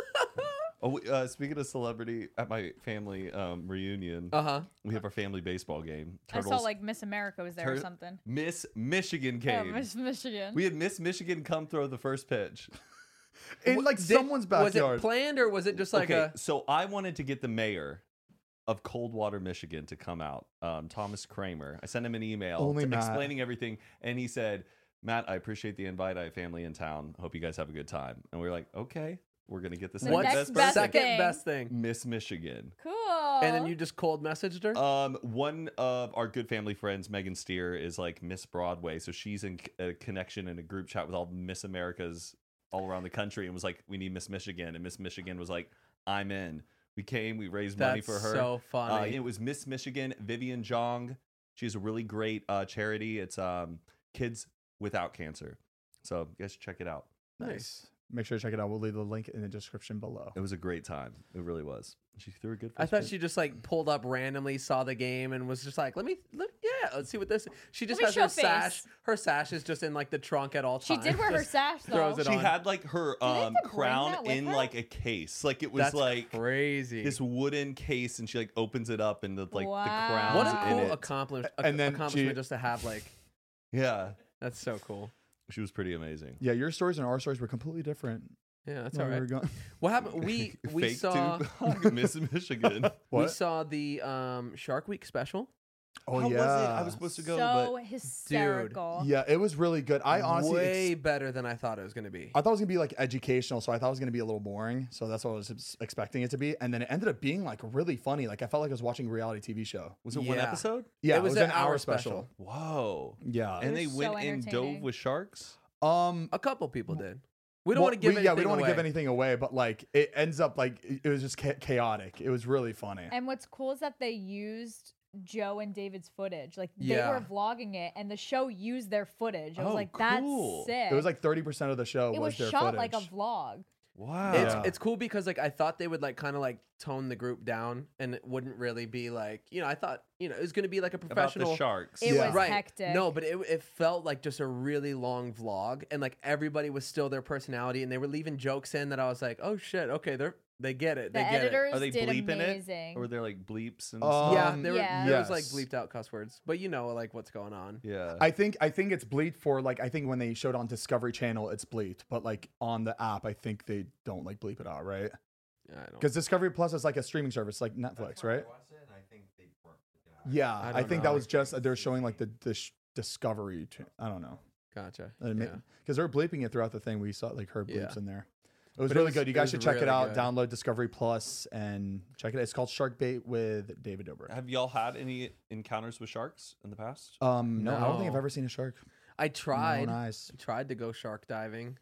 Speaker 4: Oh, we- uh, speaking of celebrity, at my family um, reunion,
Speaker 2: Uh huh.
Speaker 4: we have our family baseball game.
Speaker 3: I
Speaker 4: Turtles.
Speaker 3: saw like Miss America was there or
Speaker 4: Tur-
Speaker 3: something.
Speaker 4: Miss Michigan
Speaker 3: Yeah,
Speaker 4: came.
Speaker 3: Miss Michigan.
Speaker 4: we had Miss Michigan come throw the first pitch.
Speaker 1: In like someone's
Speaker 2: Was
Speaker 1: backyard.
Speaker 2: it planned or was it just like
Speaker 4: okay,
Speaker 2: a?
Speaker 4: so I wanted to get the mayor of Coldwater, Michigan, to come out, um, Thomas Kramer. I sent him an email
Speaker 1: Only
Speaker 4: t-
Speaker 1: Matt.
Speaker 4: explaining everything, and he said, "Matt, I appreciate the invite. I have family in town. Hope you guys have a good time." And we were like, "Okay, we're gonna get this."
Speaker 3: The
Speaker 4: second
Speaker 3: next
Speaker 4: best
Speaker 3: best
Speaker 4: person."
Speaker 2: second
Speaker 3: thing.
Speaker 2: best thing?
Speaker 4: Miss Michigan.
Speaker 3: cool.
Speaker 2: And then you just cold messaged her.
Speaker 4: Um, one of our good family friends, Megan Steer, is like Miss Broadway, so she's in c- a connection in a group chat with all Miss Americas all around the country, and was like, "We need Miss Michigan," and Miss Michigan was like, "I'm in." We came, we raised money
Speaker 2: That's
Speaker 4: for her.
Speaker 2: so
Speaker 4: Uh,
Speaker 2: funny.
Speaker 4: it was Miss Michigan, Vivian Jong. She has a really great uh, charity. It's um, Kids Without Cancer. So you guys should check it out.
Speaker 1: Nice. Make sure to check it out. We'll leave the link in the description below.
Speaker 4: It was a great time. It really was. She threw a good.
Speaker 2: I
Speaker 4: first
Speaker 2: thought
Speaker 4: pitch.
Speaker 2: she just like pulled up randomly, saw the game, and was just like, "Let me, let, yeah, let's see what this." She just
Speaker 3: me
Speaker 2: has her
Speaker 3: show face.
Speaker 2: sash. Her sash is just in like the trunk at all
Speaker 3: she
Speaker 2: times.
Speaker 3: did wear her
Speaker 2: Just
Speaker 3: sash though.
Speaker 2: throws it
Speaker 4: Oh, she
Speaker 2: on.
Speaker 4: had like her
Speaker 3: have
Speaker 4: um,
Speaker 3: to bring that
Speaker 4: crown
Speaker 3: with
Speaker 4: in
Speaker 3: her?
Speaker 4: like a case. Like it was
Speaker 2: That's
Speaker 4: like
Speaker 2: crazy.
Speaker 4: this wooden case, and she like opens it up and the like the crown.
Speaker 2: what a
Speaker 3: was
Speaker 2: cool
Speaker 4: in it.
Speaker 2: accomplishment!
Speaker 1: A- and then
Speaker 2: accomplishment
Speaker 1: she-
Speaker 2: just to have like
Speaker 4: Yeah,
Speaker 2: that's so cool.
Speaker 4: she was pretty amazing.
Speaker 1: Yeah, your stories and our stories were completely different.
Speaker 2: Yeah, that's
Speaker 1: when
Speaker 2: all
Speaker 1: we were
Speaker 2: right.
Speaker 1: gone.
Speaker 2: What happened? We we
Speaker 4: Fake
Speaker 2: saw
Speaker 4: Tupac, Miss Michigan.
Speaker 2: we
Speaker 1: What?
Speaker 2: saw the um, Shark Week special.
Speaker 1: Oh
Speaker 4: How was it?
Speaker 1: yeah.
Speaker 4: I was supposed to go,
Speaker 3: so
Speaker 4: but
Speaker 3: hysterical.
Speaker 1: yeah, it was really good. I honestly, ex-
Speaker 2: way better than I thought it was gonna be.
Speaker 1: I thought it was gonna be like educational, so I thought it was gonna be a little boring. So that's what I was ex- expecting it to be, and then it ended up being like really funny. Like I felt like I was watching a reality TV show.
Speaker 4: was it one
Speaker 2: Yeah.
Speaker 4: episode?
Speaker 1: Yeah,
Speaker 2: It was an hour special.
Speaker 4: Whoa.
Speaker 1: Yeah.
Speaker 4: and
Speaker 3: They're
Speaker 4: they
Speaker 3: so
Speaker 4: went and dove
Speaker 3: entertaining.
Speaker 4: with sharks.
Speaker 1: um,
Speaker 2: a couple people did. We don't
Speaker 1: well,
Speaker 2: want to give
Speaker 1: we-
Speaker 2: anything
Speaker 1: yeah, we don't want to give
Speaker 2: away.
Speaker 1: anything away, but like it ends up like it it was just cha- chaotic. It was really funny.
Speaker 3: And what's cool is that they used Joe and David's footage. Like they
Speaker 2: Yeah.
Speaker 3: were vlogging it, and the show used their footage. I was
Speaker 4: Oh,
Speaker 3: like,
Speaker 4: cool.
Speaker 3: that's sick.
Speaker 1: It was like thirty percent of the show
Speaker 3: it was
Speaker 1: was, their
Speaker 3: shot
Speaker 1: footage.
Speaker 3: like a vlog.
Speaker 4: Wow.
Speaker 2: It's,
Speaker 1: Yeah.
Speaker 2: it's cool because like I thought they would like kind of like tone the group down and it wouldn't really be like you know I thought you know it was gonna be like a
Speaker 4: about the
Speaker 2: professional
Speaker 4: sharks.
Speaker 3: It
Speaker 1: Yeah.
Speaker 3: was
Speaker 2: right
Speaker 3: hectic.
Speaker 2: no but it it felt like just a really long vlog and like everybody was still their personality and they were leaving jokes in that I was like oh shit okay they're They get it.
Speaker 3: The
Speaker 2: They get
Speaker 3: editors
Speaker 4: Are they
Speaker 3: did
Speaker 4: bleeping
Speaker 3: amazing.
Speaker 4: it? Or were there like bleeps and
Speaker 2: it.
Speaker 4: stuff?
Speaker 2: Yeah,
Speaker 1: Um,
Speaker 2: there, were,
Speaker 3: Yeah.
Speaker 2: there was like
Speaker 1: yes.
Speaker 2: bleeped out cuss words, but you know, like what's going on.
Speaker 4: Yeah.
Speaker 1: I think I think it's bleeped for like I think when they showed on Discovery Channel it's bleeped, but like on the app I think they don't like bleep it out, right?
Speaker 2: Oh. I don't.
Speaker 1: Because Discovery Plus is like a streaming service, like Netflix, right?
Speaker 6: I watched it and I think they burnt it out.
Speaker 1: Yeah,
Speaker 2: I
Speaker 1: I,
Speaker 2: don't
Speaker 1: think
Speaker 2: know.
Speaker 1: that was just they're showing like the, the sh- Discovery. Cha- I don't know
Speaker 2: Gotcha.
Speaker 1: because
Speaker 2: yeah.
Speaker 1: they're bleeping it throughout the thing. We saw like her bleeps
Speaker 2: Yeah.
Speaker 1: in there. It was
Speaker 2: But it
Speaker 1: really
Speaker 2: was-
Speaker 1: good. You
Speaker 2: it
Speaker 1: guys
Speaker 2: was
Speaker 1: should check it
Speaker 2: really
Speaker 1: out.
Speaker 2: good.
Speaker 1: Download Discovery Plus and check it. out. It's called Shark Bait with David Dobrik.
Speaker 4: Have y'all had any encounters with sharks in the past?
Speaker 1: Um, no, I don't think I've
Speaker 2: No.
Speaker 1: ever seen a shark.
Speaker 2: I tried.
Speaker 1: No, nice.
Speaker 2: I tried to go shark diving,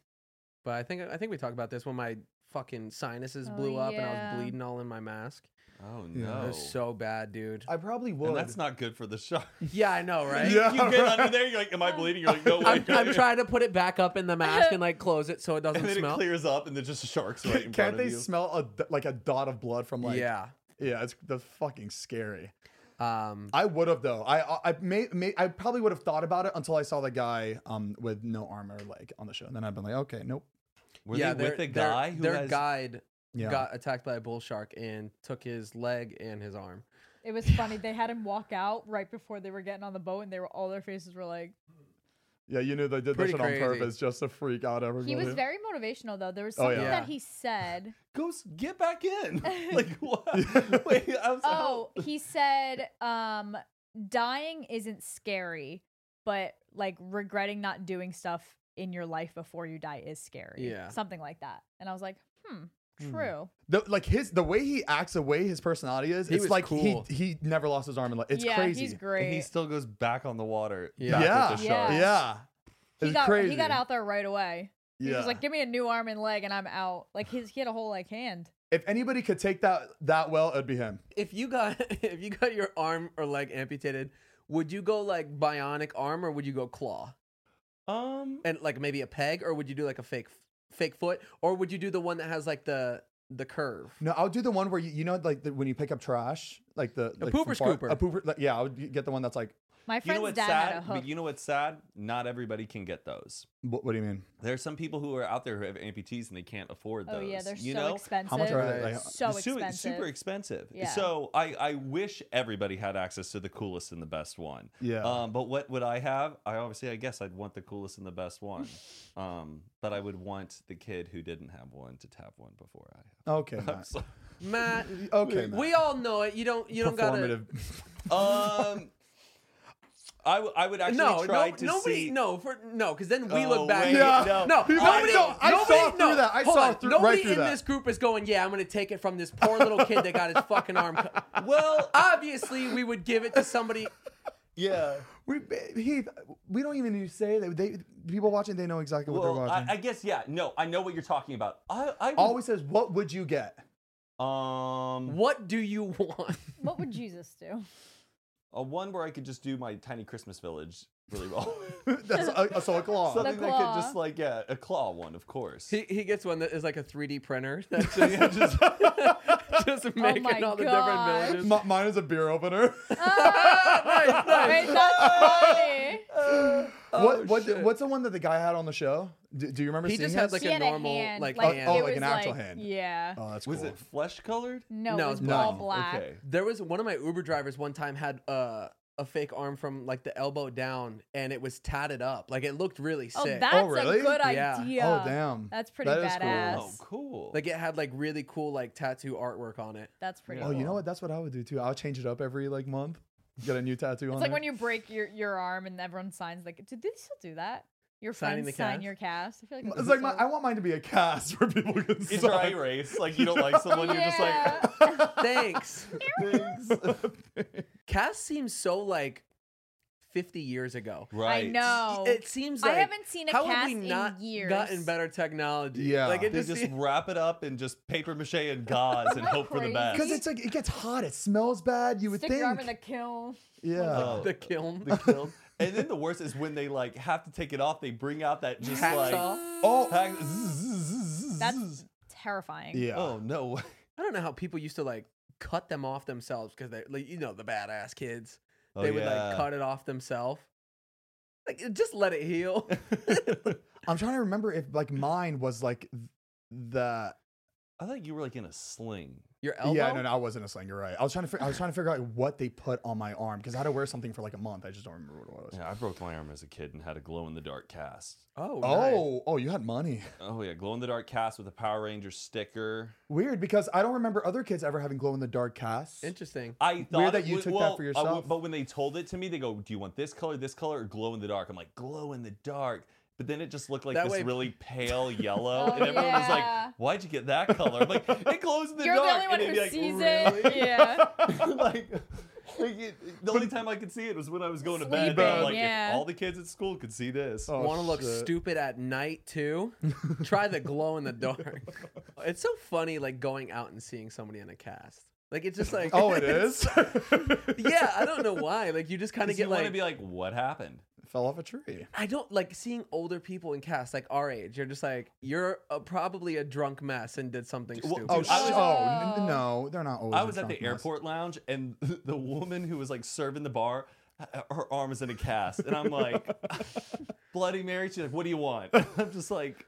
Speaker 2: but I think I think we talked about this when my fucking sinuses
Speaker 3: Oh,
Speaker 2: blew up and I
Speaker 3: yeah.
Speaker 2: was bleeding all in my mask.
Speaker 4: Oh
Speaker 1: Yeah.
Speaker 4: no.
Speaker 2: It was so bad, dude.
Speaker 1: I probably would.
Speaker 4: and that's not good for the shark.
Speaker 2: yeah, I know, right?
Speaker 1: Yeah,
Speaker 4: you get
Speaker 1: right.
Speaker 4: under there, you're like, Am I bleeding? You're like, No way.
Speaker 2: I'm, I'm trying to put it back up in the mask and like close it so it
Speaker 4: and
Speaker 2: doesn't
Speaker 4: then it
Speaker 2: smell.
Speaker 4: clears up and there's just sharks right in front
Speaker 1: Can't
Speaker 4: of
Speaker 1: they
Speaker 4: you.
Speaker 1: smell a d- like a dot of blood from like
Speaker 2: yeah.
Speaker 1: yeah it's that's fucking scary.
Speaker 2: Um,
Speaker 1: I would have though. I I- I may, may I probably would have thought about it until I saw the guy um with no arm or leg on the show. And then I've been like, okay, nope.
Speaker 4: Were
Speaker 2: yeah,
Speaker 4: they with
Speaker 2: their-
Speaker 4: a guy
Speaker 2: their,
Speaker 4: who
Speaker 2: their
Speaker 4: has
Speaker 2: guide
Speaker 1: Yeah.
Speaker 2: got attacked by a bull shark and took his leg and his arm.
Speaker 3: It was funny. They had him walk out right before they were getting on the boat, and they were all their faces were like.
Speaker 1: Yeah, you knew they did this
Speaker 2: Pretty
Speaker 1: shit
Speaker 2: crazy.
Speaker 1: on purpose just to freak out everybody.
Speaker 3: He was very motivational, though. There was
Speaker 1: Oh,
Speaker 3: something
Speaker 1: yeah.
Speaker 3: that
Speaker 2: Yeah.
Speaker 3: he said.
Speaker 4: go s- get back in? like what? Wait, I was
Speaker 3: Oh, he said, um, dying isn't scary, but like regretting not doing stuff in your life before you die is scary.
Speaker 2: Yeah.
Speaker 3: Something like that. And I was like, hmm, true.
Speaker 1: the, like his the way he acts, the way his personality is,
Speaker 2: He
Speaker 1: it's
Speaker 2: was
Speaker 1: like
Speaker 2: cool.
Speaker 1: he he never lost his arm and leg. It's
Speaker 3: yeah,
Speaker 1: crazy.
Speaker 3: he's
Speaker 4: and
Speaker 3: great.
Speaker 4: he still goes back on the water.
Speaker 2: Yeah.
Speaker 4: back
Speaker 1: Yeah.
Speaker 4: With the shark.
Speaker 3: Yeah.
Speaker 1: Yeah.
Speaker 3: He
Speaker 1: It's
Speaker 3: got
Speaker 1: crazy.
Speaker 3: he got out there right away. He
Speaker 1: Yeah.
Speaker 3: was like, give me a new arm and leg, and I'm out. Like his he had a whole like hand.
Speaker 1: if anybody could take that that well, it'd be him.
Speaker 2: If you got if you got your arm or leg amputated, would you go like bionic arm or would you go claw
Speaker 4: Um,
Speaker 2: and like maybe a peg or would you do like a fake fake foot or would you do the one that has like the the curve?
Speaker 1: No, I'll do the one where you, you know like the, when you pick up trash, like the
Speaker 2: A
Speaker 1: like from
Speaker 2: pooper
Speaker 1: far-
Speaker 2: scooper.
Speaker 1: A pooper. Like, yeah, I would get the one that's like.
Speaker 3: My
Speaker 4: you
Speaker 3: friend's
Speaker 4: know what's
Speaker 3: dad had a
Speaker 4: sad?
Speaker 3: hook.
Speaker 4: But you know what's sad? Not everybody can get those.
Speaker 1: What, what do you mean?
Speaker 4: There are some people who are out there who have amputees and they can't afford those.
Speaker 3: oh yeah, they're
Speaker 4: you
Speaker 3: so
Speaker 4: know?
Speaker 3: expensive.
Speaker 1: How much are they?
Speaker 2: Right.
Speaker 1: Like,
Speaker 3: So
Speaker 4: It's su-
Speaker 3: expensive.
Speaker 4: it's Super expensive.
Speaker 3: Yeah.
Speaker 4: So I, I wish everybody had access to the coolest and the best one.
Speaker 1: Yeah.
Speaker 4: Um, but what would I have? I obviously, I guess I'd want the coolest and the best one. um, but I would want the kid who didn't have one to have one before I have.
Speaker 1: okay.
Speaker 4: I'm
Speaker 1: Matt.
Speaker 4: sorry.
Speaker 2: Matt,
Speaker 1: Okay. Matt.
Speaker 2: we all know it. You don't you don't gotta
Speaker 1: performative.
Speaker 4: Um, I, w- I would actually
Speaker 2: no,
Speaker 4: try
Speaker 2: no,
Speaker 4: to
Speaker 2: nobody,
Speaker 4: see.
Speaker 2: no, for no, because then we
Speaker 4: Oh,
Speaker 2: look back.
Speaker 4: wait,
Speaker 2: and-
Speaker 1: Yeah.
Speaker 4: no.
Speaker 2: no,
Speaker 1: No,
Speaker 2: nobody,
Speaker 1: no, I
Speaker 2: nobody,
Speaker 1: saw through
Speaker 2: no,
Speaker 1: that. I
Speaker 2: hold
Speaker 1: saw
Speaker 2: on.
Speaker 1: through- right
Speaker 2: Nobody
Speaker 1: through
Speaker 2: in
Speaker 1: that.
Speaker 2: this group is going. Yeah, I'm gonna take it from this poor little kid that got his fucking arm. cut." Well, obviously, we would give it to somebody.
Speaker 4: Yeah.
Speaker 1: We, Heath, we don't even need to say that. They people watching, they know exactly what
Speaker 4: Well,
Speaker 1: they're
Speaker 4: I,
Speaker 1: watching.
Speaker 4: I guess yeah. No, I know what you're talking about. I, I would-
Speaker 1: Always says, "What would you get?"
Speaker 4: um
Speaker 2: What do you want?
Speaker 3: what would Jesus do?
Speaker 4: a one where I could just do my tiny Christmas village really well.
Speaker 1: That's a, a, so a claw.
Speaker 4: Something that could
Speaker 3: claw.
Speaker 4: just like yeah, a claw one, of course.
Speaker 2: He, he gets one that is like a 3D printer. That's just just, just making
Speaker 3: my
Speaker 2: all the
Speaker 3: God.
Speaker 2: different villages.
Speaker 1: M- mine is a beer opener.
Speaker 3: Wait, that's funny.
Speaker 2: Oh,
Speaker 1: what what what's the one that the guy had on the show? Do, do you remember?
Speaker 2: He
Speaker 1: seeing
Speaker 2: just had
Speaker 1: this?
Speaker 2: like
Speaker 3: He
Speaker 2: a
Speaker 3: had a
Speaker 2: normal
Speaker 3: hand,
Speaker 2: like,
Speaker 3: like,
Speaker 2: hand.
Speaker 1: oh,
Speaker 3: it
Speaker 1: like an
Speaker 3: was
Speaker 1: actual hand.
Speaker 3: Yeah.
Speaker 1: Oh, that's
Speaker 4: Was
Speaker 1: cool.
Speaker 4: it flesh colored?
Speaker 3: No,
Speaker 2: No,
Speaker 3: it
Speaker 2: it's
Speaker 3: was all
Speaker 1: black.
Speaker 3: black.
Speaker 4: Okay.
Speaker 2: There was one of my Uber drivers one time had uh, a fake arm from like the elbow down, and it was tatted up. Like it looked really sick.
Speaker 3: Oh, that's
Speaker 1: really?
Speaker 3: a good
Speaker 2: Yeah.
Speaker 3: idea.
Speaker 1: Oh damn.
Speaker 3: That's pretty
Speaker 1: That is cool.
Speaker 3: badass.
Speaker 4: Oh, cool.
Speaker 2: like it had like really cool like tattoo artwork on it.
Speaker 3: That's pretty.
Speaker 1: Oh, you know
Speaker 3: cool.
Speaker 1: what? That's what I would do too. I'll change it up every like month. Get a new tattoo on.
Speaker 3: It's like
Speaker 1: there.
Speaker 3: when you break your, your arm and everyone signs like, do they still do that? Your
Speaker 2: Signing
Speaker 3: friends
Speaker 2: the
Speaker 3: sign
Speaker 2: cast?
Speaker 3: your cast. I feel like
Speaker 1: It's
Speaker 3: that's
Speaker 1: like my,
Speaker 3: so-
Speaker 1: I want mine to be a cast where people can.
Speaker 4: it's your
Speaker 1: sign.
Speaker 4: eye race. Like you don't like someone, you're just like
Speaker 3: Oh, Yeah.
Speaker 2: Thanks. Cass seems so like 50 years ago.
Speaker 4: right.
Speaker 3: I know.
Speaker 2: It seems
Speaker 3: Oh, I
Speaker 2: like
Speaker 3: haven't seen a
Speaker 2: how
Speaker 3: cast
Speaker 2: have we
Speaker 3: in
Speaker 2: not
Speaker 3: years.
Speaker 2: gotten better technology?
Speaker 1: Yeah.
Speaker 2: like it
Speaker 4: They
Speaker 2: just,
Speaker 4: just
Speaker 2: seems-
Speaker 4: wrap it up in just paper mache and gauze and hope for the
Speaker 3: crazy?
Speaker 4: best.
Speaker 1: Because it's like it gets hot, it smells bad. You would
Speaker 3: Stick
Speaker 1: think.
Speaker 3: your arm in the kiln.
Speaker 1: yeah.
Speaker 4: Oh.
Speaker 2: the kiln.
Speaker 4: the kiln. And then the worst is when they like have to take it off. They bring out that just like
Speaker 2: Hacksaw.
Speaker 4: oh, hack- zzz.
Speaker 3: That's terrifying.
Speaker 1: yeah.
Speaker 4: oh no.
Speaker 2: I don't know how people used to like cut them off themselves because they, like, you know, the badass kids.
Speaker 4: Oh,
Speaker 2: they would
Speaker 4: yeah.
Speaker 2: like cut it off themselves. Like just let it heal.
Speaker 1: I'm trying to remember if like mine was like th- the
Speaker 4: I thought you were like in a sling.
Speaker 2: Your elbow.
Speaker 1: Yeah, no, no, I wasn't a sling. You're right. I was trying to, fi- I was trying to figure out what they put on my arm because I had to wear something for like a month. I just don't remember what it was.
Speaker 4: Yeah, I broke my arm as a kid and had a glow in the dark cast.
Speaker 2: Oh. nice.
Speaker 1: Oh, oh, you had money.
Speaker 4: Oh yeah, glow in the dark cast with a Power Ranger sticker.
Speaker 1: Weird, because I don't remember other kids ever having glow in the dark casts.
Speaker 2: Interesting.
Speaker 4: I thought
Speaker 1: that
Speaker 4: it
Speaker 1: you
Speaker 4: was-
Speaker 1: took that
Speaker 4: well,
Speaker 1: for
Speaker 4: I w-
Speaker 1: yourself.
Speaker 4: but when they told it to me, they go, "Do you want this color, this color, or glow in the dark?" I'm like, "Glow in the dark." But then it just looked like
Speaker 2: That
Speaker 4: this
Speaker 2: way-
Speaker 4: really pale yellow,
Speaker 3: Oh,
Speaker 4: and everyone was
Speaker 3: yeah.
Speaker 4: like, "Why'd you get that color?" I'm like, "It glows in the
Speaker 3: You're the
Speaker 4: dark."
Speaker 3: only
Speaker 4: and
Speaker 3: one
Speaker 4: they'd
Speaker 3: who
Speaker 4: be like,
Speaker 3: sees
Speaker 4: "Really?"
Speaker 3: it. Yeah.
Speaker 4: like, like it- the only time I could see it was when I was going to bed. And I'm
Speaker 3: Sleeping,
Speaker 4: like,
Speaker 3: yeah.
Speaker 4: if all the kids at school could see this.
Speaker 1: Oh,
Speaker 2: Want to look
Speaker 1: shit.
Speaker 2: stupid at night too? Try the glow in the dark. It's so funny, like going out and seeing somebody in a cast. Like it's just like
Speaker 1: Oh, it is.
Speaker 2: yeah, I don't know why. Like you just kind of
Speaker 4: you
Speaker 2: get
Speaker 4: want to
Speaker 2: like,
Speaker 4: be like, "What happened?"
Speaker 1: Fell off a tree.
Speaker 2: I don't like seeing older people in cast like our age. You're just like you're uh probably a drunk mess and did something
Speaker 4: well,
Speaker 2: stupid.
Speaker 1: Oh,
Speaker 4: Dude, I was-
Speaker 1: sh- oh n- no, they're not always.
Speaker 4: I
Speaker 1: a
Speaker 4: was at the
Speaker 1: drunk mess.
Speaker 4: airport lounge, and the woman who was like serving the bar, h- her arm is in a cast, and I'm like, Bloody Mary. She's like, "What do you want?" I'm just like,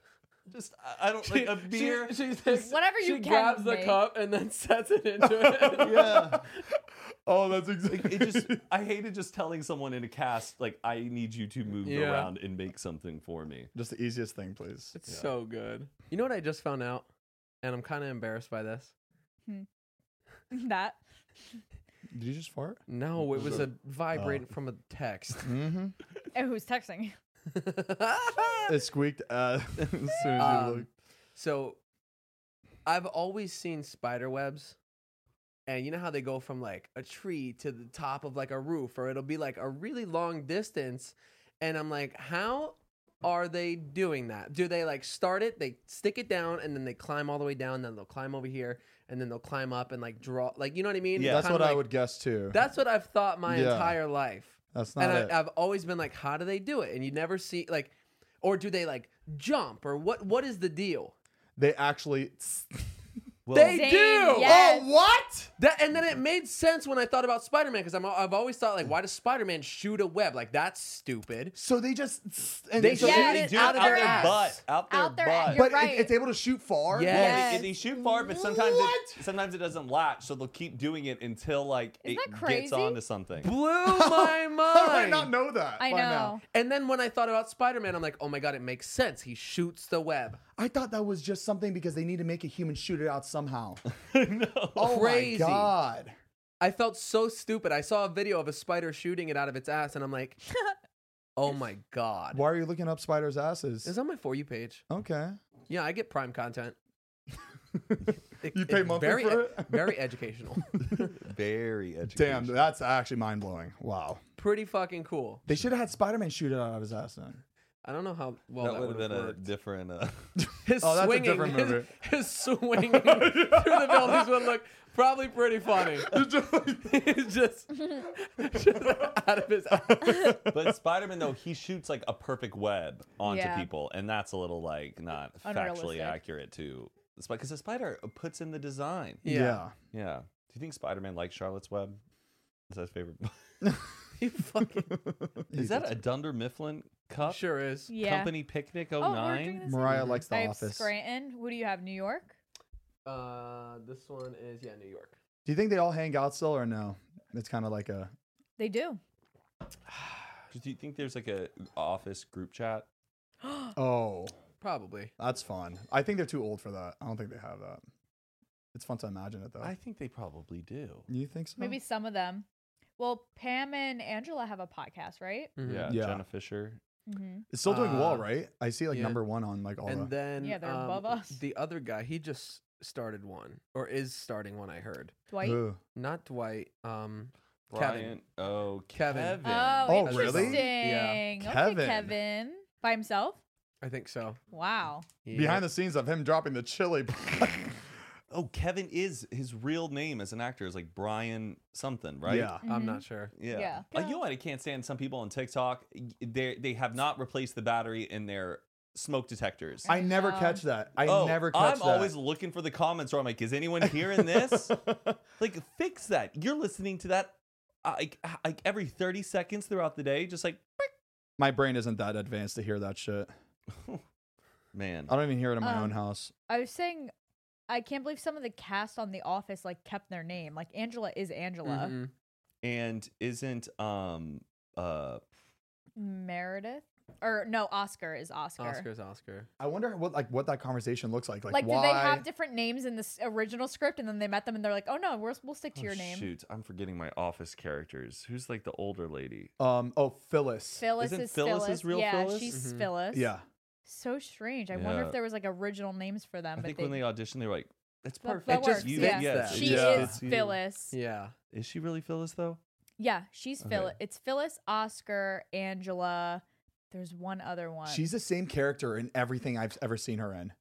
Speaker 4: just I- I don't like a beer.
Speaker 3: Whatever you
Speaker 2: she
Speaker 3: can
Speaker 2: grabs the
Speaker 3: make.
Speaker 2: cup and then sets it into it.
Speaker 4: yeah,
Speaker 1: Oh, that's exactly.
Speaker 4: like it just I hated just telling someone in a cast like I need you to move
Speaker 2: Yeah.
Speaker 4: around and make something for me.
Speaker 1: Just the easiest thing, please.
Speaker 2: It's so good. You know what I just found out, and I'm kind of embarrassed by this.
Speaker 3: that.
Speaker 1: Did you just fart?
Speaker 2: No, it was a vibrate from a text.
Speaker 1: Mm-hmm.
Speaker 3: Oh, who's texting?
Speaker 1: It squeaked uh, as soon as you
Speaker 2: Um,
Speaker 1: looked.
Speaker 2: so, I've always seen spider webs, and you know how they go from like a tree to the top of like a roof, or it'll be like a really long distance, and I'm like, how are they doing that? Do they like start it, they stick it down, and then they climb all the way down, then they'll climb over here, and then they'll climb up and like draw, like you know what I mean?
Speaker 4: Yeah.
Speaker 1: That's
Speaker 2: Kinda
Speaker 1: what I
Speaker 2: like-
Speaker 1: would guess too.
Speaker 2: That's what I've thought my
Speaker 1: Yeah.
Speaker 2: entire life
Speaker 1: That's not
Speaker 2: and
Speaker 1: it.
Speaker 2: I, I've always been like, how do they do it? And you never see like, or do they like jump or what? What is the deal?
Speaker 1: they actually. Oh,
Speaker 4: Well,
Speaker 2: They
Speaker 3: Zane,
Speaker 2: do. Oh,
Speaker 3: yes.
Speaker 1: what?
Speaker 2: That and then it made sense when I thought about Spider Man because I'm I've always thought like, why does Spider Man shoot a web? Like that's stupid.
Speaker 1: So they just and
Speaker 2: They
Speaker 1: so
Speaker 2: shoot
Speaker 3: Yeah,
Speaker 4: they
Speaker 3: it
Speaker 4: do
Speaker 3: out
Speaker 4: it
Speaker 3: of their ass.
Speaker 4: butt, out their
Speaker 3: Out their ass.
Speaker 4: butt.
Speaker 3: You're
Speaker 1: but
Speaker 3: right.
Speaker 1: it, it's able to shoot far.
Speaker 2: Yeah.
Speaker 4: Well,
Speaker 3: Yes.
Speaker 4: they, they shoot far, but sometimes
Speaker 1: What?
Speaker 4: it, sometimes it doesn't latch, so they'll keep doing it until like
Speaker 3: Isn't
Speaker 4: it
Speaker 3: that
Speaker 4: gets
Speaker 3: crazy?
Speaker 4: onto something.
Speaker 2: Blew my
Speaker 1: How did I not
Speaker 2: mind.
Speaker 1: know that?
Speaker 3: I
Speaker 1: by now?
Speaker 3: know.
Speaker 2: And then when I thought about Spider Man, I'm like, oh my god, it makes sense. He shoots the web.
Speaker 1: I thought that was just something because they need to make a human shoot it out somehow. Oh
Speaker 2: Crazy.
Speaker 1: my god.
Speaker 2: I felt so stupid. I saw a video of a spider shooting it out of its ass, and I'm like, oh my god.
Speaker 1: Why are you looking up spiders' asses?
Speaker 2: It's on my for you page.
Speaker 1: okay.
Speaker 2: Yeah, I get Prime content. It-
Speaker 1: You pay
Speaker 2: it-
Speaker 1: monthly
Speaker 2: very,
Speaker 1: for
Speaker 2: e-
Speaker 1: it?
Speaker 2: very educational.
Speaker 4: Very educational.
Speaker 1: Damn, that's actually mind blowing. Wow.
Speaker 2: Pretty fucking cool.
Speaker 1: They should have had Spider Man shoot it out of his ass then.
Speaker 2: I don't know how well
Speaker 4: that,
Speaker 2: that,
Speaker 4: would have been
Speaker 2: worked.
Speaker 4: a different. Uh,
Speaker 2: his
Speaker 1: Oh, that's a
Speaker 2: swinging,
Speaker 1: different
Speaker 2: his-
Speaker 1: movie.
Speaker 2: His, swinging through the buildings would look probably pretty funny. It's just, just out of his ass.
Speaker 4: but Spider-Man though he shoots like a perfect web onto
Speaker 3: Yeah.
Speaker 4: people, and that's a little like not factually
Speaker 3: Unrealistic.
Speaker 4: accurate to because the spider puts in the design.
Speaker 2: Yeah.
Speaker 4: Yeah. Do you think Spider-Man likes Charlotte's Web? Is that his favorite?
Speaker 2: He fucking
Speaker 4: Is that a Dunder Mifflin cup?
Speaker 2: sure is.
Speaker 3: Yeah.
Speaker 4: Company Picnic
Speaker 3: Oh, we're doing
Speaker 4: 09?
Speaker 3: this
Speaker 1: Mariah
Speaker 3: one?
Speaker 1: likes The
Speaker 3: I have
Speaker 1: Office.
Speaker 3: Scranton. Who do you have? New York.
Speaker 2: Uh, this one is yeah, New York.
Speaker 1: Do you think they all hang out still or no? It's kind of like a.
Speaker 3: They do.
Speaker 4: Do you think there's like a office group chat?
Speaker 1: Oh,
Speaker 2: Probably.
Speaker 1: that's fun. I think they're too old for that. I don't think they have that. It's fun to imagine it though.
Speaker 4: I think they probably do.
Speaker 1: you think so?
Speaker 3: Maybe some of them. Well, Pam and Angela have a podcast, right?
Speaker 2: Mhm.
Speaker 4: Yeah,
Speaker 1: Yeah.
Speaker 4: Jenna Fisher.
Speaker 3: Mm-hmm.
Speaker 1: It's still doing well,
Speaker 2: Uh,
Speaker 1: right? I see like
Speaker 2: yeah.
Speaker 1: number one on like all
Speaker 2: and
Speaker 1: the.
Speaker 2: then
Speaker 3: Yeah, they're
Speaker 2: um,
Speaker 3: above us.
Speaker 2: The other guy, he just started one or is starting one. I heard
Speaker 3: Dwight.
Speaker 1: Ugh.
Speaker 2: not Dwight. Um,
Speaker 4: Brian.
Speaker 2: Kevin.
Speaker 4: Oh,
Speaker 2: Kevin.
Speaker 4: Kevin.
Speaker 3: Oh,
Speaker 1: Oh, really?
Speaker 3: interesting.
Speaker 2: Yeah.
Speaker 3: Okay,
Speaker 1: Kevin.
Speaker 3: Kevin by himself.
Speaker 2: I think so.
Speaker 3: Wow.
Speaker 1: Behind the scenes of him dropping the chili.
Speaker 4: Oh, Kevin is his real name as an actor is like Brian something, right?
Speaker 1: Yeah.
Speaker 3: Mm-hmm.
Speaker 2: I'm not sure.
Speaker 4: Yeah.
Speaker 3: Yeah.
Speaker 4: Uh, you know what I can't stand? Some people on TikTok, y- they they have not replaced the battery in their smoke detectors.
Speaker 1: I never
Speaker 3: Oh.
Speaker 1: catch that. I
Speaker 4: Oh,
Speaker 1: never catch
Speaker 4: I'm
Speaker 1: that.
Speaker 4: always looking for the comments where I'm like, is anyone hearing this? like, fix that. You're listening to that uh, like, h- like every 30 seconds throughout the day, just like,
Speaker 1: My brain isn't that advanced to hear that shit.
Speaker 4: man.
Speaker 1: I don't even hear it in my
Speaker 3: Um,
Speaker 1: own house.
Speaker 3: I was saying I can't believe some of the cast on The Office like kept their name. Like Angela is Angela.
Speaker 2: Mhm.
Speaker 4: And isn't um uh
Speaker 3: Meredith or no Oscar is Oscar.
Speaker 2: Oscar's Oscar.
Speaker 1: I wonder what like what that conversation looks like. Like,
Speaker 3: Like, did
Speaker 1: why?
Speaker 3: they have different names in the s- original script, and then they met them, and they're like, "Oh no, we're, we'll stick to
Speaker 4: oh,
Speaker 3: your name."
Speaker 4: Shoot, I'm forgetting my office characters. Who's like the older lady?
Speaker 1: um. Oh, Phyllis.
Speaker 3: Phyllis
Speaker 4: Isn't
Speaker 3: is
Speaker 4: Phyllis
Speaker 3: Phyllis.
Speaker 4: his real
Speaker 3: yeah,
Speaker 4: Phyllis?
Speaker 3: she's
Speaker 2: Mhm.
Speaker 3: Phyllis.
Speaker 1: Yeah.
Speaker 3: So strange. I wonder
Speaker 4: Yeah.
Speaker 3: if there was like original names for them.
Speaker 4: I
Speaker 3: but
Speaker 4: think
Speaker 3: they,
Speaker 4: when they auditioned, they were like, "That's
Speaker 3: That-
Speaker 4: perfect."
Speaker 3: that
Speaker 4: It just
Speaker 3: works,
Speaker 4: you-
Speaker 3: yeah.
Speaker 4: yes, it
Speaker 3: she
Speaker 4: just
Speaker 1: Yeah.
Speaker 3: is
Speaker 4: fits you."
Speaker 3: Phyllis. Yeah,
Speaker 2: Yeah.
Speaker 4: Is she really Phyllis though?
Speaker 3: she's
Speaker 4: Okay.
Speaker 3: Phyllis. It's Phyllis, Oscar, Angela. There's one other one.
Speaker 1: She's the same character in everything I've ever seen her in.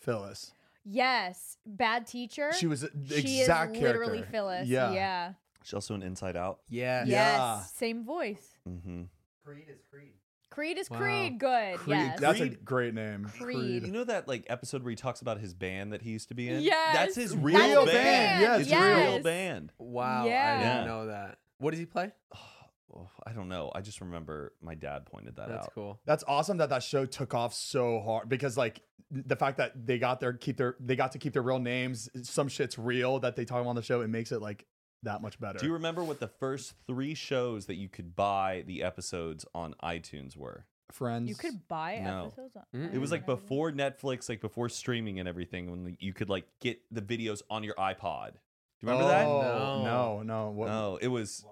Speaker 1: Phyllis.
Speaker 3: yes, bad teacher.
Speaker 1: She was the
Speaker 3: She
Speaker 1: exact
Speaker 3: is literally
Speaker 1: character.
Speaker 3: Phyllis.
Speaker 1: Yeah.
Speaker 3: yeah.
Speaker 4: She's also an Inside Out.
Speaker 2: Yeah.
Speaker 3: Yes.
Speaker 1: Yeah.
Speaker 3: Same voice.
Speaker 4: Mm-hmm.
Speaker 6: Creed is Creed.
Speaker 3: Creed is
Speaker 2: Wow.
Speaker 3: Creed. Good.
Speaker 1: Creed.
Speaker 3: Yes.
Speaker 1: That's a
Speaker 4: Creed.
Speaker 1: great name.
Speaker 3: Creed.
Speaker 4: You know that like episode where he talks about his band that he used to be in?
Speaker 3: Yes,
Speaker 4: that's his
Speaker 3: that's
Speaker 4: real
Speaker 1: his
Speaker 4: band.
Speaker 1: band, yes,
Speaker 4: It's
Speaker 3: yes.
Speaker 4: real band.
Speaker 2: Wow. I
Speaker 3: Yeah.
Speaker 2: didn't know that. What does he play?
Speaker 4: Oh, I don't know. I just remember my dad pointed that
Speaker 2: That's
Speaker 4: out.
Speaker 2: cool.
Speaker 1: That's awesome that that show took off so hard because like the fact that they got their keep their they got to keep their real names. Some shit's real that they talk about on the show. It makes it like that much better.
Speaker 4: Do you remember what the first three shows that you could buy the episodes on iTunes were?
Speaker 1: Friends.
Speaker 3: You could buy
Speaker 4: No.
Speaker 3: episodes. On,
Speaker 2: Mm.
Speaker 3: I
Speaker 4: It was
Speaker 3: don't
Speaker 4: like
Speaker 3: know.
Speaker 4: before Netflix, like before streaming and everything, when you could like get the videos on your iPod. Do you remember that?
Speaker 1: oh,
Speaker 2: No.
Speaker 1: No, no. What,
Speaker 4: No, it was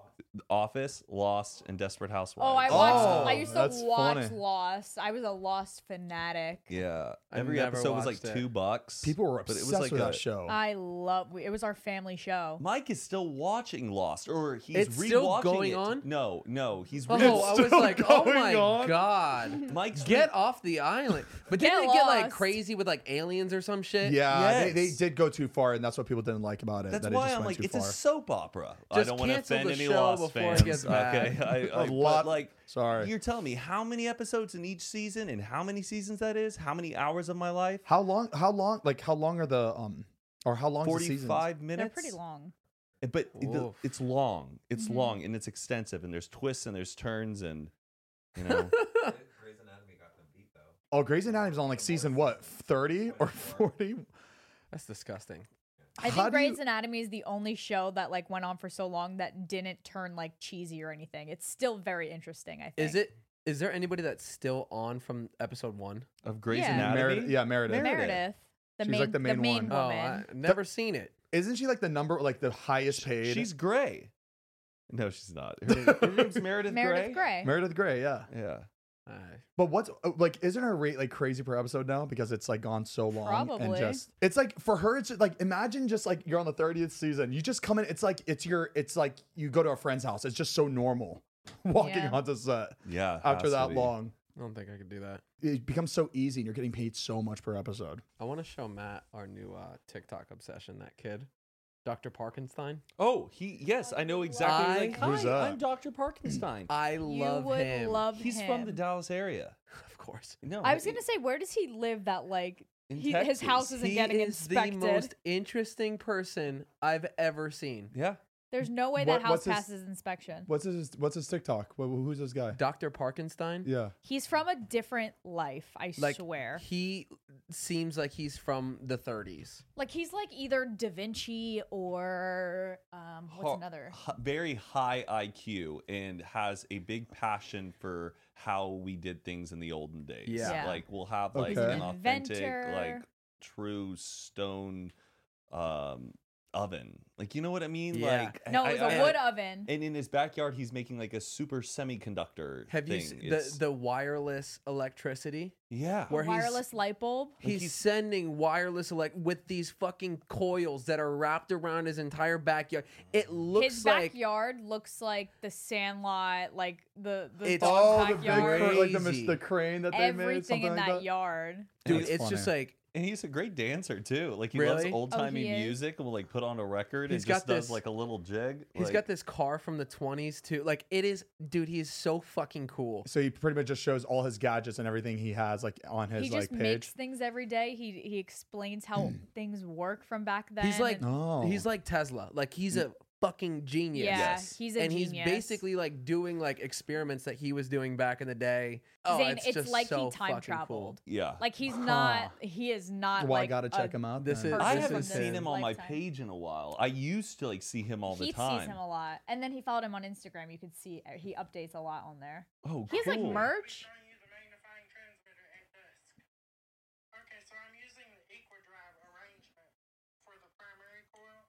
Speaker 4: Office, Lost, and Desperate Housewives.
Speaker 3: Oh, I watched.
Speaker 1: Oh,
Speaker 3: I used to
Speaker 1: that's
Speaker 3: watch
Speaker 1: funny.
Speaker 3: Lost. I was a Lost fanatic.
Speaker 4: Yeah,
Speaker 2: I
Speaker 4: every
Speaker 2: never
Speaker 4: episode was like
Speaker 2: watched it.
Speaker 4: two bucks.
Speaker 1: People were
Speaker 4: but it
Speaker 1: obsessed
Speaker 4: was like
Speaker 1: with
Speaker 4: a-
Speaker 1: that show.
Speaker 3: I love. It was our family show.
Speaker 4: Mike is still watching Lost, or he's
Speaker 2: It's
Speaker 4: rewatching
Speaker 2: still going
Speaker 4: it.
Speaker 2: on?
Speaker 4: No, no, he's
Speaker 2: Oh,
Speaker 4: re-
Speaker 2: I was
Speaker 1: still
Speaker 2: like, oh
Speaker 1: going
Speaker 2: my
Speaker 1: on?
Speaker 2: god.
Speaker 4: Mike's re-
Speaker 2: Get off the island. But
Speaker 3: Get
Speaker 2: didn't it get like
Speaker 3: lost.
Speaker 2: crazy with like aliens or some shit?
Speaker 1: yeah, they, they
Speaker 4: Yes.
Speaker 1: did go too far, and that's what people didn't like about it.
Speaker 4: That's
Speaker 1: that it
Speaker 4: why
Speaker 1: just
Speaker 4: I'm
Speaker 1: went
Speaker 4: like,
Speaker 1: too
Speaker 4: it's
Speaker 1: far.
Speaker 4: a soap opera. I
Speaker 2: Just
Speaker 4: don't want to
Speaker 2: cancel
Speaker 4: offend
Speaker 2: the
Speaker 4: any
Speaker 2: show
Speaker 4: Lost
Speaker 2: before it
Speaker 4: fans.
Speaker 2: gets
Speaker 4: okay,
Speaker 2: bad.
Speaker 4: I, I,
Speaker 1: A
Speaker 4: but,
Speaker 1: lot-
Speaker 4: Like,
Speaker 1: Sorry.
Speaker 4: You're telling me how many episodes in each season, and how many seasons that is, how many hours of my life?
Speaker 1: How long? How long? Like how long are the um? Or how long? Is the seasons?
Speaker 4: Forty-five minutes.
Speaker 3: They're pretty long.
Speaker 4: But it- the-
Speaker 2: Oof.
Speaker 4: it's long. It's
Speaker 3: Mhm.
Speaker 4: long and it's extensive, and there's twists and there's turns, and you know.
Speaker 6: Grey's Anatomy got them beat though.
Speaker 1: Oh, Grey's Anatomy on like season what, thirty or forty?
Speaker 2: That's disgusting.
Speaker 1: How
Speaker 3: I think
Speaker 1: do you-
Speaker 3: Grey's Anatomy is the only show that like went on for so long that didn't turn like cheesy or anything. It's still very interesting. I think.
Speaker 2: Is it is there anybody that's still on from episode one?
Speaker 4: of Grey's
Speaker 3: Yeah.
Speaker 4: Anatomy.
Speaker 1: Meredith, yeah, Meredith.
Speaker 4: Meredith.
Speaker 3: Meredith? The
Speaker 1: She's,
Speaker 3: main,
Speaker 1: like, the main one.
Speaker 2: Oh,
Speaker 3: woman.
Speaker 2: I never seen it.
Speaker 1: Isn't she like the number, like the highest paid?
Speaker 4: She's Gray. No, she's not. Her, name- her name's Meredith,
Speaker 3: Meredith Grey.
Speaker 1: Meredith Grey, yeah.
Speaker 4: Yeah.
Speaker 2: Alright.
Speaker 1: But what's uh, like? Isn't her rate like crazy per episode now because it's like gone so long? And
Speaker 3: Probably.
Speaker 1: just it's like for her, it's just, like imagine just like you're on the thirtieth season. You just come in. It's like it's your. It's like you go to a friend's house. It's just so normal walking
Speaker 3: Yeah.
Speaker 1: onto set
Speaker 4: Yeah.
Speaker 1: after
Speaker 4: has to
Speaker 1: that
Speaker 4: be.
Speaker 1: long.
Speaker 2: I don't think I could do that.
Speaker 1: It becomes so easy, and you're getting paid so much per episode.
Speaker 2: I want to show Matt our new uh, TikTok obsession, that kid. Dr. Parkenstein.
Speaker 4: Oh, he. Yes, I know exactly.
Speaker 2: I-
Speaker 4: Like, Hi,
Speaker 1: Who's that?
Speaker 4: I'm Dr. Parkenstein.
Speaker 2: I
Speaker 3: You
Speaker 2: love
Speaker 3: would
Speaker 2: him.
Speaker 3: love
Speaker 4: He's
Speaker 3: him.
Speaker 4: from the Dallas area.
Speaker 2: of course.
Speaker 4: No,
Speaker 3: I was
Speaker 4: he-
Speaker 3: gonna say, where does he live? That like
Speaker 4: In
Speaker 3: he, his house
Speaker 4: Texas.
Speaker 3: isn't getting
Speaker 2: is
Speaker 3: inspected.
Speaker 2: the most interesting person I've ever seen.
Speaker 4: Yeah.
Speaker 3: There's no way
Speaker 1: What-
Speaker 3: that house
Speaker 1: what's his-
Speaker 3: passes inspection.
Speaker 1: What's his What's his TikTok? Wh- wh- Who's this guy?
Speaker 2: Dr. Parkenstein.
Speaker 1: Yeah.
Speaker 3: He's from a different life, I
Speaker 2: Like
Speaker 3: swear.
Speaker 2: he seems like he's from the 30s.
Speaker 3: Like he's like either Da Vinci or um, what's
Speaker 4: Ho-
Speaker 3: another?
Speaker 4: h- very high IQ and has a big passion for how we did things in the olden days.
Speaker 2: Yeah.
Speaker 3: Yeah.
Speaker 4: Like we'll have like
Speaker 1: He's an
Speaker 4: an authentic, like
Speaker 3: inventor.
Speaker 4: true stone um oven. Like you know what I mean?
Speaker 2: Yeah.
Speaker 4: Like I-
Speaker 3: No,
Speaker 4: I-
Speaker 3: it was a
Speaker 4: I-
Speaker 3: wood oven.
Speaker 4: And in his backyard he's making like a super semiconductor
Speaker 2: Have you
Speaker 4: thing.
Speaker 2: seen the,
Speaker 4: It's-
Speaker 2: the wireless electricity?
Speaker 4: Yeah.
Speaker 3: A
Speaker 2: where he's-
Speaker 3: wireless light bulb.
Speaker 2: He's,
Speaker 4: he's-
Speaker 2: sending wireless like with these fucking coils that are wrapped around his entire backyard. It looks
Speaker 3: His
Speaker 2: like
Speaker 3: backyard looks like the Sandlot, like the the
Speaker 2: It's-
Speaker 1: Oh,
Speaker 3: dog's
Speaker 1: the big
Speaker 3: backyard.
Speaker 1: cra- like the, mis-
Speaker 2: Crazy.
Speaker 1: the crane that they made.
Speaker 3: Everything
Speaker 1: Something
Speaker 3: in
Speaker 1: like
Speaker 3: that, yard.
Speaker 2: dude,
Speaker 1: That's
Speaker 2: it's just
Speaker 1: funny.
Speaker 2: like
Speaker 4: and he's a great dancer too. Like he
Speaker 2: Really?
Speaker 4: loves
Speaker 2: Oh,
Speaker 4: old timey
Speaker 3: he is?
Speaker 4: music and will like put on a record
Speaker 2: He's
Speaker 4: and just
Speaker 2: got
Speaker 4: does
Speaker 2: this-
Speaker 4: like a little jig.
Speaker 2: he's
Speaker 4: like,
Speaker 2: got this car from the 20s too. Like it is dude, he is so fucking cool.
Speaker 1: So he pretty much just shows all his gadgets and everything he has like on his
Speaker 3: he
Speaker 1: like
Speaker 3: just
Speaker 1: page.
Speaker 3: makes things every day. He he explains how things work from back then.
Speaker 2: He's like
Speaker 3: and-
Speaker 1: Oh.
Speaker 2: he's like Tesla. Like he's a fucking genius.
Speaker 3: Yeah,
Speaker 4: Yes.
Speaker 3: he's a
Speaker 2: and
Speaker 3: genius.
Speaker 2: he's basically like doing like experiments that he was doing back in the day. Oh,
Speaker 3: Zane,
Speaker 2: it's,
Speaker 3: it's
Speaker 2: just
Speaker 3: like
Speaker 2: so
Speaker 3: he time
Speaker 2: fucking cool.
Speaker 3: traveled.
Speaker 4: Yeah.
Speaker 3: Like he's
Speaker 1: Huh.
Speaker 3: not. He is not.
Speaker 1: Well, I
Speaker 3: like
Speaker 1: gotta
Speaker 3: a-
Speaker 1: check him out.
Speaker 2: this
Speaker 1: then.
Speaker 2: is-
Speaker 4: I
Speaker 2: this
Speaker 4: haven't
Speaker 2: is
Speaker 4: seen
Speaker 2: his
Speaker 4: him on my
Speaker 3: lifetime.
Speaker 4: page in a while. I used to like see him all the
Speaker 3: he
Speaker 4: time.
Speaker 3: sees him a lot, and then he followed him on Instagram. You could see uh, he updates a lot on there.
Speaker 4: Oh,
Speaker 3: He has like
Speaker 4: cool.
Speaker 3: merch.
Speaker 7: use a magnifying transmitter at dusk. Okay, so I'm using the equidrive arrangement for the primary coil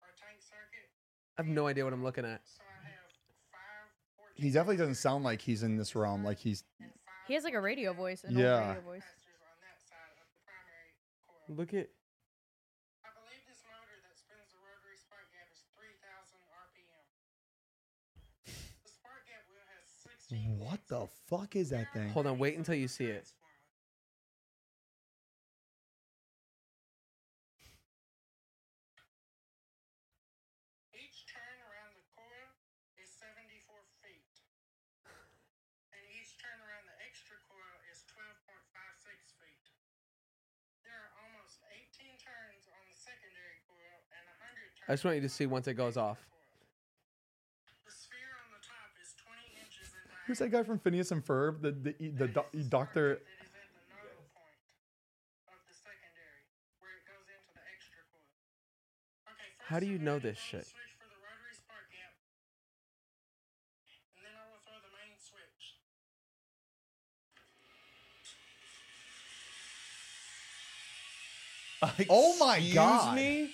Speaker 7: or tank circuit.
Speaker 2: I have no idea what I'm looking at.
Speaker 7: So I have five. 14
Speaker 1: He definitely doesn't sound like he's in this realm. Like he's
Speaker 3: He has like a radio voice. An
Speaker 1: Yeah.
Speaker 3: Old radio voice.
Speaker 7: capacitors on that side of the primary coil.
Speaker 2: Look at
Speaker 7: I believe this motor that spins the rotary spark gap is 3,000 RPM. The spark gap wheel has 16.
Speaker 1: what the fuck is that thing?
Speaker 2: Hold on, wait until you see it.
Speaker 7: Each turn around the coil is 74 feet. And each turn around the extra coil is 12.56 feet. There are almost 18 turns on the secondary coil and 100 turns.
Speaker 2: I just want you to see
Speaker 7: on the
Speaker 2: once it goes
Speaker 7: primary
Speaker 2: off.
Speaker 7: coil. The sphere on the top is 20 inches in
Speaker 1: Who's that guy from Phineas and Ferb? The the, e, the, the doc- doctor.
Speaker 7: That is at the nodal point of the secondary, where it goes into the extra coil. Okay, first
Speaker 2: How do you
Speaker 7: I'm
Speaker 2: know
Speaker 7: gonna
Speaker 2: this
Speaker 7: throw the
Speaker 2: shit?
Speaker 7: Switch for the rotary spark gap, and then I will throw the main switch.
Speaker 1: Oh my
Speaker 4: Excuse
Speaker 1: God.
Speaker 4: me?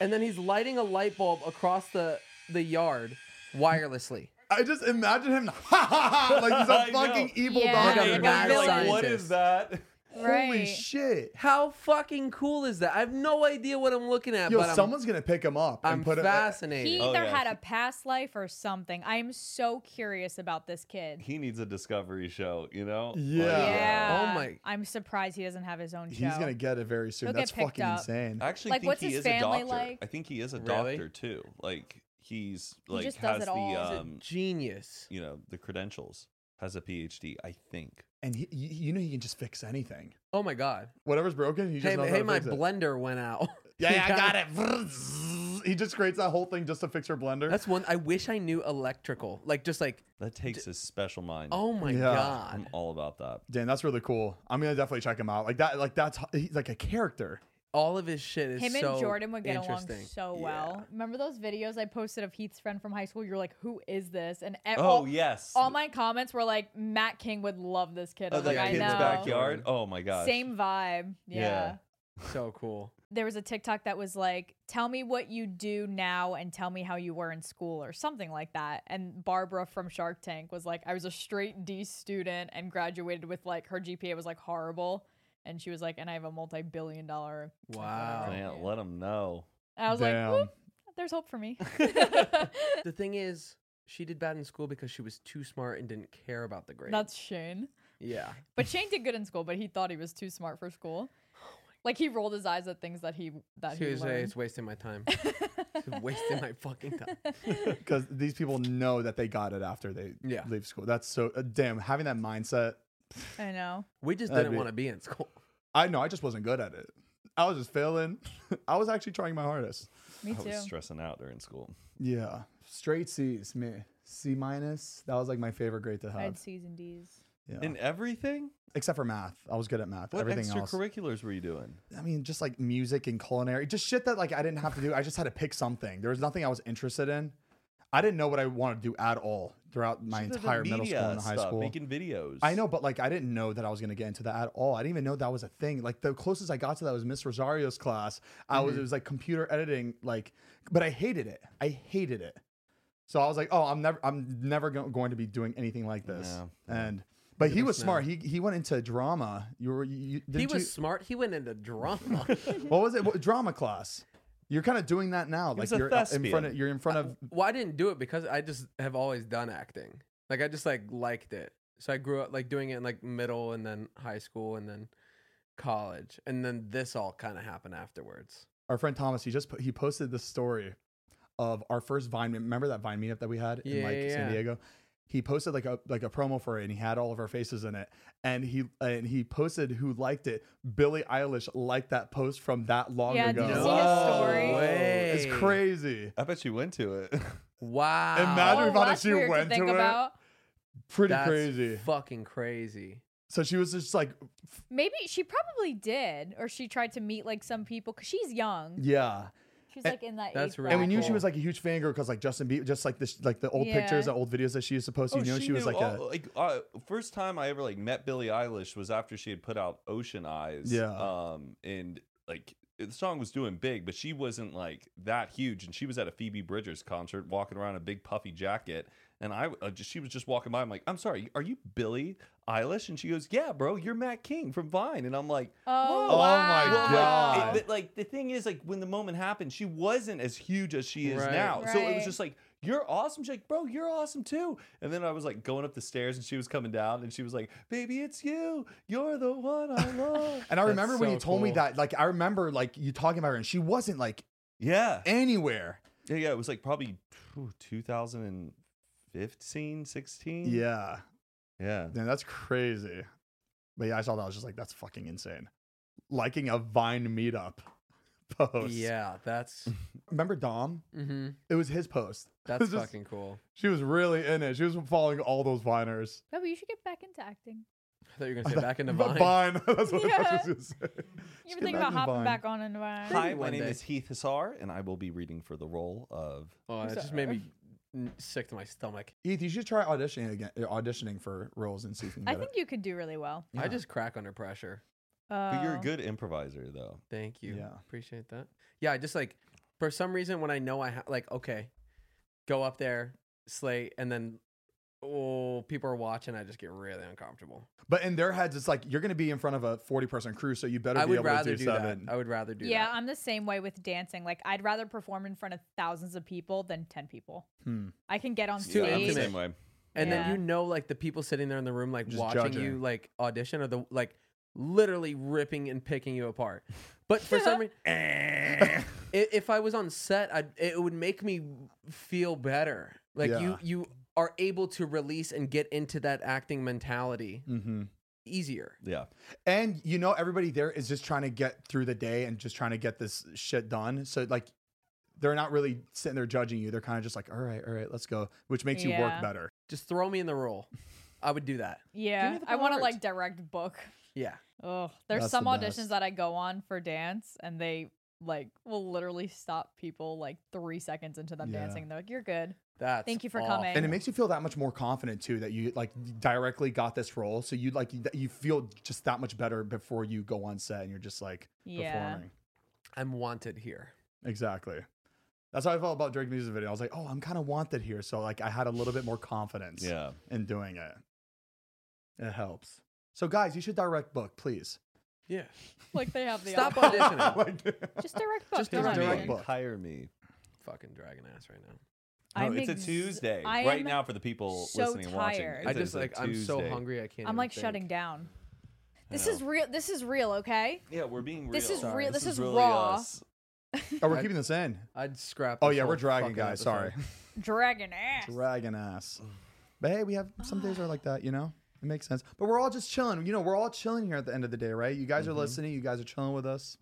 Speaker 2: And then he's lighting a light bulb across the the yard wirelessly.
Speaker 1: I just imagine him. Ha ha ha! Like he's
Speaker 4: I
Speaker 1: a
Speaker 4: know.
Speaker 1: fucking evil
Speaker 3: Yeah.
Speaker 1: doctor.
Speaker 3: Like a
Speaker 4: Guys,
Speaker 3: Mad
Speaker 4: like, what
Speaker 2: scientist.
Speaker 4: is that?
Speaker 3: Right.
Speaker 1: Holy shit!
Speaker 2: How fucking cool is that? I have no idea what I'm looking at,
Speaker 1: Yo,
Speaker 2: but
Speaker 1: someone's gonna pick him up and
Speaker 2: I'm, I'm
Speaker 1: put uh, him.
Speaker 2: fascinated.
Speaker 3: He
Speaker 4: Oh,
Speaker 3: either
Speaker 4: yeah.
Speaker 3: had a past life or something. I am so curious about this kid.
Speaker 4: He needs a discovery show, you know?
Speaker 1: Yeah.
Speaker 4: Like, uh,
Speaker 3: Yeah.
Speaker 2: Oh my-
Speaker 3: I'm surprised he doesn't have his own show.
Speaker 1: He's gonna get it very soon.
Speaker 3: He'll get
Speaker 1: That's
Speaker 3: picked
Speaker 1: fucking
Speaker 3: up.
Speaker 1: insane.
Speaker 4: I actually
Speaker 3: Like,
Speaker 4: think
Speaker 3: what's
Speaker 4: he
Speaker 3: his
Speaker 4: is a
Speaker 3: family
Speaker 4: doctor.
Speaker 3: like?
Speaker 4: I think he is a
Speaker 2: Really?
Speaker 4: doctor too. Like he's
Speaker 3: He
Speaker 4: like
Speaker 3: just does
Speaker 4: has
Speaker 3: it
Speaker 4: the
Speaker 3: all. He's
Speaker 2: He's a
Speaker 4: um
Speaker 2: genius.
Speaker 4: you know, the credentials. Has a PhD, I think.
Speaker 1: And he, you you know, he can just fix anything.
Speaker 2: Oh my god.
Speaker 1: Whatever's broken, he just
Speaker 2: Hey,
Speaker 1: knows how
Speaker 2: hey
Speaker 1: to
Speaker 2: my
Speaker 1: fix it.
Speaker 2: blender went out.
Speaker 1: Yeah, yeah, I got it. He just creates that whole thing just to fix her blender.
Speaker 2: That's one I wish I knew electrical. Like just like
Speaker 4: That takes a special mind.
Speaker 2: oh my
Speaker 1: Yeah.
Speaker 4: I'm
Speaker 2: god.
Speaker 4: all about that.
Speaker 1: Damn, that's really cool. I'm gonna definitely check him out. Like that, like that's he's like a character.
Speaker 2: All of his shit is
Speaker 3: Him
Speaker 2: so
Speaker 3: and Jordan would get along
Speaker 2: interesting.
Speaker 3: so well. Remember those videos I posted of Heath's friend from high school? You're like, who is this? And e-
Speaker 4: Oh
Speaker 3: all,
Speaker 4: yes.
Speaker 3: all my comments were like, Matt King would love this kid.
Speaker 4: oh,
Speaker 3: I'm
Speaker 4: that
Speaker 3: like,
Speaker 2: yeah,
Speaker 3: I
Speaker 4: kid's
Speaker 3: know.
Speaker 4: backyard. Oh my gosh.
Speaker 3: Same vibe.
Speaker 4: Yeah.
Speaker 3: yeah.
Speaker 2: So cool.
Speaker 3: there was a TikTok that was like, "Tell me what you do now and tell me how you were in school" or something like that. And Barbara from Shark Tank was like, "I was a straight D student and graduated with like her GPA was like horrible." And she was like, "And I have a multi-billion dollar."
Speaker 2: Wow.
Speaker 4: Man, let him know.
Speaker 3: And I was
Speaker 1: Damn.
Speaker 3: like, "Whoop, "There's hope for me."
Speaker 2: The thing is, she did bad in school because she was too smart and didn't care about the grades.
Speaker 3: That's Shane.
Speaker 2: yeah.
Speaker 3: But Shane did good in school, but he thought he was too smart for school.
Speaker 1: Oh
Speaker 3: Like he rolled his eyes at things that he that
Speaker 2: Seriously,
Speaker 3: he
Speaker 2: it's wasting my time. it's wasting my fucking time.
Speaker 1: because these people know that they got it after they
Speaker 2: Yeah.
Speaker 1: leave school. That's so uh, damn having that mindset.
Speaker 3: learned. I know.
Speaker 2: We just
Speaker 1: That'd
Speaker 2: didn't
Speaker 1: be-
Speaker 2: want to be in school.
Speaker 1: I know I just wasn't good at it. I was just failing. I was actually trying my hardest.
Speaker 3: Me
Speaker 4: I
Speaker 3: too.
Speaker 4: was stressing out during school.
Speaker 1: Yeah, straight C's, me C minus. That was like my favorite grade to
Speaker 3: I had
Speaker 1: have.
Speaker 3: C's and D's.
Speaker 1: Yeah.
Speaker 4: In everything?
Speaker 1: Except for math, I was good at math.
Speaker 4: What
Speaker 1: Everything else,
Speaker 4: extracurriculars were you doing?
Speaker 1: I mean, just like music and culinary, just shit that like I didn't have to do. I just had to pick something. There was nothing I was interested in. I didn't know what I wanted to do at all throughout my
Speaker 4: Should've done
Speaker 1: entire middle
Speaker 4: media
Speaker 1: school and high
Speaker 4: stuff,
Speaker 1: school.
Speaker 4: Making videos.
Speaker 1: I know, but like I didn't know that I was gonna get into that at all. I didn't even know that was a thing. Like the closest I got to that was Miss Rosario's class. I was it was like computer editing, like, but I hated it. I hated it. So I was like, oh, I'm never, I'm never go- going to be doing anything like this.
Speaker 4: No.
Speaker 1: And but he
Speaker 2: at
Speaker 1: was
Speaker 2: us now.
Speaker 1: smart. He he went into drama. You were you, did
Speaker 2: he was smart. He went into drama.
Speaker 1: You, what was it? What, drama class. You're kind of doing that now. like
Speaker 4: was a
Speaker 1: you're up in front
Speaker 4: thespian.
Speaker 1: of you're in front of
Speaker 2: well, I didn't do it because I just have always done acting. Like I just like liked it. So I grew up like doing it in like middle and then high school and then college. And then this all kind of happened afterwards.
Speaker 1: our friend Thomas. He just put, he posted this story of our first Vine. Remember that Vine meetup that we had in
Speaker 2: Yeah,
Speaker 1: like
Speaker 2: yeah,
Speaker 1: San
Speaker 2: yeah.
Speaker 1: Diego? he posted like a like a promo for it and he had all of our faces in it and he and he posted who liked it billie eilish liked that post from that long
Speaker 3: Yeah,
Speaker 1: ago
Speaker 3: did you see his story?
Speaker 2: No way.
Speaker 1: Oh. it's crazy
Speaker 4: I bet she went to it.
Speaker 2: Wow.
Speaker 1: Imagine if
Speaker 3: oh,
Speaker 1: I
Speaker 3: that's
Speaker 1: let you
Speaker 3: weird
Speaker 1: went
Speaker 3: to think
Speaker 1: to it.
Speaker 3: about.
Speaker 1: pretty
Speaker 2: That's
Speaker 1: crazy
Speaker 2: Fucking crazy.
Speaker 1: so she was just like
Speaker 3: Maybe she probably did, or she tried to meet like some people because she's young.
Speaker 1: yeah
Speaker 3: She was
Speaker 1: And-
Speaker 3: like in that.
Speaker 2: That's
Speaker 3: age
Speaker 2: really
Speaker 3: bracket.
Speaker 1: and we knew she
Speaker 2: Cool.
Speaker 1: was like a huge fan girl because like Justin Bieber, just like this, like the old pictures,
Speaker 3: Yeah.
Speaker 1: the old videos that she used to post. you knew she, was
Speaker 4: Oh, knew
Speaker 1: like
Speaker 4: all- like uh, first time I ever like met Billie Eilish was after she had put out Ocean Eyes.
Speaker 1: Yeah.
Speaker 4: Um, and like the song was doing big, but she wasn't like that huge, and she was at a Phoebe Bridgers concert, walking around in a big puffy jacket. And I, uh, just, she was just walking by. I'm like, I'm sorry, are you Billie Eilish? And she goes, Yeah, bro, you're Matt King from Vine. And I'm like,
Speaker 3: Oh,
Speaker 4: "Whoa."
Speaker 3: wow.
Speaker 1: my
Speaker 4: Well, like,
Speaker 1: God.
Speaker 4: it- but, like the thing is, like when the moment happened, she wasn't as huge as she is
Speaker 2: Right.
Speaker 4: now. So it
Speaker 3: Right.
Speaker 4: was just like, "You're awesome." She's like, "Bro, you're awesome too." And then I was like going up the stairs, and she was coming down, and she was like, "Baby, it's you. You're the one I love."
Speaker 1: that. And I
Speaker 2: That's
Speaker 1: remember when
Speaker 2: so
Speaker 1: you told me
Speaker 2: cool.
Speaker 1: that, like I remember like you talking about her, and she wasn't like
Speaker 4: yeah,
Speaker 1: anywhere.
Speaker 4: yeah, yeah. It was like probably phew, 2015, 16.
Speaker 1: Yeah,
Speaker 4: yeah.
Speaker 1: man, that's crazy. But yeah, I saw that. I was just like, that's fucking insane. Liking a Vine meetup post.
Speaker 2: Yeah, that's
Speaker 1: remember Dom?
Speaker 2: hmm
Speaker 1: It was his post.
Speaker 2: that's
Speaker 1: It's just-
Speaker 2: fucking cool.
Speaker 1: She was really in it. She was following all those Viners.
Speaker 3: No, but you should get back into acting.
Speaker 2: I thought you were gonna say back in the
Speaker 1: But
Speaker 2: vine.
Speaker 1: Vine. that's what I was
Speaker 3: Yeah.
Speaker 1: gonna say.
Speaker 3: You
Speaker 1: Just
Speaker 3: were thinking about
Speaker 1: imagine
Speaker 3: hopping
Speaker 1: Vine.
Speaker 3: back on and Vine.
Speaker 4: Hi, my
Speaker 2: one
Speaker 4: name
Speaker 2: day.
Speaker 4: is Heath Hassar, and I will be reading for the role of.
Speaker 2: Oh, that just made me n- sick to my stomach.
Speaker 1: Heath, you should try auditioning again, uh, auditioning for roles and see if you can
Speaker 3: I
Speaker 1: get
Speaker 3: think
Speaker 1: it.
Speaker 3: you could do really well.
Speaker 2: I just crack under pressure.
Speaker 4: But you're a
Speaker 3: Oh.
Speaker 4: good improviser, though.
Speaker 2: Thank you.
Speaker 1: Yeah.
Speaker 2: Appreciate that. Yeah, I just like for some reason when I know I ha- like okay, go up there, slay, and then oh people are watching, I just get really uncomfortable.
Speaker 1: But in their heads, it's like you're going to be in front of a 40 person crew, so you better
Speaker 2: I
Speaker 1: be
Speaker 2: would
Speaker 1: able
Speaker 2: rather
Speaker 1: to do,
Speaker 2: do, that.
Speaker 1: seven.
Speaker 2: I would rather do
Speaker 3: yeah,
Speaker 2: that.
Speaker 3: I'm the same way with dancing. Like, I'd rather perform in front of thousands of people than 10 people.
Speaker 1: Hmm.
Speaker 3: I can get on
Speaker 2: It's too
Speaker 3: stage.
Speaker 4: yeah, I'm the
Speaker 2: easy.
Speaker 4: same way.
Speaker 2: And then
Speaker 3: Yeah.
Speaker 2: you know, like the people sitting there in the room, like
Speaker 1: Just
Speaker 2: watching
Speaker 1: judging.
Speaker 2: you, like audition, or the like, literally ripping and picking you apart. But for some reason, if I was on set, I'd, it would make me feel better. Like
Speaker 1: Yeah.
Speaker 2: you, you are able to release and get into that acting mentality
Speaker 1: Mhm.
Speaker 2: easier.
Speaker 4: Yeah.
Speaker 1: And you know, everybody there is just trying to get through the day and just trying to get this shit done. So, like, they're not really sitting there judging you. They're kind of just like, all right, all right, let's go, which makes you work
Speaker 3: Yeah.
Speaker 1: better.
Speaker 2: Just throw me in the role. I would do that.
Speaker 3: Yeah,
Speaker 2: me the
Speaker 3: I want to
Speaker 2: part.
Speaker 3: like direct book.
Speaker 2: Yeah.
Speaker 3: Oh, there's
Speaker 1: That's
Speaker 3: some
Speaker 1: the
Speaker 3: auditions
Speaker 1: best.
Speaker 3: that I go on for dance, and they like will literally stop people like three seconds into them
Speaker 1: Yeah.
Speaker 3: dancing. They're like, "You're good."
Speaker 2: That's
Speaker 3: Thank you for
Speaker 2: awful.
Speaker 3: coming.
Speaker 1: And it makes you feel that much more confident too that you like directly got this role. So, you like, you- you feel just that much better before you go on set and you're just like
Speaker 3: Yeah.
Speaker 1: performing.
Speaker 2: I'm wanted here.
Speaker 1: Exactly. That's how I felt about Drake's music video. I was like, oh, I'm kind of wanted here. So like I had a little bit more confidence
Speaker 4: Yeah.
Speaker 1: in doing it. It helps. So guys, you should direct book, please.
Speaker 2: Yeah.
Speaker 3: Like they have the
Speaker 2: Stop
Speaker 3: option.
Speaker 2: auditioning.
Speaker 1: Like-
Speaker 3: Just direct book.
Speaker 2: Just
Speaker 3: come on.
Speaker 1: direct
Speaker 4: Hire me.
Speaker 1: book.
Speaker 4: Hire me.
Speaker 2: Fucking dragon ass right now.
Speaker 4: No,
Speaker 3: I'm
Speaker 4: it's a
Speaker 3: ex-
Speaker 4: Tuesday
Speaker 3: I
Speaker 4: right
Speaker 3: am-
Speaker 4: now for the people
Speaker 3: so
Speaker 4: listening and watching.
Speaker 3: tired.
Speaker 4: It's-
Speaker 2: I
Speaker 4: it's
Speaker 2: just
Speaker 4: a
Speaker 2: like I'm so
Speaker 4: Tuesday.
Speaker 2: hungry. I can't.
Speaker 3: I'm
Speaker 2: even
Speaker 3: like
Speaker 2: think.
Speaker 3: shutting down.
Speaker 4: I
Speaker 3: This
Speaker 4: know.
Speaker 3: is real. This is real. Okay.
Speaker 4: Yeah, we're being real.
Speaker 3: This is
Speaker 2: Sorry,
Speaker 3: real.
Speaker 2: this
Speaker 3: This, is,
Speaker 4: really
Speaker 3: raw.
Speaker 4: us.
Speaker 1: oh, we're keeping this in.
Speaker 2: I'd scrap.
Speaker 1: Oh
Speaker 2: this
Speaker 1: yeah,
Speaker 2: whole
Speaker 1: we're dragging
Speaker 2: fucking
Speaker 1: guys. Sorry.
Speaker 2: episode.
Speaker 3: Dragon ass.
Speaker 1: Dragging ass. But hey, we have some days are like that, you know? It makes sense. But we're all just chilling. You know, we're all chilling here at the end of the day, right? You
Speaker 4: Mm-hmm.
Speaker 1: guys are listening, you guys are chilling with us.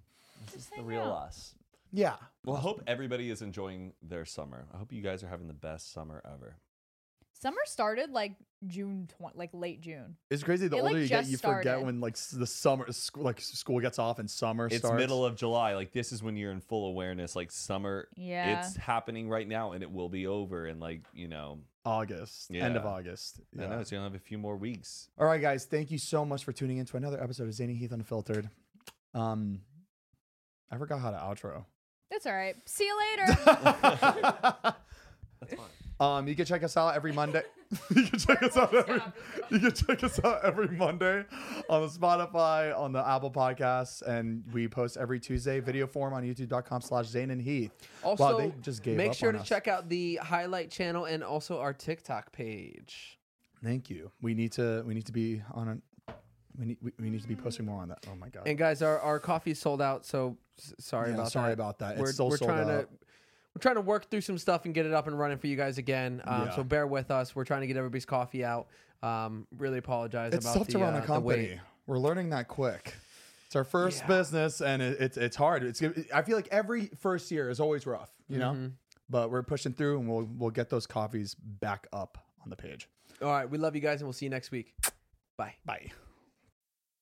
Speaker 4: This is the real us.
Speaker 1: Yeah.
Speaker 4: Well, I hope everybody is enjoying their summer. I hope you guys are having the best summer ever.
Speaker 3: Summer started like June 20, like late June.
Speaker 1: It's crazy the
Speaker 3: It, like,
Speaker 1: older you get,
Speaker 3: just
Speaker 1: you forget
Speaker 3: started.
Speaker 1: when like s- the summer sc- like school gets off and summer
Speaker 4: It's
Speaker 1: starts.
Speaker 4: middle of July. Like this is when you're in full awareness. Like summer,
Speaker 3: Yeah.
Speaker 4: it's happening right now, and it will be over. And like you know,
Speaker 1: August, end of
Speaker 4: Yeah.
Speaker 1: August.
Speaker 4: I
Speaker 1: Yeah.
Speaker 4: know it's gonna have a few more weeks.
Speaker 1: All right, guys, thank you so much for tuning in to another episode of Zany Heath Unfiltered. Um, I forgot how to outro.
Speaker 3: That's all right. See you later.
Speaker 1: Um, you can check us out every Monday. you can check us out every. You can check us out every Monday on the Spotify, on the Apple Podcasts, and we post every Tuesday video form on YouTube.com/slash Zane and Heath.
Speaker 2: Also,
Speaker 1: wow, they just gave
Speaker 2: make
Speaker 1: up
Speaker 2: sure
Speaker 1: on
Speaker 2: to
Speaker 1: us.
Speaker 2: check out the highlight channel and also our TikTok page.
Speaker 1: Thank you. We need to. We need to be on. A, we need. We, we need to be posting more on that. Oh my god.
Speaker 2: And guys, our our coffee's sold out, so s- sorry
Speaker 1: Yeah,
Speaker 2: about
Speaker 1: sorry
Speaker 2: that.
Speaker 1: about that. It's
Speaker 2: We're,
Speaker 1: still
Speaker 2: we're
Speaker 1: sold
Speaker 2: trying
Speaker 1: out.
Speaker 2: to We're trying to work through some stuff and get it up and running for you guys again. Um,
Speaker 1: Yeah.
Speaker 2: So bear with us. We're trying to get everybody's coffee out. Um, really apologize
Speaker 1: It's
Speaker 2: about
Speaker 1: tough
Speaker 2: the,
Speaker 1: to run
Speaker 2: uh,
Speaker 1: a
Speaker 2: the wait.
Speaker 1: company. We're learning that quick. It's our first
Speaker 2: Yeah.
Speaker 1: business, and it, it's it's hard. It's I feel like every first year is always rough, you know.
Speaker 2: Mm-hmm.
Speaker 1: But we're pushing through, and we'll we'll get those coffees back up on the page.
Speaker 2: All right, we love you guys, and we'll see you next week. Bye.
Speaker 1: Bye.